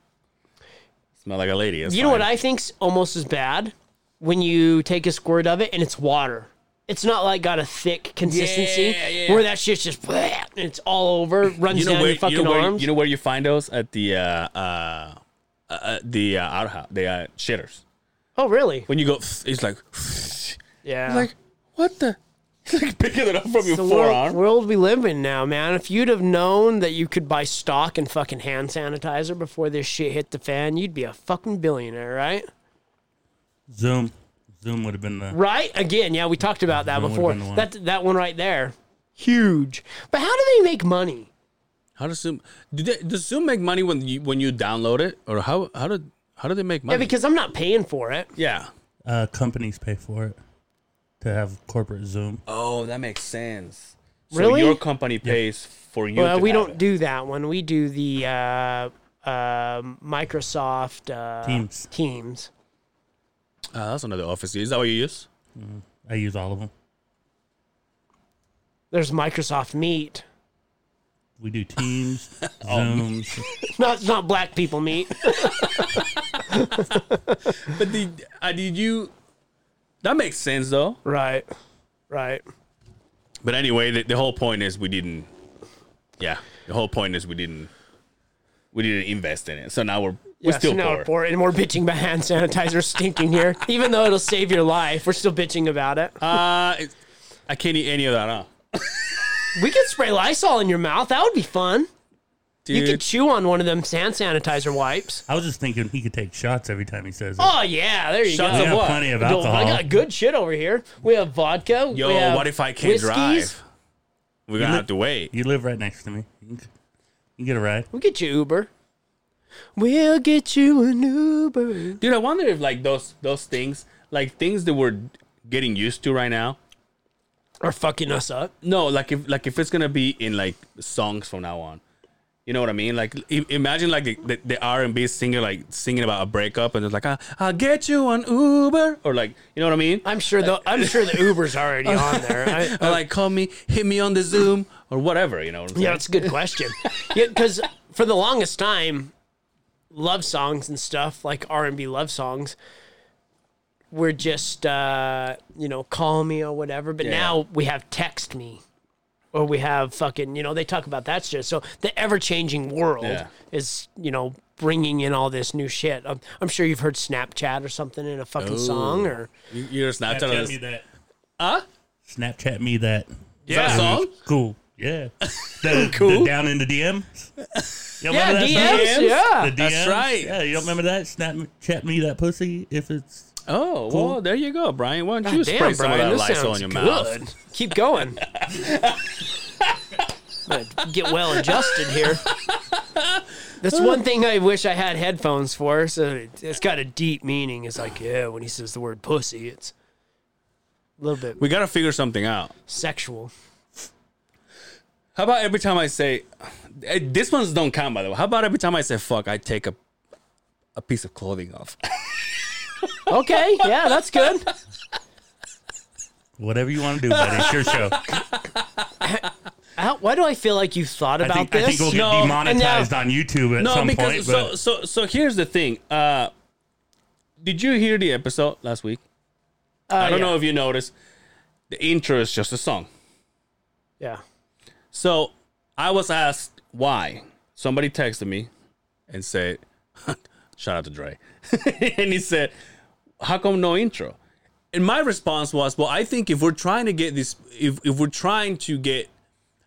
[SPEAKER 3] smell like a lady. It's
[SPEAKER 2] You know what
[SPEAKER 3] fine."
[SPEAKER 2] I think's almost as bad when you take a squirt of it and it's water. It's not like got a thick consistency
[SPEAKER 3] Yeah, yeah.
[SPEAKER 2] where that shit's just bleh, and it's all over, runs
[SPEAKER 3] You know
[SPEAKER 2] down
[SPEAKER 3] where
[SPEAKER 2] your fucking
[SPEAKER 3] you know where,
[SPEAKER 2] arms.
[SPEAKER 3] you know where you find those at the uh, uh, uh, the uh, outhouse, the uh, shitters.
[SPEAKER 2] oh, really?
[SPEAKER 3] When you go, it's like,
[SPEAKER 2] Yeah.
[SPEAKER 3] like what the? It's like picking it up from your
[SPEAKER 2] the world,
[SPEAKER 3] forearm.
[SPEAKER 2] world we live in now, man. If you'd have known that you could buy stock and fucking hand sanitizer before this shit hit the fan, you'd be a fucking billionaire, right?
[SPEAKER 4] Zoom. Zoom would have been the.
[SPEAKER 2] Right? Again, yeah, we talked about that
[SPEAKER 4] That would've
[SPEAKER 2] before.
[SPEAKER 4] been the one.
[SPEAKER 2] That that one right there, huge. But how do they make money?
[SPEAKER 3] How does Zoom? Do they, does Zoom make money when you when you download it, or how how did how do they make
[SPEAKER 2] Yeah,
[SPEAKER 3] money?
[SPEAKER 2] because I'm not paying for it.
[SPEAKER 3] Yeah.
[SPEAKER 4] Uh, companies pay for it to have corporate Zoom.
[SPEAKER 3] Oh, that makes sense. So
[SPEAKER 2] Really?
[SPEAKER 3] your company pays for you.
[SPEAKER 2] Well,
[SPEAKER 3] to
[SPEAKER 2] we
[SPEAKER 3] have
[SPEAKER 2] don't
[SPEAKER 3] it.
[SPEAKER 2] do that one. We do the uh, uh, Microsoft uh,
[SPEAKER 4] Teams.
[SPEAKER 2] Teams.
[SPEAKER 3] Uh, that's another office. Is that what you use?
[SPEAKER 4] I use all of them.
[SPEAKER 2] There's Microsoft Meet.
[SPEAKER 4] We do Teams, Zooms.
[SPEAKER 2] Not it's not black people meet.
[SPEAKER 3] But the uh, did you? That makes sense though.
[SPEAKER 2] right. Right.
[SPEAKER 3] But anyway, the, the whole point is we didn't. Yeah, the whole point is we didn't. We didn't invest in it, so now we're we're
[SPEAKER 2] Yeah,
[SPEAKER 3] still
[SPEAKER 2] so now
[SPEAKER 3] poor.
[SPEAKER 2] we're poor, and we're bitching about hand sanitizer stinking here. Even though it'll save your life, we're still bitching about it.
[SPEAKER 3] Uh, it's- I can't eat any of that, huh?
[SPEAKER 2] we could spray Lysol in your mouth. That would be fun.
[SPEAKER 3] Dude,
[SPEAKER 2] You could chew on one of them hand sanitizer wipes.
[SPEAKER 4] I was just thinking he could take shots every time he says it.
[SPEAKER 2] Oh yeah, there you
[SPEAKER 3] Shots
[SPEAKER 2] go.
[SPEAKER 4] we
[SPEAKER 3] of
[SPEAKER 4] have
[SPEAKER 3] what?
[SPEAKER 4] plenty of
[SPEAKER 2] Yo, I
[SPEAKER 4] alcohol.
[SPEAKER 2] got good shit over here. We have vodka.
[SPEAKER 3] yo,
[SPEAKER 2] we have
[SPEAKER 3] what if I can't
[SPEAKER 2] whiskeys.
[SPEAKER 3] drive? We're gonna
[SPEAKER 4] li-
[SPEAKER 3] have to wait.
[SPEAKER 4] you live right next to me. You can- You get a ride.
[SPEAKER 2] We'll get you Uber. We'll get you an Uber.
[SPEAKER 3] Dude, I wonder if like those those things, like things that we're getting used to right now.
[SPEAKER 2] Or fucking us up.
[SPEAKER 3] No, like if like if it's gonna be in like songs from now on. You know what I mean? Like i- imagine like the, the, the R and B singer like singing about a breakup and it's like I, I'll get you an Uber or like you know what I mean?
[SPEAKER 2] I'm sure the I'm sure the Uber's already on there. I,
[SPEAKER 4] Uh,
[SPEAKER 3] Or like call me, hit me on the Zoom or whatever. You know? What I'm
[SPEAKER 2] yeah,
[SPEAKER 3] saying?
[SPEAKER 2] that's a good question. Yeah, because for the longest time, love songs and stuff like R and B love songs were just uh, you know call me or whatever. But now we have text me. Or we have fucking, you know, they talk about that shit. So the ever changing world
[SPEAKER 3] Yeah.
[SPEAKER 2] is, you know, bringing in all this new shit. I'm, I'm sure you've heard Snapchat or something in a fucking song or.
[SPEAKER 3] You- You're Snapchat.
[SPEAKER 4] Snapchat
[SPEAKER 3] us.
[SPEAKER 4] me that.
[SPEAKER 3] Huh?
[SPEAKER 4] Snapchat me that.
[SPEAKER 3] Is that a song?
[SPEAKER 4] Cool. Yeah. The,
[SPEAKER 2] Cool.
[SPEAKER 4] The down in the DM. You don't remember that
[SPEAKER 3] DMs?
[SPEAKER 4] song?
[SPEAKER 2] Yeah.
[SPEAKER 4] The
[SPEAKER 3] That's
[SPEAKER 4] DMs?
[SPEAKER 3] right.
[SPEAKER 4] Yeah, you don't remember that? Snapchat me that pussy if it's
[SPEAKER 3] Oh, well, there you go, Brian. Why don't
[SPEAKER 2] God
[SPEAKER 3] you spray
[SPEAKER 2] damn,
[SPEAKER 3] some of
[SPEAKER 2] Brian,
[SPEAKER 3] that
[SPEAKER 2] this
[SPEAKER 3] Lysol
[SPEAKER 2] sounds
[SPEAKER 3] on your
[SPEAKER 2] good.
[SPEAKER 3] mouth?
[SPEAKER 2] Keep going. But get well adjusted here. That's one thing I wish I had headphones for. So it- it's got a deep meaning. It's like, yeah, when he says the word pussy, it's a little bit
[SPEAKER 3] We gotta figure something out.
[SPEAKER 2] sexual.
[SPEAKER 3] How about every time I say, eh, this ones don't count by the way. How about every time I say fuck, I take a a piece of clothing off.
[SPEAKER 2] Okay, yeah, that's good.
[SPEAKER 4] whatever you want to do, buddy. It's your show.
[SPEAKER 2] How, why do I feel like you thought
[SPEAKER 4] I
[SPEAKER 2] about
[SPEAKER 4] think,
[SPEAKER 2] this?
[SPEAKER 4] I think we'll get
[SPEAKER 3] No, and now-
[SPEAKER 4] demonetized on YouTube at
[SPEAKER 3] no,
[SPEAKER 4] some
[SPEAKER 3] because
[SPEAKER 4] point.
[SPEAKER 3] so
[SPEAKER 4] but
[SPEAKER 3] so so here's the thing. Uh, did you hear the episode last week? I don't
[SPEAKER 2] yeah.
[SPEAKER 3] know if you noticed. The intro is just a song.
[SPEAKER 2] yeah.
[SPEAKER 3] So I was asked why. Somebody texted me and said, shout out to Dre. and he said, how come no intro? And my response was, well, I think if we're trying to get this, if, if we're trying to get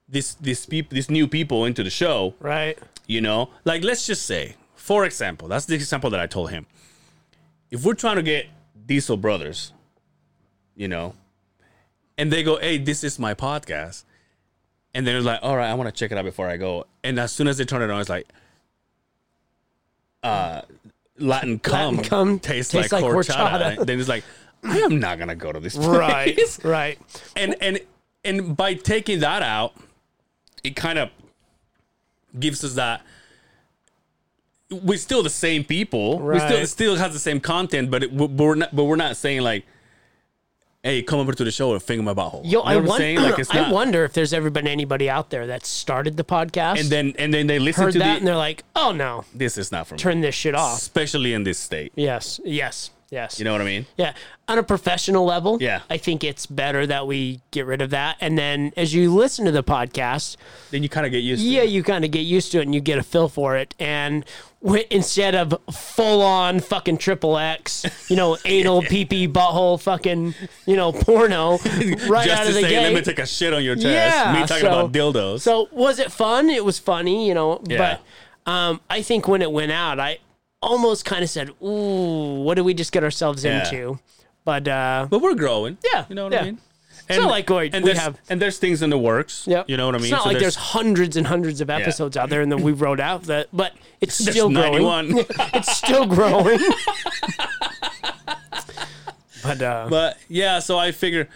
[SPEAKER 3] this, this people, these new people into the show,
[SPEAKER 2] Right.
[SPEAKER 3] you know, like let's just say, for example, that's the example that I told him. If we're trying to get Diesel Brothers, you know, and they go, "Hey, this is my podcast," and they're like, "All right, I want to check it out before I go." And as soon as they turn it on, it's like, uh, Latin cum,
[SPEAKER 2] Latin cum
[SPEAKER 3] tastes,
[SPEAKER 2] tastes
[SPEAKER 3] like,
[SPEAKER 2] like
[SPEAKER 3] horchata.
[SPEAKER 2] horchata.
[SPEAKER 3] then it's like, I am not gonna go to this place
[SPEAKER 2] Right. right.
[SPEAKER 3] and and and by taking that out, it kind of gives us that we're still the same people. We still
[SPEAKER 2] Right.
[SPEAKER 3] still has the same content, but it, but we're not but we're not saying like, hey, come over to the show and finger my
[SPEAKER 2] Yo,
[SPEAKER 3] butthole. You know
[SPEAKER 2] I,
[SPEAKER 3] what I'm
[SPEAKER 2] won-
[SPEAKER 3] saying? Like it's
[SPEAKER 2] I
[SPEAKER 3] not.
[SPEAKER 2] wonder if there's ever been anybody out there that started the podcast
[SPEAKER 3] and then and then they listen
[SPEAKER 2] heard
[SPEAKER 3] to
[SPEAKER 2] that
[SPEAKER 3] the,
[SPEAKER 2] and they're like, oh no,
[SPEAKER 3] this is not for me,
[SPEAKER 2] turn this shit off.
[SPEAKER 3] especially in this state.
[SPEAKER 2] Yes, yes, yes.
[SPEAKER 3] You know what I mean?
[SPEAKER 2] yeah. On a professional level,
[SPEAKER 3] Yeah.
[SPEAKER 2] I think it's better that we get rid of that. And then as you listen to the podcast,
[SPEAKER 3] Then you kind of get used.
[SPEAKER 2] yeah,
[SPEAKER 3] to
[SPEAKER 2] you kind of get used to it and you get a feel for it. And w- instead of full on fucking triple X, you know, anal, pee pee, butthole, fucking, you know, porno, right
[SPEAKER 3] Just
[SPEAKER 2] out
[SPEAKER 3] to
[SPEAKER 2] of the
[SPEAKER 3] say,
[SPEAKER 2] gate.
[SPEAKER 3] let me take a shit on your chest. me talking
[SPEAKER 2] so-
[SPEAKER 3] about dildos.
[SPEAKER 2] So was it fun? It was funny, you know.
[SPEAKER 3] Yeah.
[SPEAKER 2] But um, I think when it went out, I almost kind of said, "Ooh, what did we just get ourselves
[SPEAKER 3] Yeah.
[SPEAKER 2] into?" But uh,
[SPEAKER 3] but we're growing.
[SPEAKER 2] Yeah,
[SPEAKER 3] you know what I
[SPEAKER 2] yeah.
[SPEAKER 3] mean.
[SPEAKER 2] it's not like we,
[SPEAKER 3] and
[SPEAKER 2] we
[SPEAKER 3] there's,
[SPEAKER 2] have.
[SPEAKER 3] and there's things in the works.
[SPEAKER 2] Yep.
[SPEAKER 3] You know what I mean?
[SPEAKER 2] It's not
[SPEAKER 3] So
[SPEAKER 2] like there's, hundreds and hundreds of episodes out there, and then we wrote out that, but it's
[SPEAKER 3] there's
[SPEAKER 2] still growing.
[SPEAKER 3] 91.
[SPEAKER 2] It's still growing. but uh,
[SPEAKER 3] but yeah, so I figure.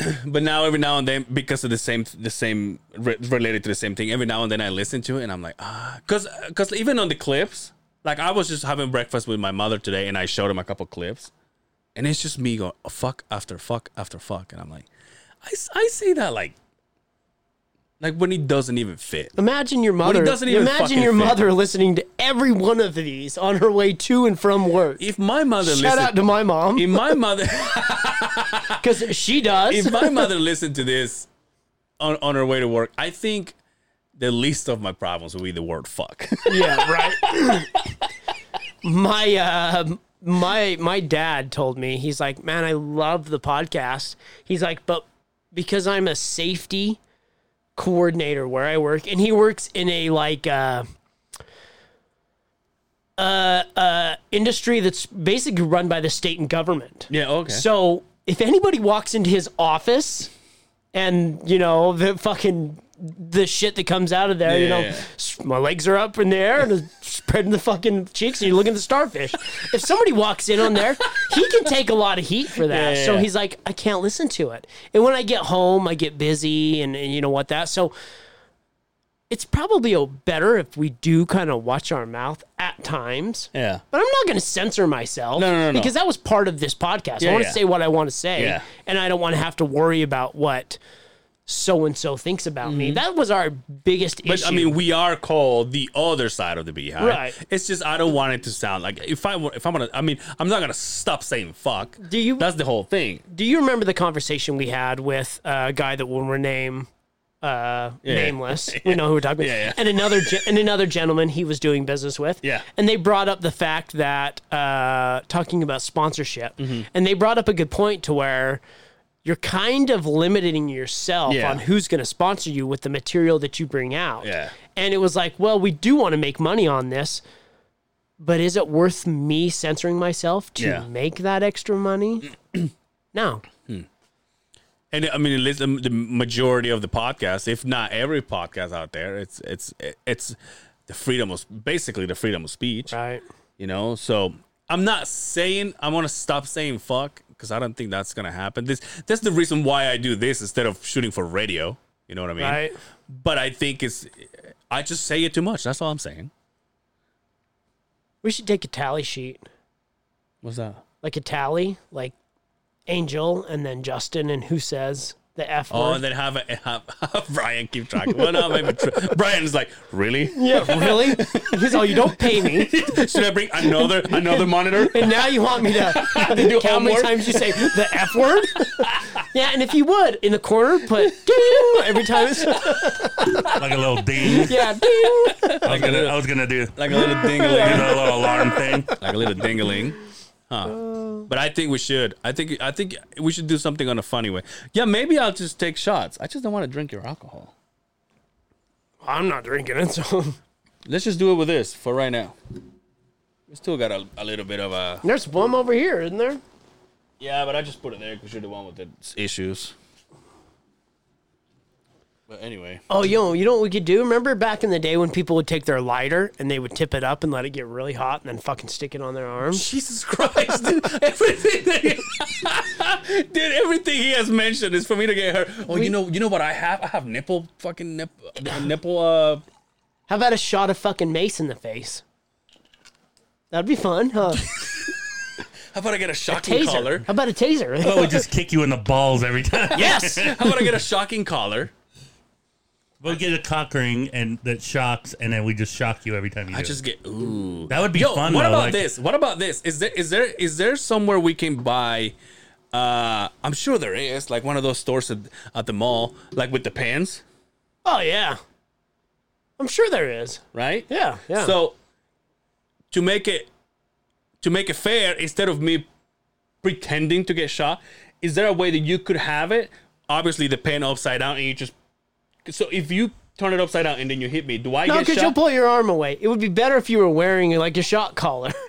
[SPEAKER 3] but now every now and then, because of the same, the same re- related to the same thing, every now and then I listen to it and I'm like, ah, because because even on the clips, like I was just having breakfast with my mother today and I showed him a couple clips, and it's just me going oh, fuck after fuck after fuck, and I'm like, I s- I say that like. Like when it doesn't even fit.
[SPEAKER 2] imagine your mother.
[SPEAKER 3] doesn't even
[SPEAKER 2] imagine
[SPEAKER 3] fucking
[SPEAKER 2] your
[SPEAKER 3] fit.
[SPEAKER 2] mother listening to every one of these on her way to and from work.
[SPEAKER 3] If my mother
[SPEAKER 2] Shout
[SPEAKER 3] listened,
[SPEAKER 2] out to my mom.
[SPEAKER 3] if my mother,
[SPEAKER 2] Because she does.
[SPEAKER 3] if my mother listened to this on, on her way to work, I think the least of my problems would be the word fuck.
[SPEAKER 2] yeah, right. my uh, my my dad told me he's like, man, I love the podcast. He's like, but because I'm a safety coordinator where I work, and he works in a like. Uh, uh, uh, industry that's basically run by the state and government.
[SPEAKER 3] yeah, okay.
[SPEAKER 2] So if anybody walks into his office and you know the fucking the shit that comes out of there. You know,
[SPEAKER 3] Yeah.
[SPEAKER 2] S- my legs are up in the air and it's spreading the fucking cheeks, and you look at the starfish. if somebody walks in on there, he can take a lot of heat for that.
[SPEAKER 3] Yeah,
[SPEAKER 2] so
[SPEAKER 3] yeah.
[SPEAKER 2] he's like, I can't listen to it. And when I get home, I get busy, and, and you know what that. So it's probably a better if we do kind of watch our mouth at times.
[SPEAKER 3] Yeah.
[SPEAKER 2] But I'm not going to censor myself.
[SPEAKER 3] No, no, no, no.
[SPEAKER 2] Because that was part of this podcast.
[SPEAKER 3] Yeah,
[SPEAKER 2] I want
[SPEAKER 3] yeah.
[SPEAKER 2] to say what I want to say.
[SPEAKER 3] Yeah.
[SPEAKER 2] And I don't want to have to worry about what so and so thinks about me. That was our biggest
[SPEAKER 3] Mm-hmm. But
[SPEAKER 2] issue.
[SPEAKER 3] I mean, we are called the other side of the beehive.
[SPEAKER 2] Right.
[SPEAKER 3] It's just I don't want it to sound like if I wa- if I'm gonna. I mean, I'm not gonna stop saying fuck.
[SPEAKER 2] do you
[SPEAKER 3] That's the whole thing.
[SPEAKER 2] do you remember the conversation we had with a guy that will rename uh, nameless? We know who we're talking about.
[SPEAKER 3] Yeah, yeah.
[SPEAKER 2] And another ge- and another gentleman he was doing business with.
[SPEAKER 3] Yeah.
[SPEAKER 2] And they brought up the fact that uh, talking about sponsorship,
[SPEAKER 3] Mm-hmm.
[SPEAKER 2] and they brought up a good point to where you're kind of limiting yourself
[SPEAKER 3] Yeah.
[SPEAKER 2] on who's going to sponsor you with the material that you bring out.
[SPEAKER 3] Yeah.
[SPEAKER 2] And it was like, well, we do want to make money on this. But is it worth me censoring myself to
[SPEAKER 3] Yeah.
[SPEAKER 2] make that extra money? no.
[SPEAKER 3] And I mean, at the, the majority of the podcasts, if not every podcast out there, it's it's it's the freedom of basically the freedom of speech.
[SPEAKER 2] Right.
[SPEAKER 3] You know, so I'm not saying I'm gonna stop saying fuck because I don't think that's gonna happen. This that's the reason why I do this instead of shooting for radio. You know what I mean?
[SPEAKER 2] Right.
[SPEAKER 3] But I think it's I just say it too much. That's all I'm saying.
[SPEAKER 2] We should take a tally sheet,
[SPEAKER 3] What's that?
[SPEAKER 2] like a tally, like Angel and then Justin and who says the F
[SPEAKER 3] Oh,
[SPEAKER 2] word.
[SPEAKER 3] and then have, a, have, have Brian keep track. Well, no, maybe tr- Brian's like, really?
[SPEAKER 2] yeah, really? He's all, you don't pay me.
[SPEAKER 3] Should I bring another another monitor?
[SPEAKER 2] And now you want me to count how many
[SPEAKER 3] homework?
[SPEAKER 2] times you say the F word? yeah, and if you would, in the corner, put ding every time. It's,
[SPEAKER 4] like a little ding.
[SPEAKER 2] yeah, ding.
[SPEAKER 4] I was gonna, I was gonna do,
[SPEAKER 3] Like a little
[SPEAKER 4] do
[SPEAKER 3] dingaling,
[SPEAKER 4] the little alarm thing.
[SPEAKER 3] like a little dingaling, huh? But I think we should. I think I think we should do something on a funny way. Yeah, maybe I'll just take shots. I just don't want to drink your alcohol.
[SPEAKER 2] I'm not drinking it, so.
[SPEAKER 3] Let's just do it with this for right now. We still got a, a little bit of a
[SPEAKER 2] There's one over here, isn't there?
[SPEAKER 3] yeah, but I just put it there because you're the one with the issues. But anyway,
[SPEAKER 2] Oh, yo, you know what we could do? Remember back in the day when people would take their lighter and they would tip it up and let it get really hot and then fucking stick it on their arm?
[SPEAKER 3] Jesus Christ, dude, everything, that- dude, everything he has mentioned is for me to get her. Oh, you know, you know what I have? I have nipple, fucking nip, nipple. Uh,
[SPEAKER 2] How about a shot of fucking Mace in the face? That'd be fun, huh?
[SPEAKER 3] how about I get a shocking
[SPEAKER 2] Taser.
[SPEAKER 3] collar? Oh,
[SPEAKER 2] How about a taser?
[SPEAKER 4] I would just kick you in the balls every time.
[SPEAKER 3] Yes. How about I get a shocking collar?
[SPEAKER 4] We'll get a cock ring and that shocks, and then we just shock you every time you.
[SPEAKER 3] I
[SPEAKER 4] do
[SPEAKER 3] just get ooh.
[SPEAKER 4] That would be
[SPEAKER 3] Yo,
[SPEAKER 4] fun,
[SPEAKER 3] what
[SPEAKER 4] though,
[SPEAKER 3] about
[SPEAKER 4] like-
[SPEAKER 3] this? What about this? Is there is there is there somewhere we can buy? Uh, I'm sure there is, like one of those stores at, at the mall, like with the pants,
[SPEAKER 2] oh, yeah. I'm sure there is.
[SPEAKER 3] right?
[SPEAKER 2] Yeah, yeah.
[SPEAKER 3] So to make it to make it fair, instead of me pretending to get shot, is there a way that you could have it? Obviously, the pen upside down, and you just so if you turn it upside down and then you hit me, do I
[SPEAKER 2] no,
[SPEAKER 3] get
[SPEAKER 2] because you'll
[SPEAKER 3] shot?
[SPEAKER 2] pull your arm away. It would be better if you were wearing like a shot collar.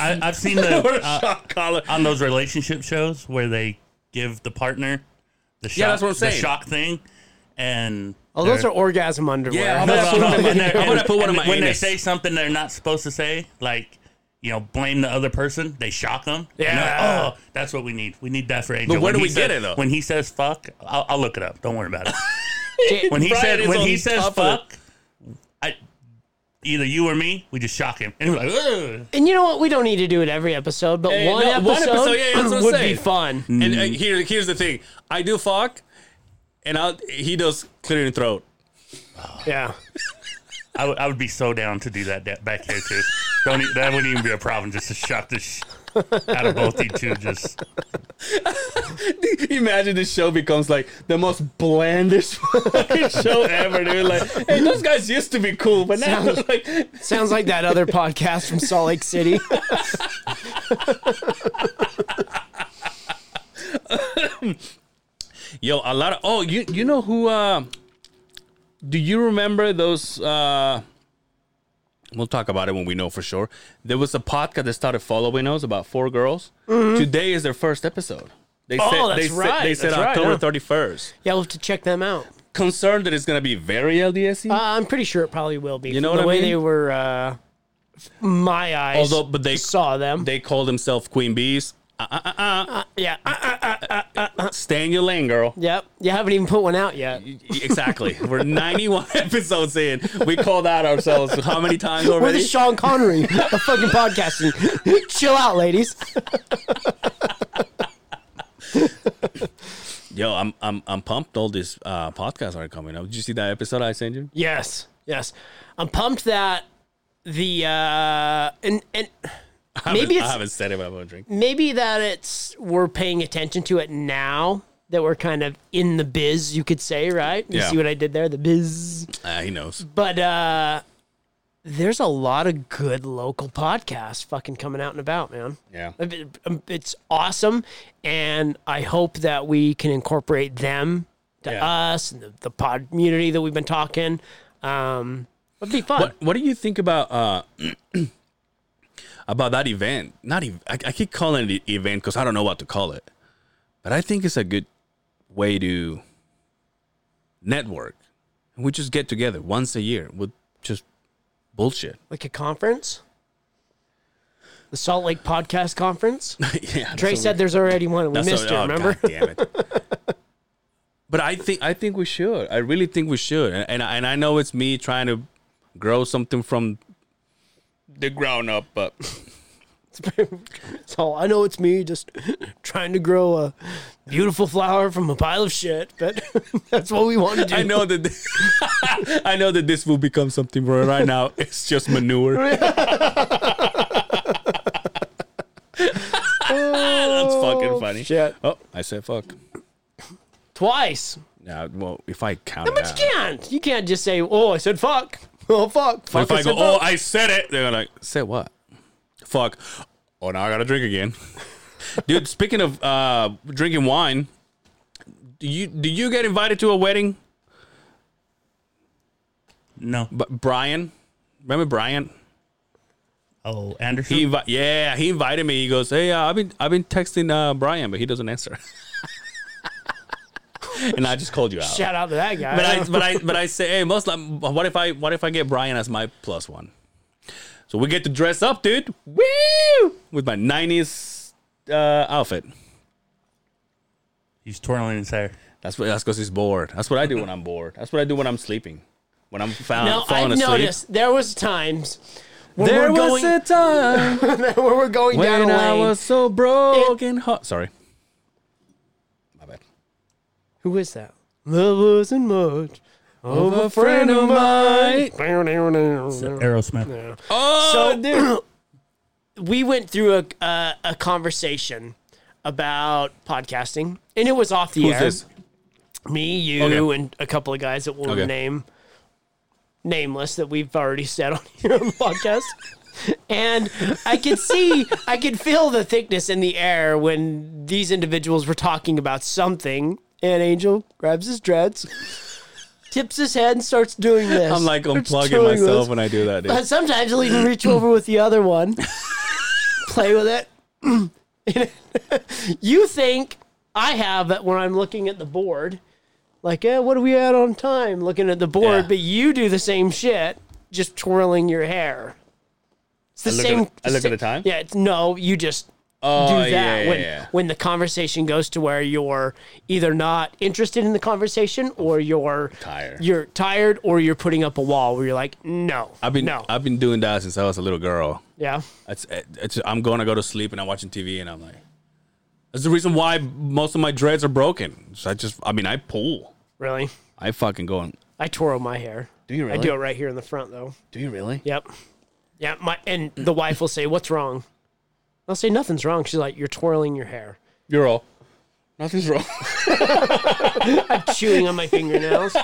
[SPEAKER 4] I, I've seen the
[SPEAKER 3] Or a
[SPEAKER 4] uh,
[SPEAKER 3] shot collar?
[SPEAKER 4] on those relationship shows where they give the partner the shock,
[SPEAKER 3] Yeah, that's what I'm
[SPEAKER 4] the
[SPEAKER 3] saying.
[SPEAKER 4] shock thing, and
[SPEAKER 2] oh, those
[SPEAKER 4] they're-
[SPEAKER 2] are orgasm underwear.
[SPEAKER 3] Yeah, I'm
[SPEAKER 4] No,
[SPEAKER 3] gonna put
[SPEAKER 4] no, no,
[SPEAKER 3] one in my-
[SPEAKER 4] and they're-
[SPEAKER 3] I'm gonna
[SPEAKER 4] and-
[SPEAKER 3] put one in
[SPEAKER 4] and
[SPEAKER 3] my
[SPEAKER 4] When
[SPEAKER 3] anus.
[SPEAKER 4] they say something they're not supposed to say, like you know, blame the other person, they shock them. And they're like,
[SPEAKER 2] Yeah.
[SPEAKER 4] oh, that's what we need. We need that for Angel.
[SPEAKER 3] where
[SPEAKER 4] When
[SPEAKER 3] do
[SPEAKER 4] he
[SPEAKER 3] we get
[SPEAKER 4] said-
[SPEAKER 3] it, though?
[SPEAKER 4] When he says fuck, I'll, I'll look it up. Don't worry about it.
[SPEAKER 2] Ja-
[SPEAKER 4] When he
[SPEAKER 3] Brian
[SPEAKER 4] said
[SPEAKER 3] is
[SPEAKER 4] when
[SPEAKER 3] on
[SPEAKER 4] he says
[SPEAKER 3] top of
[SPEAKER 4] fuck, I either you or me, we just shock him, and we're like, Ugh.
[SPEAKER 2] and you know what? We don't need to do it every episode, but
[SPEAKER 3] Yeah,
[SPEAKER 2] one,
[SPEAKER 3] no,
[SPEAKER 2] episode
[SPEAKER 3] one episode, yeah, that's what I'm
[SPEAKER 2] would be
[SPEAKER 3] saying.
[SPEAKER 2] fun.
[SPEAKER 3] And uh, here, here's the thing: I do fuck, and I he does clearing throat.
[SPEAKER 2] Yeah.
[SPEAKER 4] I would- I would be so down to do that da- back here too. Don't e- that wouldn't even be a problem just to shock the sh- out of both you two. Just
[SPEAKER 3] Imagine this show becomes like the most blandest fucking show ever, dude. Like, hey, those guys used to be cool, but now
[SPEAKER 2] Sounds-
[SPEAKER 3] like,
[SPEAKER 2] Sounds like that other podcast from Salt Lake City.
[SPEAKER 3] yo, a lot of oh, you you know who? Uh, do you remember those? Uh, we'll talk about it when we know for sure. There was a podcast that started following us about four girls. Today is their first episode. They
[SPEAKER 2] Oh,
[SPEAKER 3] said,
[SPEAKER 2] that's
[SPEAKER 3] they Said, they
[SPEAKER 2] right,
[SPEAKER 3] said
[SPEAKER 2] that's right,
[SPEAKER 3] October
[SPEAKER 2] yeah.
[SPEAKER 3] thirty first.
[SPEAKER 2] yeah, we'll have to check them out.
[SPEAKER 3] concerned that it's gonna be very LDSy.
[SPEAKER 2] Uh, I'm pretty sure it probably will be.
[SPEAKER 3] You know
[SPEAKER 2] From the
[SPEAKER 3] what I
[SPEAKER 2] way
[SPEAKER 3] mean?
[SPEAKER 2] they were, uh, my eyes.
[SPEAKER 3] Although, but they
[SPEAKER 2] saw them.
[SPEAKER 3] they call themselves Queen Bees.
[SPEAKER 2] yeah. Uh, uh,
[SPEAKER 3] Stay in your lane, girl.
[SPEAKER 2] yep. You haven't even put one out yet.
[SPEAKER 3] Exactly. We're 91 episodes in. We called out ourselves how many times
[SPEAKER 2] We're the
[SPEAKER 3] already?
[SPEAKER 2] Sean Connery of fucking podcasting. Chill out, ladies.
[SPEAKER 3] Yo, I'm I'm I'm pumped. All these uh, podcasts are coming up. Did you see that episode I sent you?
[SPEAKER 2] Yes. Yes. I'm pumped that the uh and and
[SPEAKER 3] I
[SPEAKER 2] Maybe
[SPEAKER 3] haven't-
[SPEAKER 2] it's-
[SPEAKER 3] I haven't said it, but I'm gonna drink.
[SPEAKER 2] maybe that it's we're paying attention to it now that we're kind of in the biz, you could say, right? You
[SPEAKER 3] Yeah.
[SPEAKER 2] see what I did there? The biz.
[SPEAKER 3] Uh, he knows.
[SPEAKER 2] But uh there's a lot of good local podcasts fucking coming out and about, man.
[SPEAKER 3] Yeah.
[SPEAKER 2] Um, It's awesome. And I hope that we can incorporate them to
[SPEAKER 3] Yeah.
[SPEAKER 2] us and the, the pod community that we've been talking. Um, it'd be fun.
[SPEAKER 3] What What do you think about uh about that event? Not even. I, I keep calling it an event because I don't know what to call it, but I think it's a good way to network. We just get together once a year with just bullshit.
[SPEAKER 2] Like a conference? The Salt Lake Podcast Conference?
[SPEAKER 3] yeah,
[SPEAKER 2] Trey said there's already one. and We
[SPEAKER 3] That's
[SPEAKER 2] missed
[SPEAKER 3] so-
[SPEAKER 2] it,
[SPEAKER 3] oh,
[SPEAKER 2] remember?
[SPEAKER 3] God damn it. but I think I think we should. I really think we should. And and, I- and I know it's me trying to grow something from the ground up, but
[SPEAKER 2] So I know it's me just trying to grow a beautiful flower from a pile of shit, but that's what we want to do.
[SPEAKER 3] I know that I know that this will become something where right now it's just manure. That's fucking funny.
[SPEAKER 2] shit.
[SPEAKER 3] Oh, I said fuck.
[SPEAKER 2] Twice.
[SPEAKER 3] Yeah, well, if I count it
[SPEAKER 2] But
[SPEAKER 3] out.
[SPEAKER 2] you can't. You can't just say, oh, I said fuck. Oh, fuck.
[SPEAKER 3] But
[SPEAKER 2] fuck
[SPEAKER 3] if I go,
[SPEAKER 2] said
[SPEAKER 3] oh,
[SPEAKER 2] fuck."
[SPEAKER 3] I said it, they're like, say what? Fuck. Oh, now I gotta drink again, dude. Speaking of uh, drinking wine, do you do you get invited to a wedding?
[SPEAKER 4] No.
[SPEAKER 3] But Brian, remember Brian?
[SPEAKER 4] Oh, Anderson.
[SPEAKER 3] He invi- yeah, he invited me. He goes, hey, uh, I've been I've been texting uh, Brian, but he doesn't answer. and I just called you out.
[SPEAKER 2] Shout out to that guy.
[SPEAKER 3] but I but I but I say, hey, most like, what if I what if I get Brian as my plus one? So we get to dress up, dude. Woo! With my '90s uh, outfit.
[SPEAKER 4] He's twirling his hair.
[SPEAKER 3] That's what. That's because he's bored. That's what I do when I'm bored. That's what I do when I'm sleeping. When I'm found,
[SPEAKER 2] no,
[SPEAKER 3] falling
[SPEAKER 2] I've
[SPEAKER 3] asleep.
[SPEAKER 2] noticed there was times when
[SPEAKER 3] There
[SPEAKER 2] we're
[SPEAKER 3] was
[SPEAKER 2] going,
[SPEAKER 3] a time
[SPEAKER 2] when we're going down a
[SPEAKER 3] when I
[SPEAKER 2] lane.
[SPEAKER 3] was so broken. heart. Sorry. My bad.
[SPEAKER 2] Who is that? Love wasn't much of
[SPEAKER 3] A friend of mine.
[SPEAKER 4] Aerosmith.
[SPEAKER 3] Oh,
[SPEAKER 2] So-
[SPEAKER 3] dude.
[SPEAKER 2] we went through a, a a conversation about podcasting, and it was off the
[SPEAKER 3] Who's
[SPEAKER 2] air.
[SPEAKER 3] this?
[SPEAKER 2] Me, you,
[SPEAKER 3] Okay.
[SPEAKER 2] and a couple of guys that will
[SPEAKER 3] Okay.
[SPEAKER 2] remain nameless that we've already said on here on the podcast. And I could see, I could feel the thickness in the air when these individuals were talking about something. And Angel grabs his dreads, tips his head, and starts doing this.
[SPEAKER 3] I'm like
[SPEAKER 2] Starts
[SPEAKER 3] unplugging
[SPEAKER 2] doing
[SPEAKER 3] myself
[SPEAKER 2] this.
[SPEAKER 3] when I do that, dude.
[SPEAKER 2] But sometimes he'll even reach over with the other one, play with it. you think I have that when I'm looking at the board, like, eh, what are we at on time? Looking at the board,
[SPEAKER 3] Yeah.
[SPEAKER 2] but you do the same shit, just twirling your hair. It's the
[SPEAKER 3] I look at
[SPEAKER 2] same.
[SPEAKER 3] it- I look at the time?
[SPEAKER 2] Yeah, it's, no, you just
[SPEAKER 3] oh,
[SPEAKER 2] do that
[SPEAKER 3] yeah, yeah,
[SPEAKER 2] when
[SPEAKER 3] yeah.
[SPEAKER 2] when the conversation goes to where you're either not interested in the conversation or you're
[SPEAKER 3] Tired.
[SPEAKER 2] You're tired or you're putting up a wall where you're like, no,
[SPEAKER 3] I've been
[SPEAKER 2] no,
[SPEAKER 3] I've been doing that since I was a little girl.
[SPEAKER 2] yeah,
[SPEAKER 3] It's, it's, I'm going to go to sleep and I'm watching TV and I'm like, that's the reason why most of my dreads are broken. So I just, I mean, I pull.
[SPEAKER 2] really.
[SPEAKER 3] I fucking go and
[SPEAKER 2] I twirl my hair.
[SPEAKER 3] Do you
[SPEAKER 2] I
[SPEAKER 3] really?
[SPEAKER 2] do it right here in the front though.
[SPEAKER 3] do you really?
[SPEAKER 2] Yep, yeah. My and the wife will say, "What's wrong?" I'll say, "Nothing's wrong." She's like, "You're twirling your hair."
[SPEAKER 3] You're all, nothing's wrong.
[SPEAKER 2] Chewing on my fingernails.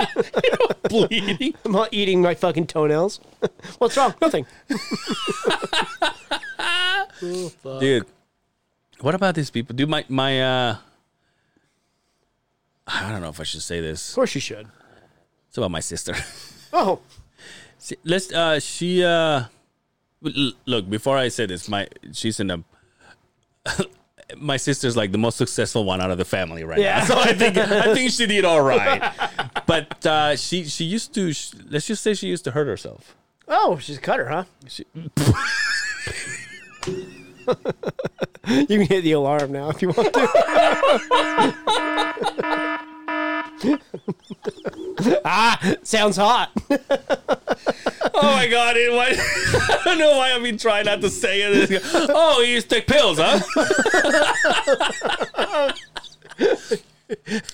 [SPEAKER 3] Bleeding.
[SPEAKER 2] I'm not eating my fucking toenails. What's wrong? Nothing.
[SPEAKER 3] Dude, what about these people? Dude, my, my, uh, I don't know if I should say
[SPEAKER 2] Of
[SPEAKER 3] this.
[SPEAKER 2] course you should.
[SPEAKER 3] It's about my sister.
[SPEAKER 2] Oh,
[SPEAKER 3] See, let's uh she uh l- look before i say this my she's in a my sister's like the most successful one out of the family right
[SPEAKER 2] Yeah.
[SPEAKER 3] now so i think i think she did all right but uh, she she used to. sh let's just say she used to hurt herself.
[SPEAKER 2] Oh, she's a cutter, huh? you can hit the alarm now if you want to. ah, sounds hot.
[SPEAKER 3] Oh my god! It, why, I don't know why I've been trying not to say it. Oh, you used to take pills, huh?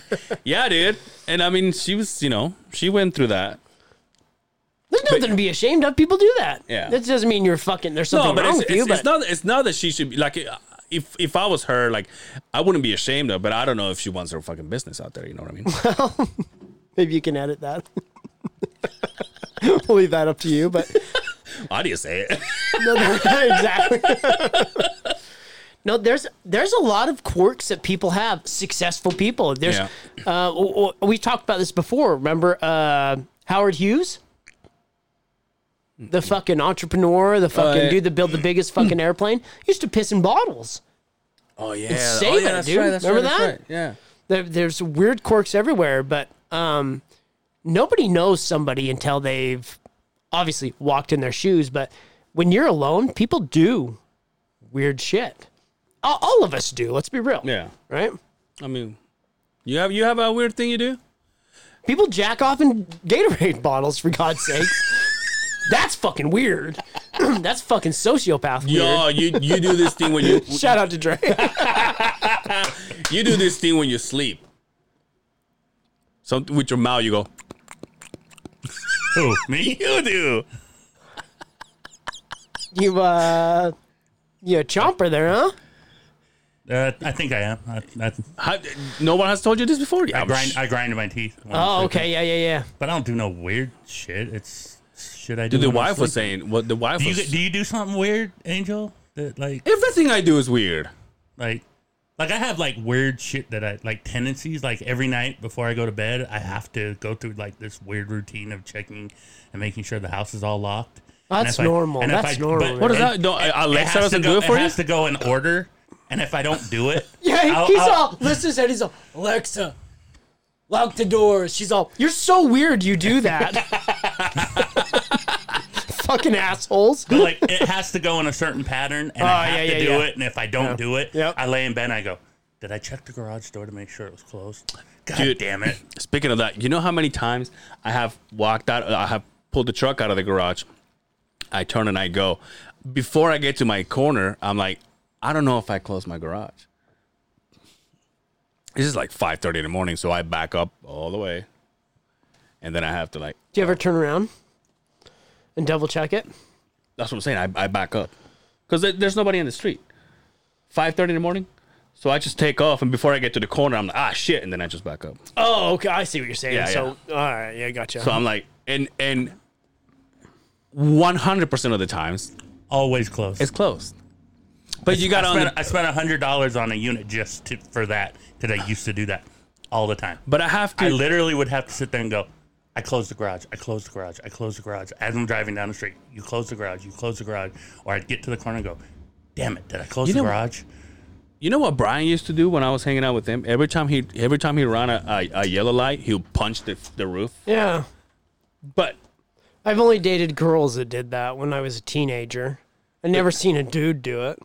[SPEAKER 3] yeah, dude. And I mean, she was, you know, she went through that.
[SPEAKER 2] There's nothing to be ashamed of. People do that.
[SPEAKER 3] Yeah.
[SPEAKER 2] That doesn't mean you're fucking. There's something
[SPEAKER 3] No, but
[SPEAKER 2] wrong
[SPEAKER 3] it's,
[SPEAKER 2] with you.
[SPEAKER 3] it's,
[SPEAKER 2] but
[SPEAKER 3] it's not. It's not that she should be like. If if I was her, like, I wouldn't be ashamed of. But I don't know if she wants her fucking business out there. You know what I mean?
[SPEAKER 2] maybe you can edit that. we'll leave that up to you. But
[SPEAKER 3] Why do you say it?
[SPEAKER 2] No, no, exactly. no, there's there's a lot of quirks that people have. Successful people. There's.
[SPEAKER 3] Yeah.
[SPEAKER 2] Uh, w- w- we talked about this before. Remember uh, Howard Hughes. The fucking entrepreneur, the fucking
[SPEAKER 3] yeah.
[SPEAKER 2] dude that built the biggest fucking airplane, used to piss in bottles.
[SPEAKER 3] Oh yeah,
[SPEAKER 2] save
[SPEAKER 3] oh, yeah,
[SPEAKER 2] it, dude. Remember that?
[SPEAKER 3] Yeah.
[SPEAKER 2] there, there's weird quirks everywhere, but um, nobody knows somebody until they've obviously walked in their shoes. But when you're alone, people do weird shit. All, all of us do. Let's be real.
[SPEAKER 3] Yeah.
[SPEAKER 2] Right?
[SPEAKER 3] I mean, you have you have a weird thing you do.
[SPEAKER 2] People jack off in Gatorade bottles for God's sakes. That's fucking weird. That's fucking sociopath weird.
[SPEAKER 3] Yo, you you do this thing when you
[SPEAKER 2] Shout out to Dre.
[SPEAKER 3] you do this thing when you sleep. Something with your mouth, you go.
[SPEAKER 4] Who? Me?
[SPEAKER 3] You do.
[SPEAKER 2] you uh, you a chomper there, huh?
[SPEAKER 4] Uh, I think I am. I, I,
[SPEAKER 3] How, no one has told you this before. Yeah,
[SPEAKER 4] I
[SPEAKER 3] I'm
[SPEAKER 4] grind.
[SPEAKER 3] sh-
[SPEAKER 4] I grind my teeth. when I'm
[SPEAKER 2] Oh,
[SPEAKER 4] sleeping.
[SPEAKER 2] okay. Yeah, yeah, yeah.
[SPEAKER 4] But I don't do no weird shit. It's shit I do.
[SPEAKER 3] Dude, the
[SPEAKER 4] when I'm
[SPEAKER 3] wife was
[SPEAKER 4] sleeping.
[SPEAKER 3] saying what the wife
[SPEAKER 4] Do you
[SPEAKER 3] was.
[SPEAKER 4] get- do you do something weird, Angel? That like
[SPEAKER 3] Everything I do is weird.
[SPEAKER 4] like like I have like weird shit that I like tendencies. Like every night before I go to bed, I have to go through like this weird routine of checking and making sure the house is all locked. And
[SPEAKER 2] That's
[SPEAKER 4] if I-
[SPEAKER 2] normal.
[SPEAKER 4] and if
[SPEAKER 2] That's
[SPEAKER 4] I-
[SPEAKER 2] normal,
[SPEAKER 4] but-
[SPEAKER 2] What
[SPEAKER 3] is
[SPEAKER 4] and-
[SPEAKER 3] that? No,
[SPEAKER 4] and-
[SPEAKER 3] Alexa
[SPEAKER 4] has to
[SPEAKER 3] doesn't
[SPEAKER 4] go-
[SPEAKER 3] do it for
[SPEAKER 4] It
[SPEAKER 3] you?
[SPEAKER 4] has to go in order. And if I don't do it,
[SPEAKER 2] Yeah,
[SPEAKER 4] I'll-
[SPEAKER 2] he's
[SPEAKER 4] I'll-
[SPEAKER 2] all listens and he's all Alexa, lock the doors. She's all, you're so weird. You do that. Fucking assholes.
[SPEAKER 4] But like it has to go in a certain pattern, and I
[SPEAKER 2] Oh,
[SPEAKER 4] have
[SPEAKER 2] yeah,
[SPEAKER 4] to
[SPEAKER 2] yeah,
[SPEAKER 4] do
[SPEAKER 2] yeah.
[SPEAKER 4] it. And if I don't do it,
[SPEAKER 2] Yep.
[SPEAKER 4] I lay in bed. and I go, did I check the garage door to make sure it was closed? God
[SPEAKER 3] Dude.
[SPEAKER 4] damn it!
[SPEAKER 3] Speaking of that, you know how many times I have walked out, I have pulled the truck out of the garage. I turn and I go. Before I get to my corner, I'm like, I don't know if I close my garage. This is like 5:30 in the morning, so I back up all the way, and then I have to like.
[SPEAKER 2] Do you ever turn around and double check it?
[SPEAKER 3] That's what I'm saying. I, I back up because there's nobody in the street. 5:30 in the morning, so I just take off, and before I get to the corner, I'm like, ah shit, and then I just back up.
[SPEAKER 2] Oh, okay. I see what you're saying.
[SPEAKER 3] Yeah,
[SPEAKER 2] so, all right. Yeah, gotcha.
[SPEAKER 3] So I'm like, and and 100% of the times
[SPEAKER 4] Always closed.
[SPEAKER 3] it's closed. But you got
[SPEAKER 4] I
[SPEAKER 3] on.
[SPEAKER 4] spent,
[SPEAKER 3] The,
[SPEAKER 4] I spent hundred dollars on a unit just to, for that because I used to do that all the time.
[SPEAKER 3] but I have to.
[SPEAKER 4] I literally would have to sit there and go, I closed the garage, I closed the garage, I closed the garage. As I'm driving down the street, you close the garage, you close the garage, or I'd get to the corner and go, damn it, did I close
[SPEAKER 3] You
[SPEAKER 4] the
[SPEAKER 3] know-
[SPEAKER 4] garage?
[SPEAKER 3] you know what Brian used to do when I was hanging out with him? Every time he every time he ran a, a, a yellow light, he would punch the, the roof.
[SPEAKER 2] yeah.
[SPEAKER 3] But
[SPEAKER 2] I've only dated girls that did that when I was a teenager. I've never seen a dude do it.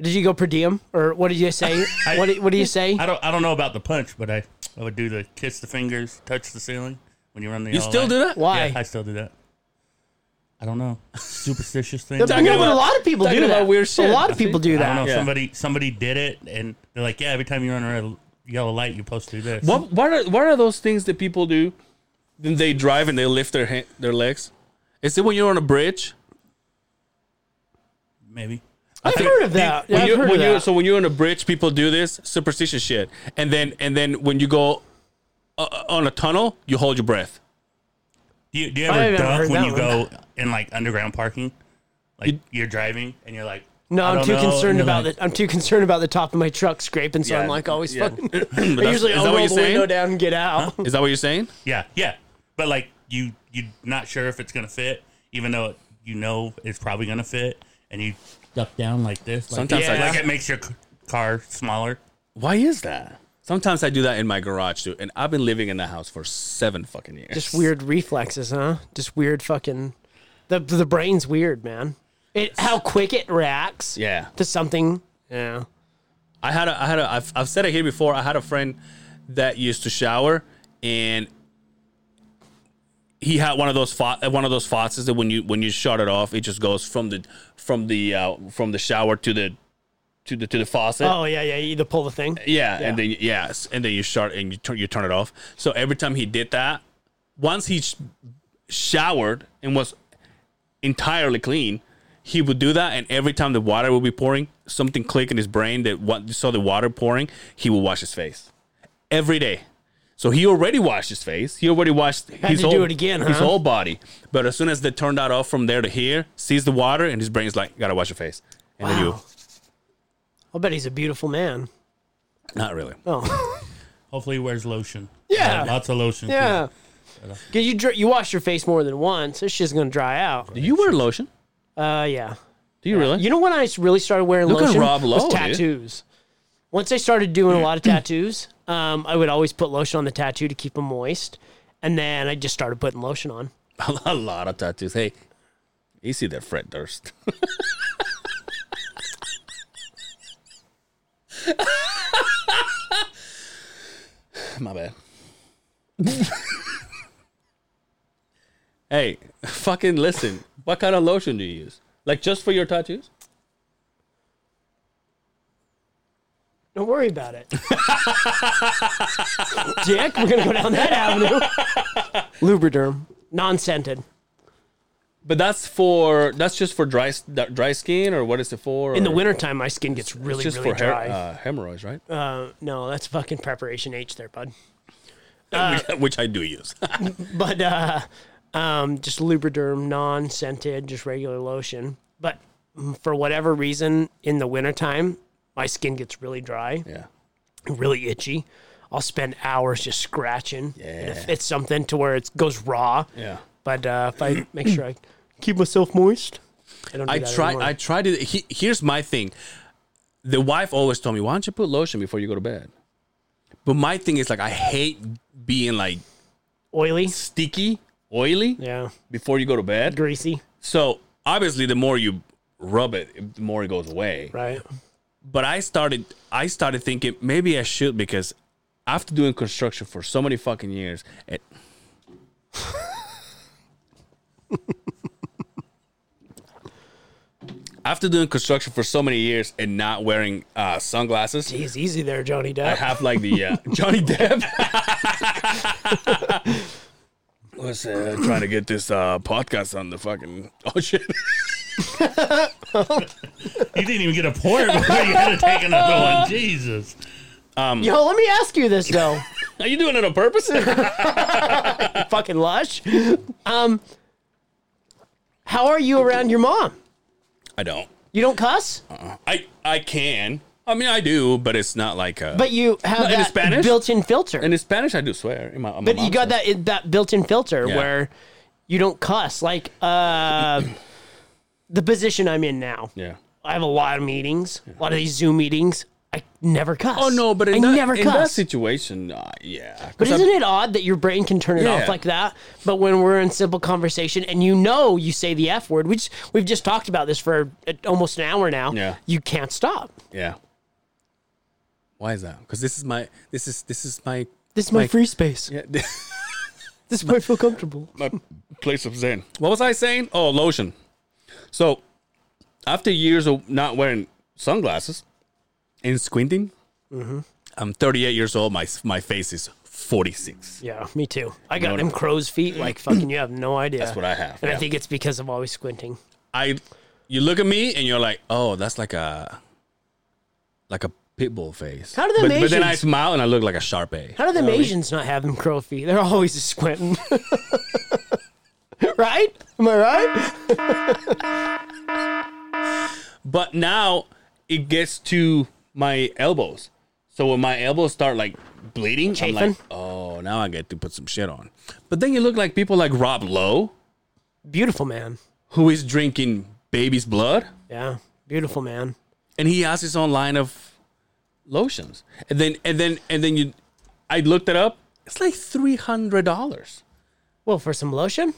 [SPEAKER 2] Did you go per diem? Or what did you say?
[SPEAKER 4] I-
[SPEAKER 2] what, did, what do you say?
[SPEAKER 4] I don't I don't know about the punch, but I, I would do the kiss the fingers, touch the ceiling when you run the
[SPEAKER 3] you
[SPEAKER 4] yellow
[SPEAKER 3] still
[SPEAKER 4] light.
[SPEAKER 3] do that?
[SPEAKER 2] Why?
[SPEAKER 4] Yeah, I still do that. I don't know. Superstitious thing.
[SPEAKER 2] No, but
[SPEAKER 3] about-
[SPEAKER 2] a lot of people
[SPEAKER 3] talking
[SPEAKER 2] do
[SPEAKER 3] about
[SPEAKER 2] that.
[SPEAKER 3] weird shit.
[SPEAKER 2] A lot of people do
[SPEAKER 4] I
[SPEAKER 2] that.
[SPEAKER 4] don't know.
[SPEAKER 3] Yeah.
[SPEAKER 4] Somebody somebody did it, and they're like, "Yeah, every time you run a red, yellow light, you're supposed to do this."
[SPEAKER 3] What what are what are those things that people do? Then they drive and they lift their hand, their legs. Is it when you're on a bridge?
[SPEAKER 4] Maybe.
[SPEAKER 2] I've heard of that.
[SPEAKER 3] When
[SPEAKER 2] I've
[SPEAKER 3] you-
[SPEAKER 2] heard
[SPEAKER 3] when
[SPEAKER 2] of
[SPEAKER 3] you-
[SPEAKER 2] that.
[SPEAKER 3] so when you're on a bridge, people do this superstitious shit, and then and then when you go uh, on a tunnel, you hold your breath.
[SPEAKER 4] Do you, do you
[SPEAKER 2] I've
[SPEAKER 4] ever
[SPEAKER 2] never
[SPEAKER 4] duck
[SPEAKER 2] heard
[SPEAKER 4] when
[SPEAKER 2] that
[SPEAKER 4] you go in like underground parking? Like
[SPEAKER 3] You-
[SPEAKER 4] you, are driving and you're like,
[SPEAKER 2] No,
[SPEAKER 4] I
[SPEAKER 2] I'm
[SPEAKER 4] don't
[SPEAKER 2] too
[SPEAKER 4] know, and
[SPEAKER 2] concerned
[SPEAKER 4] you're
[SPEAKER 2] about
[SPEAKER 4] like,
[SPEAKER 2] the I'm too concerned about the top of my truck scraping, so
[SPEAKER 3] Yeah,
[SPEAKER 2] I'm like always
[SPEAKER 3] yeah.
[SPEAKER 2] fucking.
[SPEAKER 3] But
[SPEAKER 2] I
[SPEAKER 3] that's-
[SPEAKER 2] usually
[SPEAKER 3] is
[SPEAKER 2] I'll
[SPEAKER 3] that what
[SPEAKER 2] roll
[SPEAKER 3] you're
[SPEAKER 2] the
[SPEAKER 3] saying?
[SPEAKER 2] window down and get out.
[SPEAKER 3] Is that what you're saying?
[SPEAKER 4] Yeah, yeah. But like you, you not sure if it's gonna fit, even though you know it's probably gonna fit, and you duck down like this. Like,
[SPEAKER 3] Sometimes
[SPEAKER 4] yeah.
[SPEAKER 3] I-
[SPEAKER 4] like it makes your c- car smaller.
[SPEAKER 3] Why is that? Sometimes I do that in my garage too, and I've been living in the house for seven fucking years.
[SPEAKER 2] Just weird reflexes, huh? Just weird fucking. The the brain's weird, man. It how quick it reacts.
[SPEAKER 3] Yeah.
[SPEAKER 2] To something. Yeah.
[SPEAKER 3] I had a, I had a, I've, I've said it here before. I had a friend that used to shower, and he had one of those fauc- one of those faucets that when you when you shut it off, it just goes from the from the uh, from the shower to the to the to the faucet.
[SPEAKER 2] Oh yeah, yeah. You either pull the thing.
[SPEAKER 3] Yeah,
[SPEAKER 2] Yeah.
[SPEAKER 3] and then yes, and then you shut and you turn you turn it off. So every time he did that, once he sh- showered and was entirely clean, he would do that. And every time the water would be pouring, something click in his brain that what saw the water pouring, he would wash his face every day. So he already washed his face. He already washed his
[SPEAKER 2] to
[SPEAKER 3] whole
[SPEAKER 2] do it again,
[SPEAKER 3] his
[SPEAKER 2] huh?
[SPEAKER 3] whole body. But as soon as they turned that off from there to here, sees the water, and his brain's like, "Gotta wash your face." And then you,
[SPEAKER 2] Wow. I'll bet he's a beautiful man.
[SPEAKER 3] not really.
[SPEAKER 2] Oh.
[SPEAKER 4] Hopefully, he wears lotion.
[SPEAKER 2] Yeah.
[SPEAKER 4] lots of lotion. too.
[SPEAKER 2] yeah. Cause you dr- you wash your face more than once, this shit's gonna dry out.
[SPEAKER 3] Do you wear lotion?
[SPEAKER 2] Uh, yeah.
[SPEAKER 3] Do you really?
[SPEAKER 2] You know when I really started wearing
[SPEAKER 3] Look at
[SPEAKER 2] lotion?
[SPEAKER 3] Rob Lowe,
[SPEAKER 2] was
[SPEAKER 3] dude.
[SPEAKER 2] tattoos. Once I started doing a lot of tattoos, um, I would always put lotion on the tattoo to keep them moist, and then I just started putting lotion on.
[SPEAKER 3] a lot of tattoos. Hey, you see that Fred Durst? My bad. hey, fucking listen. What kind of lotion do you use? Like just for your tattoos?
[SPEAKER 2] Don't worry about it, Dick. We're gonna go down that avenue. Lubriderm, non-scented,
[SPEAKER 3] But that's for that's just for dry s- dry skin or what is it for?
[SPEAKER 2] In the
[SPEAKER 3] Or-
[SPEAKER 2] wintertime, my skin gets
[SPEAKER 3] It's
[SPEAKER 2] really,
[SPEAKER 3] just
[SPEAKER 2] really
[SPEAKER 3] for hair-
[SPEAKER 2] dry.
[SPEAKER 3] uh, hemorrhoids, right?
[SPEAKER 2] Uh, no, that's fucking preparation H there, bud. Uh,
[SPEAKER 3] Which I do use.
[SPEAKER 2] But uh, um, just Lubriderm, non scented, just regular lotion. But mm, for whatever reason, in the wintertime, my skin gets really dry,
[SPEAKER 3] yeah.
[SPEAKER 2] really itchy. I'll spend hours just scratching. Yeah. And if it's something to where it goes raw.
[SPEAKER 3] Yeah.
[SPEAKER 2] But uh, if I make sure I keep myself moist, I don't do
[SPEAKER 3] I
[SPEAKER 2] that
[SPEAKER 3] try.
[SPEAKER 2] anymore.
[SPEAKER 3] I tried to. He, here's my thing. The wife always told me, "Why don't you put lotion before you go to bed?" But my thing is like I hate being like
[SPEAKER 2] Oily.
[SPEAKER 3] sticky, oily
[SPEAKER 2] Yeah.
[SPEAKER 3] before you go to bed.
[SPEAKER 2] Greasy.
[SPEAKER 3] So obviously, the more you rub it, the more it goes away.
[SPEAKER 2] Right.
[SPEAKER 3] But I started. I started thinking maybe I should because after doing construction for so many fucking years, it. After doing construction for so many years and not wearing uh, sunglasses,
[SPEAKER 2] He's easy there, Johnny
[SPEAKER 3] I
[SPEAKER 2] Depp.
[SPEAKER 3] have like the uh, Johnny Depp. What's uh, trying to get this uh, podcast on the fucking oh shit?
[SPEAKER 4] You didn't even get a pour before you had to take another one. Jesus.
[SPEAKER 2] Yo, let me ask you this, though.
[SPEAKER 3] Are you doing it on purpose?
[SPEAKER 2] fucking lush. Um, how are you around your mom?
[SPEAKER 3] I don't.
[SPEAKER 2] You don't cuss,
[SPEAKER 3] I I can. I mean, I do, but it's not like. uh
[SPEAKER 2] but you have
[SPEAKER 3] In
[SPEAKER 2] that
[SPEAKER 3] Spanish?
[SPEAKER 2] built-in filter.
[SPEAKER 3] and in Spanish, I do swear. In my, my
[SPEAKER 2] but you
[SPEAKER 3] mom's
[SPEAKER 2] got
[SPEAKER 3] house.
[SPEAKER 2] that that built-in filter
[SPEAKER 3] Yeah.
[SPEAKER 2] where you don't cuss. Like uh, the position I'm in now,
[SPEAKER 3] Yeah.
[SPEAKER 2] I have a lot of meetings, a lot of these Zoom meetings. I never cuss.
[SPEAKER 3] Oh no, but in,
[SPEAKER 2] I
[SPEAKER 3] that,
[SPEAKER 2] never
[SPEAKER 3] in
[SPEAKER 2] cuss.
[SPEAKER 3] that situation, uh, yeah.
[SPEAKER 2] But
[SPEAKER 3] 'Cause I'm-
[SPEAKER 2] isn't it odd that your brain can turn it
[SPEAKER 3] Yeah.
[SPEAKER 2] off like that? But when we're in simple conversation and you know you say the F word, which we've just talked about this for uh, almost an hour now,
[SPEAKER 3] Yeah.
[SPEAKER 2] you can't stop.
[SPEAKER 3] Yeah. Why is that? Because this is my this is this is my
[SPEAKER 2] This is my
[SPEAKER 3] Like-
[SPEAKER 2] free space.
[SPEAKER 3] yeah,
[SPEAKER 2] This is where I feel comfortable.
[SPEAKER 3] my place of zen. What was I saying? Oh, lotion. So, after years of not wearing sunglasses and squinting,
[SPEAKER 2] Mm-hmm.
[SPEAKER 3] I'm 38 years old. My my face is 46.
[SPEAKER 2] Yeah, me too. I got
[SPEAKER 3] No, no.
[SPEAKER 2] them crow's feet like fucking you have no idea.
[SPEAKER 3] That's what I have.
[SPEAKER 2] And
[SPEAKER 3] yeah.
[SPEAKER 2] I think it's because I'm always squinting.
[SPEAKER 3] I you look at me and you're like, oh, that's like a like a pit bull face.
[SPEAKER 2] How do them
[SPEAKER 3] but, but then I
[SPEAKER 2] Asians-
[SPEAKER 3] smile and I look like a sharp A.
[SPEAKER 2] How do them Asians not have them crow feet? They're always squinting. right? Am I right?
[SPEAKER 3] But now it gets to my elbows. So when my elbows start like bleeding, I'm like,
[SPEAKER 2] Chafing?
[SPEAKER 3] oh, now I get to put some shit on. But then you look like people like Rob Lowe,
[SPEAKER 2] Beautiful man.
[SPEAKER 3] who is drinking baby's blood,
[SPEAKER 2] Yeah. Beautiful man.
[SPEAKER 3] and he has his own line of lotions. And then and then and then you I looked it up. It's like three hundred dollars.
[SPEAKER 2] Well, for some lotion?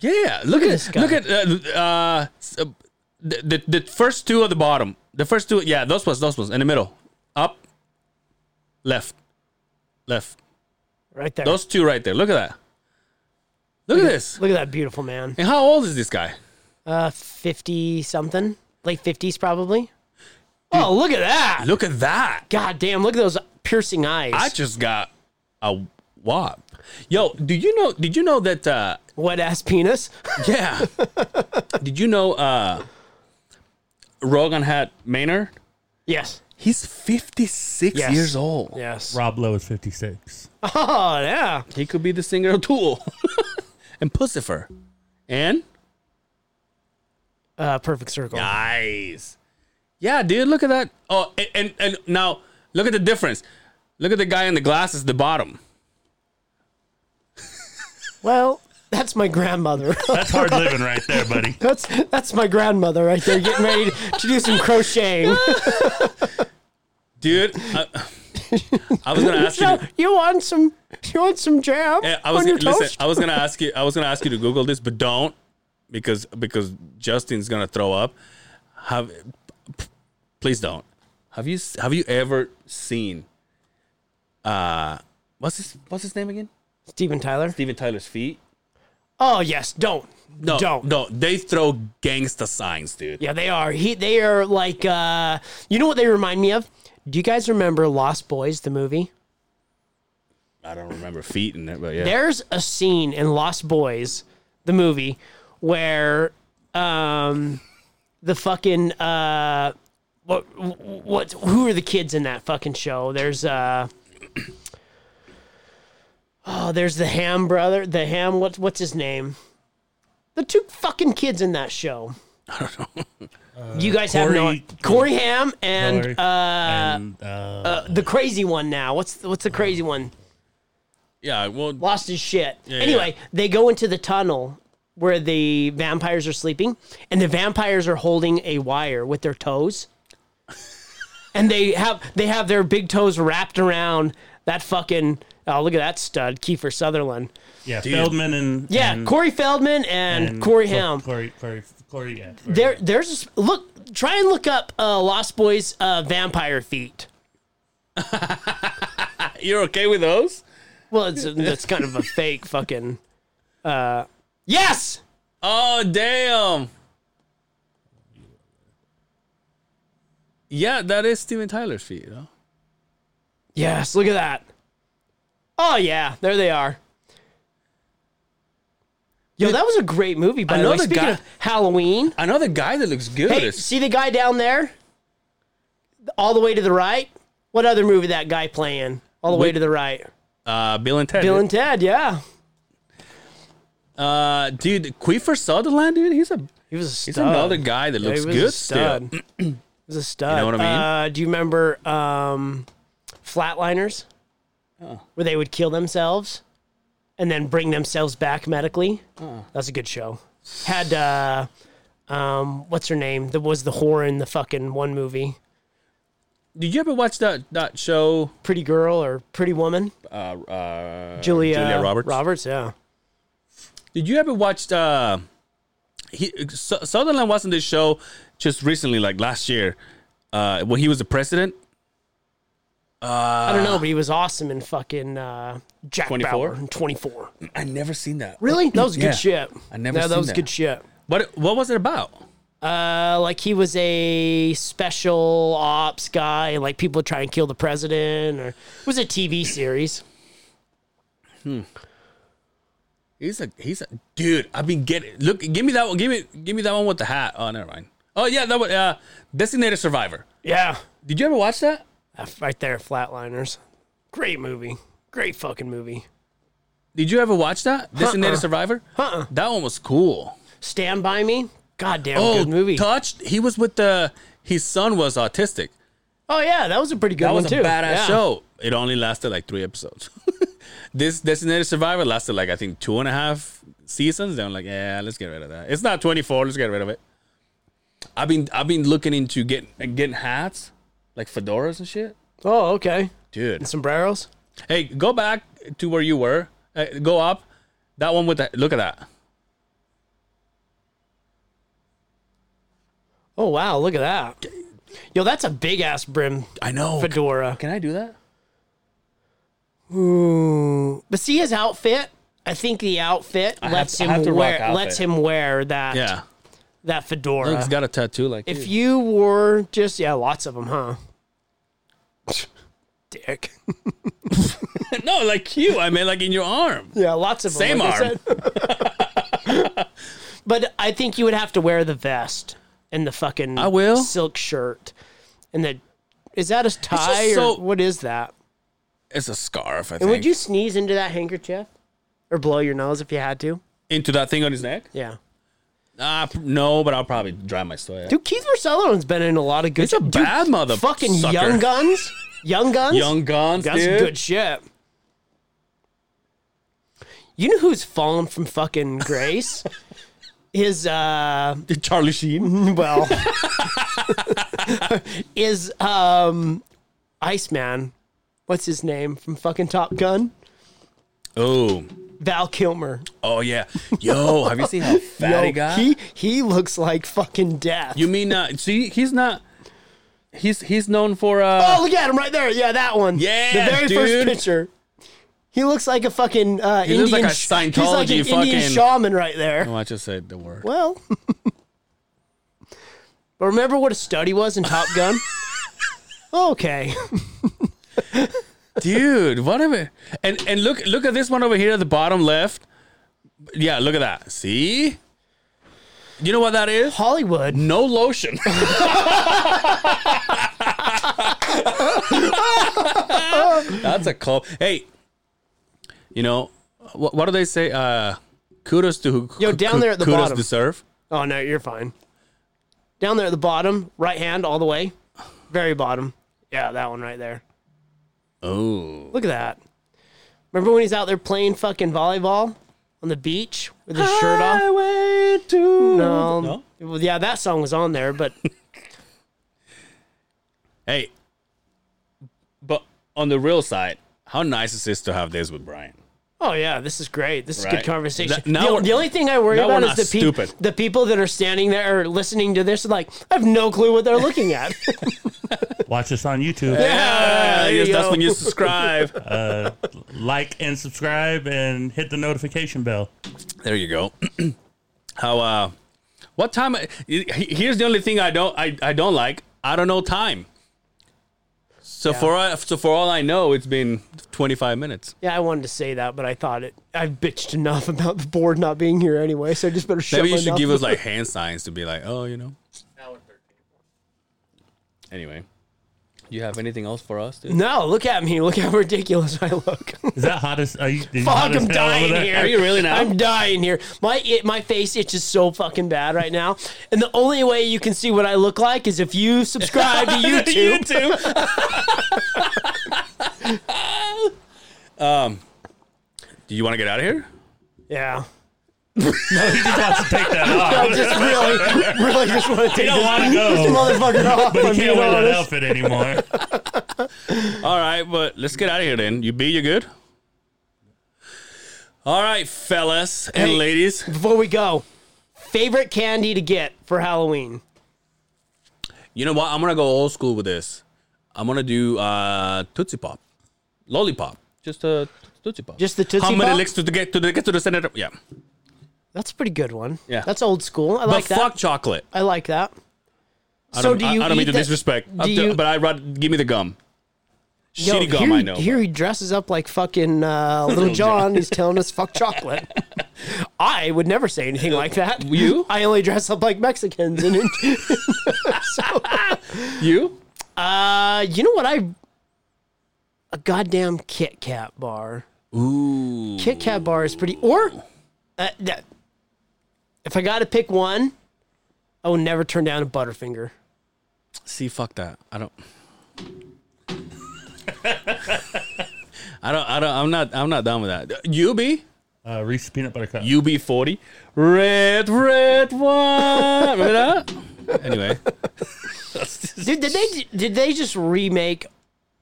[SPEAKER 3] Yeah, look, at
[SPEAKER 2] this guy.
[SPEAKER 3] Look at uh, uh, s- uh, the, the the first two at the bottom. The first two, yeah, those ones, those ones in the middle, up, left, left.
[SPEAKER 2] Right there.
[SPEAKER 3] Those two right there. Look at that. Look at this.
[SPEAKER 2] Look at that beautiful man.
[SPEAKER 3] And how old is this guy?
[SPEAKER 2] Uh, 50 something. Late 50s, probably. Oh, look at that.
[SPEAKER 3] Look at that.
[SPEAKER 2] God damn, look at those piercing eyes.
[SPEAKER 3] I just got a wop. Yo, do you know? Did you know that? Uh,
[SPEAKER 2] Wet ass penis.
[SPEAKER 3] yeah. did you know? Uh, Rogan had Maynard.
[SPEAKER 2] yes.
[SPEAKER 3] He's fifty six
[SPEAKER 2] Yes.
[SPEAKER 3] years old.
[SPEAKER 2] Yes.
[SPEAKER 4] Rob Lowe is 56.
[SPEAKER 2] Oh, yeah.
[SPEAKER 3] He could be the singer of Tool and Pussifer. And
[SPEAKER 2] Uh, perfect circle.
[SPEAKER 3] nice. Yeah, dude, look at that. Oh, and, and and now look at the difference. Look at the guy in the glasses, the bottom.
[SPEAKER 2] Well, that's my grandmother.
[SPEAKER 4] That's hard living right there, buddy.
[SPEAKER 2] that's that's my grandmother right there getting ready to do some crocheting.
[SPEAKER 3] Dude, I, I was gonna ask you.
[SPEAKER 2] So
[SPEAKER 3] To,
[SPEAKER 2] you want some you want some jam
[SPEAKER 3] yeah, I was
[SPEAKER 2] on your
[SPEAKER 3] gonna, listen.
[SPEAKER 2] toast?
[SPEAKER 3] I was gonna ask you. I was gonna ask you to Google this, but don't because because Justin's gonna throw up. Have p- please don't. Have you have you ever seen? Uh, what's his what's his name again?
[SPEAKER 2] Steven Tyler.
[SPEAKER 3] Steven Tyler's feet.
[SPEAKER 2] Oh yes, don't.
[SPEAKER 3] No,
[SPEAKER 2] don't.
[SPEAKER 3] no, they throw gangsta signs, dude.
[SPEAKER 2] Yeah, they are. He they are like uh you know what they remind me of? Do you guys remember Lost Boys the movie?
[SPEAKER 3] I don't remember feet in it, but yeah,
[SPEAKER 2] There's a scene in Lost Boys the movie where um the fucking uh what what who are the kids in that fucking show? There's uh Oh, there's the Ham brother, the Ham what what's his name? The two fucking kids in that show. I don't know. You guys have
[SPEAKER 4] Corey-
[SPEAKER 2] no Corey Ham and
[SPEAKER 4] Corey.
[SPEAKER 2] uh,
[SPEAKER 4] and, uh,
[SPEAKER 2] the crazy one now. What's what's the crazy one?
[SPEAKER 3] yeah. Well,
[SPEAKER 2] lost his shit. anyway, they go into the tunnel where the vampires are sleeping, and the vampires are holding a wire with their toes, and they have they have their big toes wrapped around that fucking. Oh, look at that stud, Kiefer Sutherland.
[SPEAKER 4] yeah, Feldman and.
[SPEAKER 2] Yeah,
[SPEAKER 4] and,
[SPEAKER 2] Corey Feldman and,
[SPEAKER 4] and
[SPEAKER 2] Corey
[SPEAKER 4] Cor-
[SPEAKER 2] Ham.
[SPEAKER 4] Corey, Corey, Corey, yeah. Corey.
[SPEAKER 2] There, there's a s- look. Try and look up uh, Lost Boys uh, vampire feet.
[SPEAKER 3] you're okay with those?
[SPEAKER 2] Well, it's that's kind of a fake fucking. Uh, yes,
[SPEAKER 3] Oh damn. Yeah, that is Steven Tyler's feet. Huh?
[SPEAKER 2] Yes, look at that. Oh yeah, there they are. Yo, that was a great movie. By the way,
[SPEAKER 3] Another
[SPEAKER 2] speaking
[SPEAKER 3] guy-
[SPEAKER 2] of Halloween,
[SPEAKER 3] Another guy that looks good.
[SPEAKER 2] hey,
[SPEAKER 3] is-
[SPEAKER 2] see the guy down there, all the way to the right. What other movie that guy playing? All the way
[SPEAKER 3] Wait.
[SPEAKER 2] to the right.
[SPEAKER 3] uh, Bill and Ted.
[SPEAKER 2] Bill and Ted. Yeah,
[SPEAKER 3] uh, dude, Queefer Sutherland, dude, he's a
[SPEAKER 2] he was a
[SPEAKER 3] he's
[SPEAKER 2] stud.
[SPEAKER 3] another guy that
[SPEAKER 2] Yeah, he
[SPEAKER 3] looks
[SPEAKER 2] was a
[SPEAKER 3] good still.
[SPEAKER 2] stud. he was a stud.
[SPEAKER 3] what I
[SPEAKER 2] Uh, do you remember um, Flatliners? Where they would kill themselves and then bring themselves back medically. That was a good show. Had uh, um, what's her name? That was the whore in the fucking one movie,
[SPEAKER 3] Did you ever watch that that show?
[SPEAKER 2] Pretty Girl or Pretty Woman?
[SPEAKER 3] Uh, uh,
[SPEAKER 2] Julia,
[SPEAKER 3] Julia Roberts.
[SPEAKER 2] Roberts, yeah.
[SPEAKER 3] Did you ever watch uh he Su- Sutherland was in this show just recently, like last year, uh when he was the president?
[SPEAKER 2] I don't know, but he was awesome in fucking uh, Jack
[SPEAKER 3] 24?
[SPEAKER 2] Bauer in Twenty Four.
[SPEAKER 3] I never seen that.
[SPEAKER 2] Really? That was good
[SPEAKER 3] Yeah.
[SPEAKER 2] shit.
[SPEAKER 3] I never
[SPEAKER 2] Yeah,
[SPEAKER 3] seen
[SPEAKER 2] that was
[SPEAKER 3] that.
[SPEAKER 2] good shit.
[SPEAKER 3] What what was it about?
[SPEAKER 2] Uh, like he was a special ops guy, and like people would try and kill the president, or it was a TV series.
[SPEAKER 3] He's a he's a dude. I've been getting look. Give me that one. Give me give me that one with the hat. Oh, never mind. Oh yeah, that one. Uh, Designated Survivor.
[SPEAKER 2] Yeah,
[SPEAKER 3] Did you ever watch that?
[SPEAKER 2] F- Uh, right there, Flatliners. Great movie, great fucking movie.
[SPEAKER 3] Did you ever watch that? Designated
[SPEAKER 2] Uh-uh.
[SPEAKER 3] Survivor.
[SPEAKER 2] Uh-uh.
[SPEAKER 3] That one was cool.
[SPEAKER 2] Stand by Me, goddamn
[SPEAKER 3] Oh,
[SPEAKER 2] good movie.
[SPEAKER 3] touched. He was with the his son was autistic.
[SPEAKER 2] oh yeah, that was a pretty good
[SPEAKER 3] That
[SPEAKER 2] one
[SPEAKER 3] was a
[SPEAKER 2] too.
[SPEAKER 3] badass
[SPEAKER 2] Yeah.
[SPEAKER 3] show. It only lasted like three episodes. this Designated Survivor lasted like I think two and a half seasons. Then I'm like, yeah, let's get rid of that. It's not 24. Let's get rid of it. I've been I've been looking into getting getting hats like fedoras and shit.
[SPEAKER 2] Oh, okay.
[SPEAKER 3] dude.
[SPEAKER 2] And sombreros.
[SPEAKER 3] Hey, go back to where you were. Uh, go up. That one with the look at that.
[SPEAKER 2] Oh wow, look at that. Yo, that's a big ass brim
[SPEAKER 3] I know.
[SPEAKER 2] fedora.
[SPEAKER 3] Can I do that?
[SPEAKER 2] Ooh. But see his outfit? I think the outfit
[SPEAKER 3] have
[SPEAKER 2] lets
[SPEAKER 3] to- I have to
[SPEAKER 2] him
[SPEAKER 3] rock
[SPEAKER 2] wear
[SPEAKER 3] outfit.
[SPEAKER 2] lets him wear that
[SPEAKER 3] Yeah.
[SPEAKER 2] that fedora.
[SPEAKER 3] Look, he's got a tattoo like
[SPEAKER 2] if
[SPEAKER 3] you.
[SPEAKER 2] you wore just yeah, lots of them, huh? Dick.
[SPEAKER 3] no, like you. I mean, like in your arm.
[SPEAKER 2] Yeah, lots of them.
[SPEAKER 3] Same
[SPEAKER 2] like I
[SPEAKER 3] arm.
[SPEAKER 2] said. but I think you would have to wear the vest and the fucking
[SPEAKER 3] I will.
[SPEAKER 2] silk shirt and the is that a tie or
[SPEAKER 3] so-
[SPEAKER 2] what is that?
[SPEAKER 3] It's a scarf. I think.
[SPEAKER 2] And would you sneeze into that handkerchief or blow your nose if you had to?
[SPEAKER 3] into that thing on his neck?
[SPEAKER 2] Yeah.
[SPEAKER 3] Uh, no, but I'll probably dry my sweat.
[SPEAKER 2] Dude, Keith Marcello's been in a lot of good.
[SPEAKER 3] He's a
[SPEAKER 2] dude,
[SPEAKER 3] bad mother
[SPEAKER 2] Fucking
[SPEAKER 3] sucker.
[SPEAKER 2] young guns, young guns.
[SPEAKER 3] Young Guns,
[SPEAKER 2] That's
[SPEAKER 3] dude.
[SPEAKER 2] good shit. You know who's fallen from fucking grace? is uh
[SPEAKER 3] Charlie Sheen.
[SPEAKER 2] well is um Iceman. What's his name from fucking Top Gun?
[SPEAKER 3] Oh,
[SPEAKER 2] Val Kilmer.
[SPEAKER 3] oh yeah. Yo, have you seen how fat he
[SPEAKER 2] Yo,
[SPEAKER 3] got?
[SPEAKER 2] he he looks like fucking death.
[SPEAKER 3] you mean uh, see? He's not. He's he's known for uh.
[SPEAKER 2] Oh, look at him right there. Yeah, that one.
[SPEAKER 3] Yeah,
[SPEAKER 2] the very
[SPEAKER 3] dude.
[SPEAKER 2] first picture. He looks like a fucking uh, Indian.
[SPEAKER 3] looks like a
[SPEAKER 2] sh- he's like an
[SPEAKER 3] Scientology
[SPEAKER 2] Indian
[SPEAKER 3] fucking-
[SPEAKER 2] shaman right there.
[SPEAKER 3] No, I just said the word.
[SPEAKER 2] Well, but remember what a study was in Top Gun. okay,
[SPEAKER 3] Dude, what am I? And and look look at this one over here at the bottom left. Yeah, look at that. See? You know what that is?
[SPEAKER 2] Hollywood.
[SPEAKER 3] No lotion. That's a call. Hey, you know what, what do they say? Uh, kudos to who?
[SPEAKER 2] Yo, down there at the
[SPEAKER 3] kudos
[SPEAKER 2] bottom.
[SPEAKER 3] to serve.
[SPEAKER 2] Oh no, you're fine. Down there at the bottom, right hand all the way, very bottom. Yeah, that one right there.
[SPEAKER 3] Oh,
[SPEAKER 2] Look at that. Remember when he's out there playing fucking volleyball on the beach with his shirt off?
[SPEAKER 3] Highway to-
[SPEAKER 2] No.
[SPEAKER 3] No?
[SPEAKER 2] Well, yeah, that song was on there, but
[SPEAKER 3] Hey, but on the real side, how nice is this to have this with Brian?
[SPEAKER 2] oh yeah, this is great. This is
[SPEAKER 3] Right.
[SPEAKER 2] good conversation.
[SPEAKER 3] That- now
[SPEAKER 2] the,
[SPEAKER 3] we're-
[SPEAKER 2] the only thing I worry
[SPEAKER 3] now we're
[SPEAKER 2] about
[SPEAKER 3] not
[SPEAKER 2] is the people
[SPEAKER 3] stupid.
[SPEAKER 2] the people that are standing there or listening to this are like, I have no clue what they're looking at.
[SPEAKER 4] Watch us on YouTube.
[SPEAKER 3] Yeah,
[SPEAKER 2] there
[SPEAKER 3] yes,
[SPEAKER 2] you
[SPEAKER 3] that's
[SPEAKER 2] go.
[SPEAKER 3] when you subscribe.
[SPEAKER 4] Like and subscribe and hit the notification bell.
[SPEAKER 3] there you go. How? uh What time? he- Here's the only thing I don't I, I don't like. I don't know time. So for all- so for all I know, it's been 25 minutes.
[SPEAKER 2] yeah, I wanted to say that, but I thought it I bitched enough about the board not being here anyway, so I just better shut
[SPEAKER 3] Maybe you
[SPEAKER 2] my
[SPEAKER 3] should
[SPEAKER 2] mouth.
[SPEAKER 3] give us like hand signs to be like, oh, you know. Anyway, you have anything else for us, dude?
[SPEAKER 2] No, look at me. Look how ridiculous I look.
[SPEAKER 4] Is that hottest? Are you, is you hot
[SPEAKER 2] Fuck,
[SPEAKER 4] as
[SPEAKER 2] I'm
[SPEAKER 4] hell over
[SPEAKER 2] dying
[SPEAKER 4] there?
[SPEAKER 2] here.
[SPEAKER 3] Are you really now?
[SPEAKER 2] I'm dying here. My it, my face itches so fucking bad right now, and the only way you can see what I look like is if you subscribe to YouTube.
[SPEAKER 3] YouTube. um, do you want to get out of here?
[SPEAKER 2] yeah,
[SPEAKER 4] He just wants to take that off.
[SPEAKER 2] I just really, really just want to
[SPEAKER 4] He
[SPEAKER 2] take
[SPEAKER 4] don't
[SPEAKER 2] this
[SPEAKER 4] want to go.
[SPEAKER 2] motherfucker off.
[SPEAKER 4] But
[SPEAKER 2] I'm
[SPEAKER 4] he Oh,
[SPEAKER 2] being
[SPEAKER 4] can't wear that
[SPEAKER 2] honest.
[SPEAKER 4] outfit anymore.
[SPEAKER 3] All right, but let's get out of here then. You be, you good? All right, fellas and
[SPEAKER 2] Hey.
[SPEAKER 3] ladies.
[SPEAKER 2] Before we go, favorite candy to get for Halloween?
[SPEAKER 3] You know what? I'm going to go old school with this. I'm going to do uh, Tootsie Pop. Lollipop. Just a Tootsie Pop.
[SPEAKER 2] Just the Tootsie
[SPEAKER 3] How many
[SPEAKER 2] Pop?
[SPEAKER 3] licks to the- get to the, get to the senator? Yeah.
[SPEAKER 2] That's a pretty good one.
[SPEAKER 3] Yeah.
[SPEAKER 2] that's old school. I
[SPEAKER 3] But
[SPEAKER 2] like that.
[SPEAKER 3] fuck chocolate.
[SPEAKER 2] I like that.
[SPEAKER 3] I
[SPEAKER 2] So
[SPEAKER 3] don't,
[SPEAKER 2] do
[SPEAKER 3] I-
[SPEAKER 2] you
[SPEAKER 3] I, don't mean
[SPEAKER 2] eat
[SPEAKER 3] to
[SPEAKER 2] the-
[SPEAKER 3] disrespect,
[SPEAKER 2] do
[SPEAKER 3] I-
[SPEAKER 2] you-
[SPEAKER 3] but I'd rather give me the gum.
[SPEAKER 2] Yo,
[SPEAKER 3] Shitty gum,
[SPEAKER 2] here,
[SPEAKER 3] I
[SPEAKER 2] he-
[SPEAKER 3] know.
[SPEAKER 2] Here he dresses up like fucking uh, Little John. He's telling us fuck chocolate. I would never say anything like that.
[SPEAKER 3] Uh, You?
[SPEAKER 2] I only dress up like Mexicans. And so,
[SPEAKER 3] but- You?
[SPEAKER 2] uh, you know what? I a goddamn Kit Kat bar.
[SPEAKER 3] Ooh.
[SPEAKER 2] Kit Kat bar is pretty. Or uh, that, if I got to pick one, I would never turn down a Butterfinger.
[SPEAKER 3] See, fuck that. I don't. I don't. I don't. I'm not. I'm not done with that. UB.
[SPEAKER 4] Uh, Reese's peanut butter cup.
[SPEAKER 3] UB forty. Red, red one. Remember that? Anyway.
[SPEAKER 2] Dude, did they did they just remake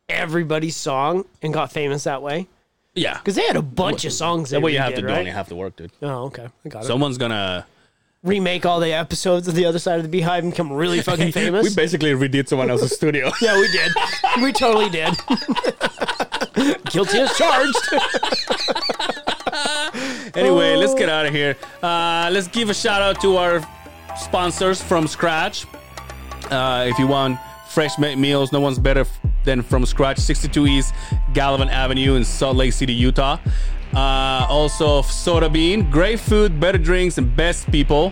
[SPEAKER 2] everybody's song and got famous that way?
[SPEAKER 3] Yeah.
[SPEAKER 2] Because they had a bunch of songs. They
[SPEAKER 3] That way you
[SPEAKER 2] redid,
[SPEAKER 3] have to
[SPEAKER 2] right?
[SPEAKER 3] donate half the work, dude.
[SPEAKER 2] Oh, okay, I got it.
[SPEAKER 3] Someone's gonna.
[SPEAKER 2] Remake all the episodes of the other side of the beehive and become really fucking famous.
[SPEAKER 3] We basically redid someone else's studio.
[SPEAKER 2] Yeah, we did. we totally did. Guilty as charged.
[SPEAKER 3] anyway, let's
[SPEAKER 2] Oh.
[SPEAKER 3] get out of here. Uh, let's give a shout out to our sponsors from scratch. Uh, if you want fresh made meals, no one's better f- than from scratch. 62 East Gallivan Avenue in Salt Lake City, Utah. Uh, also, Soda Bean, great food, better drinks, and best people.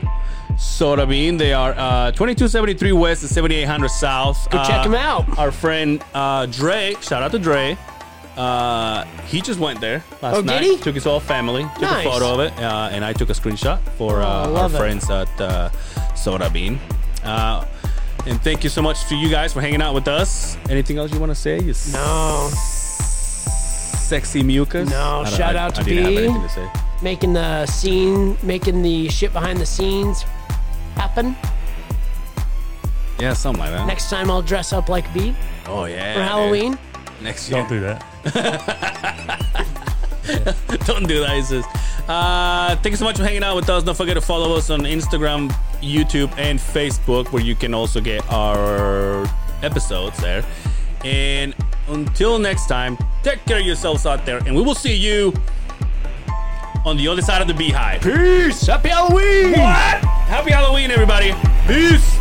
[SPEAKER 3] Soda Bean, they are uh, 2273 West and 7800 South. Uh,
[SPEAKER 2] Go check 'em out.
[SPEAKER 3] Our friend uh, Dre, shout out to Dre. Uh, he just went there last
[SPEAKER 2] Oh, did
[SPEAKER 3] night.
[SPEAKER 2] he?
[SPEAKER 3] Took his whole family. Took
[SPEAKER 2] Nice. Oh,
[SPEAKER 3] a photo of it, uh, and I took a screenshot for
[SPEAKER 2] I
[SPEAKER 3] uh, our
[SPEAKER 2] love it.
[SPEAKER 3] friends at uh, Soda Bean. Uh, and thank you so much to you guys for hanging out with us. Anything else you want to say? You s-
[SPEAKER 2] No.
[SPEAKER 3] Sexy mucus.
[SPEAKER 2] No,
[SPEAKER 3] I don't-
[SPEAKER 2] shout
[SPEAKER 3] I-
[SPEAKER 2] out
[SPEAKER 3] I
[SPEAKER 2] to
[SPEAKER 3] didn't have
[SPEAKER 2] B.
[SPEAKER 3] anything to say.
[SPEAKER 2] Making the scene, making the shit behind the scenes happen.
[SPEAKER 3] Yeah, something like that.
[SPEAKER 2] Next time I'll dress up like B
[SPEAKER 3] oh yeah.
[SPEAKER 2] for
[SPEAKER 3] dude.
[SPEAKER 2] Halloween.
[SPEAKER 3] Next year.
[SPEAKER 4] Don't do that.
[SPEAKER 3] Don't do that, Isis. Uh, thank you so much for hanging out with us. Don't forget to follow us on Instagram, YouTube, and Facebook, where you can also get our episodes there. And until next time, take care of yourselves out there, and we will see you on the other side of the beehive.
[SPEAKER 2] Peace. Happy Halloween.
[SPEAKER 3] What? Happy Halloween, everybody. Peace.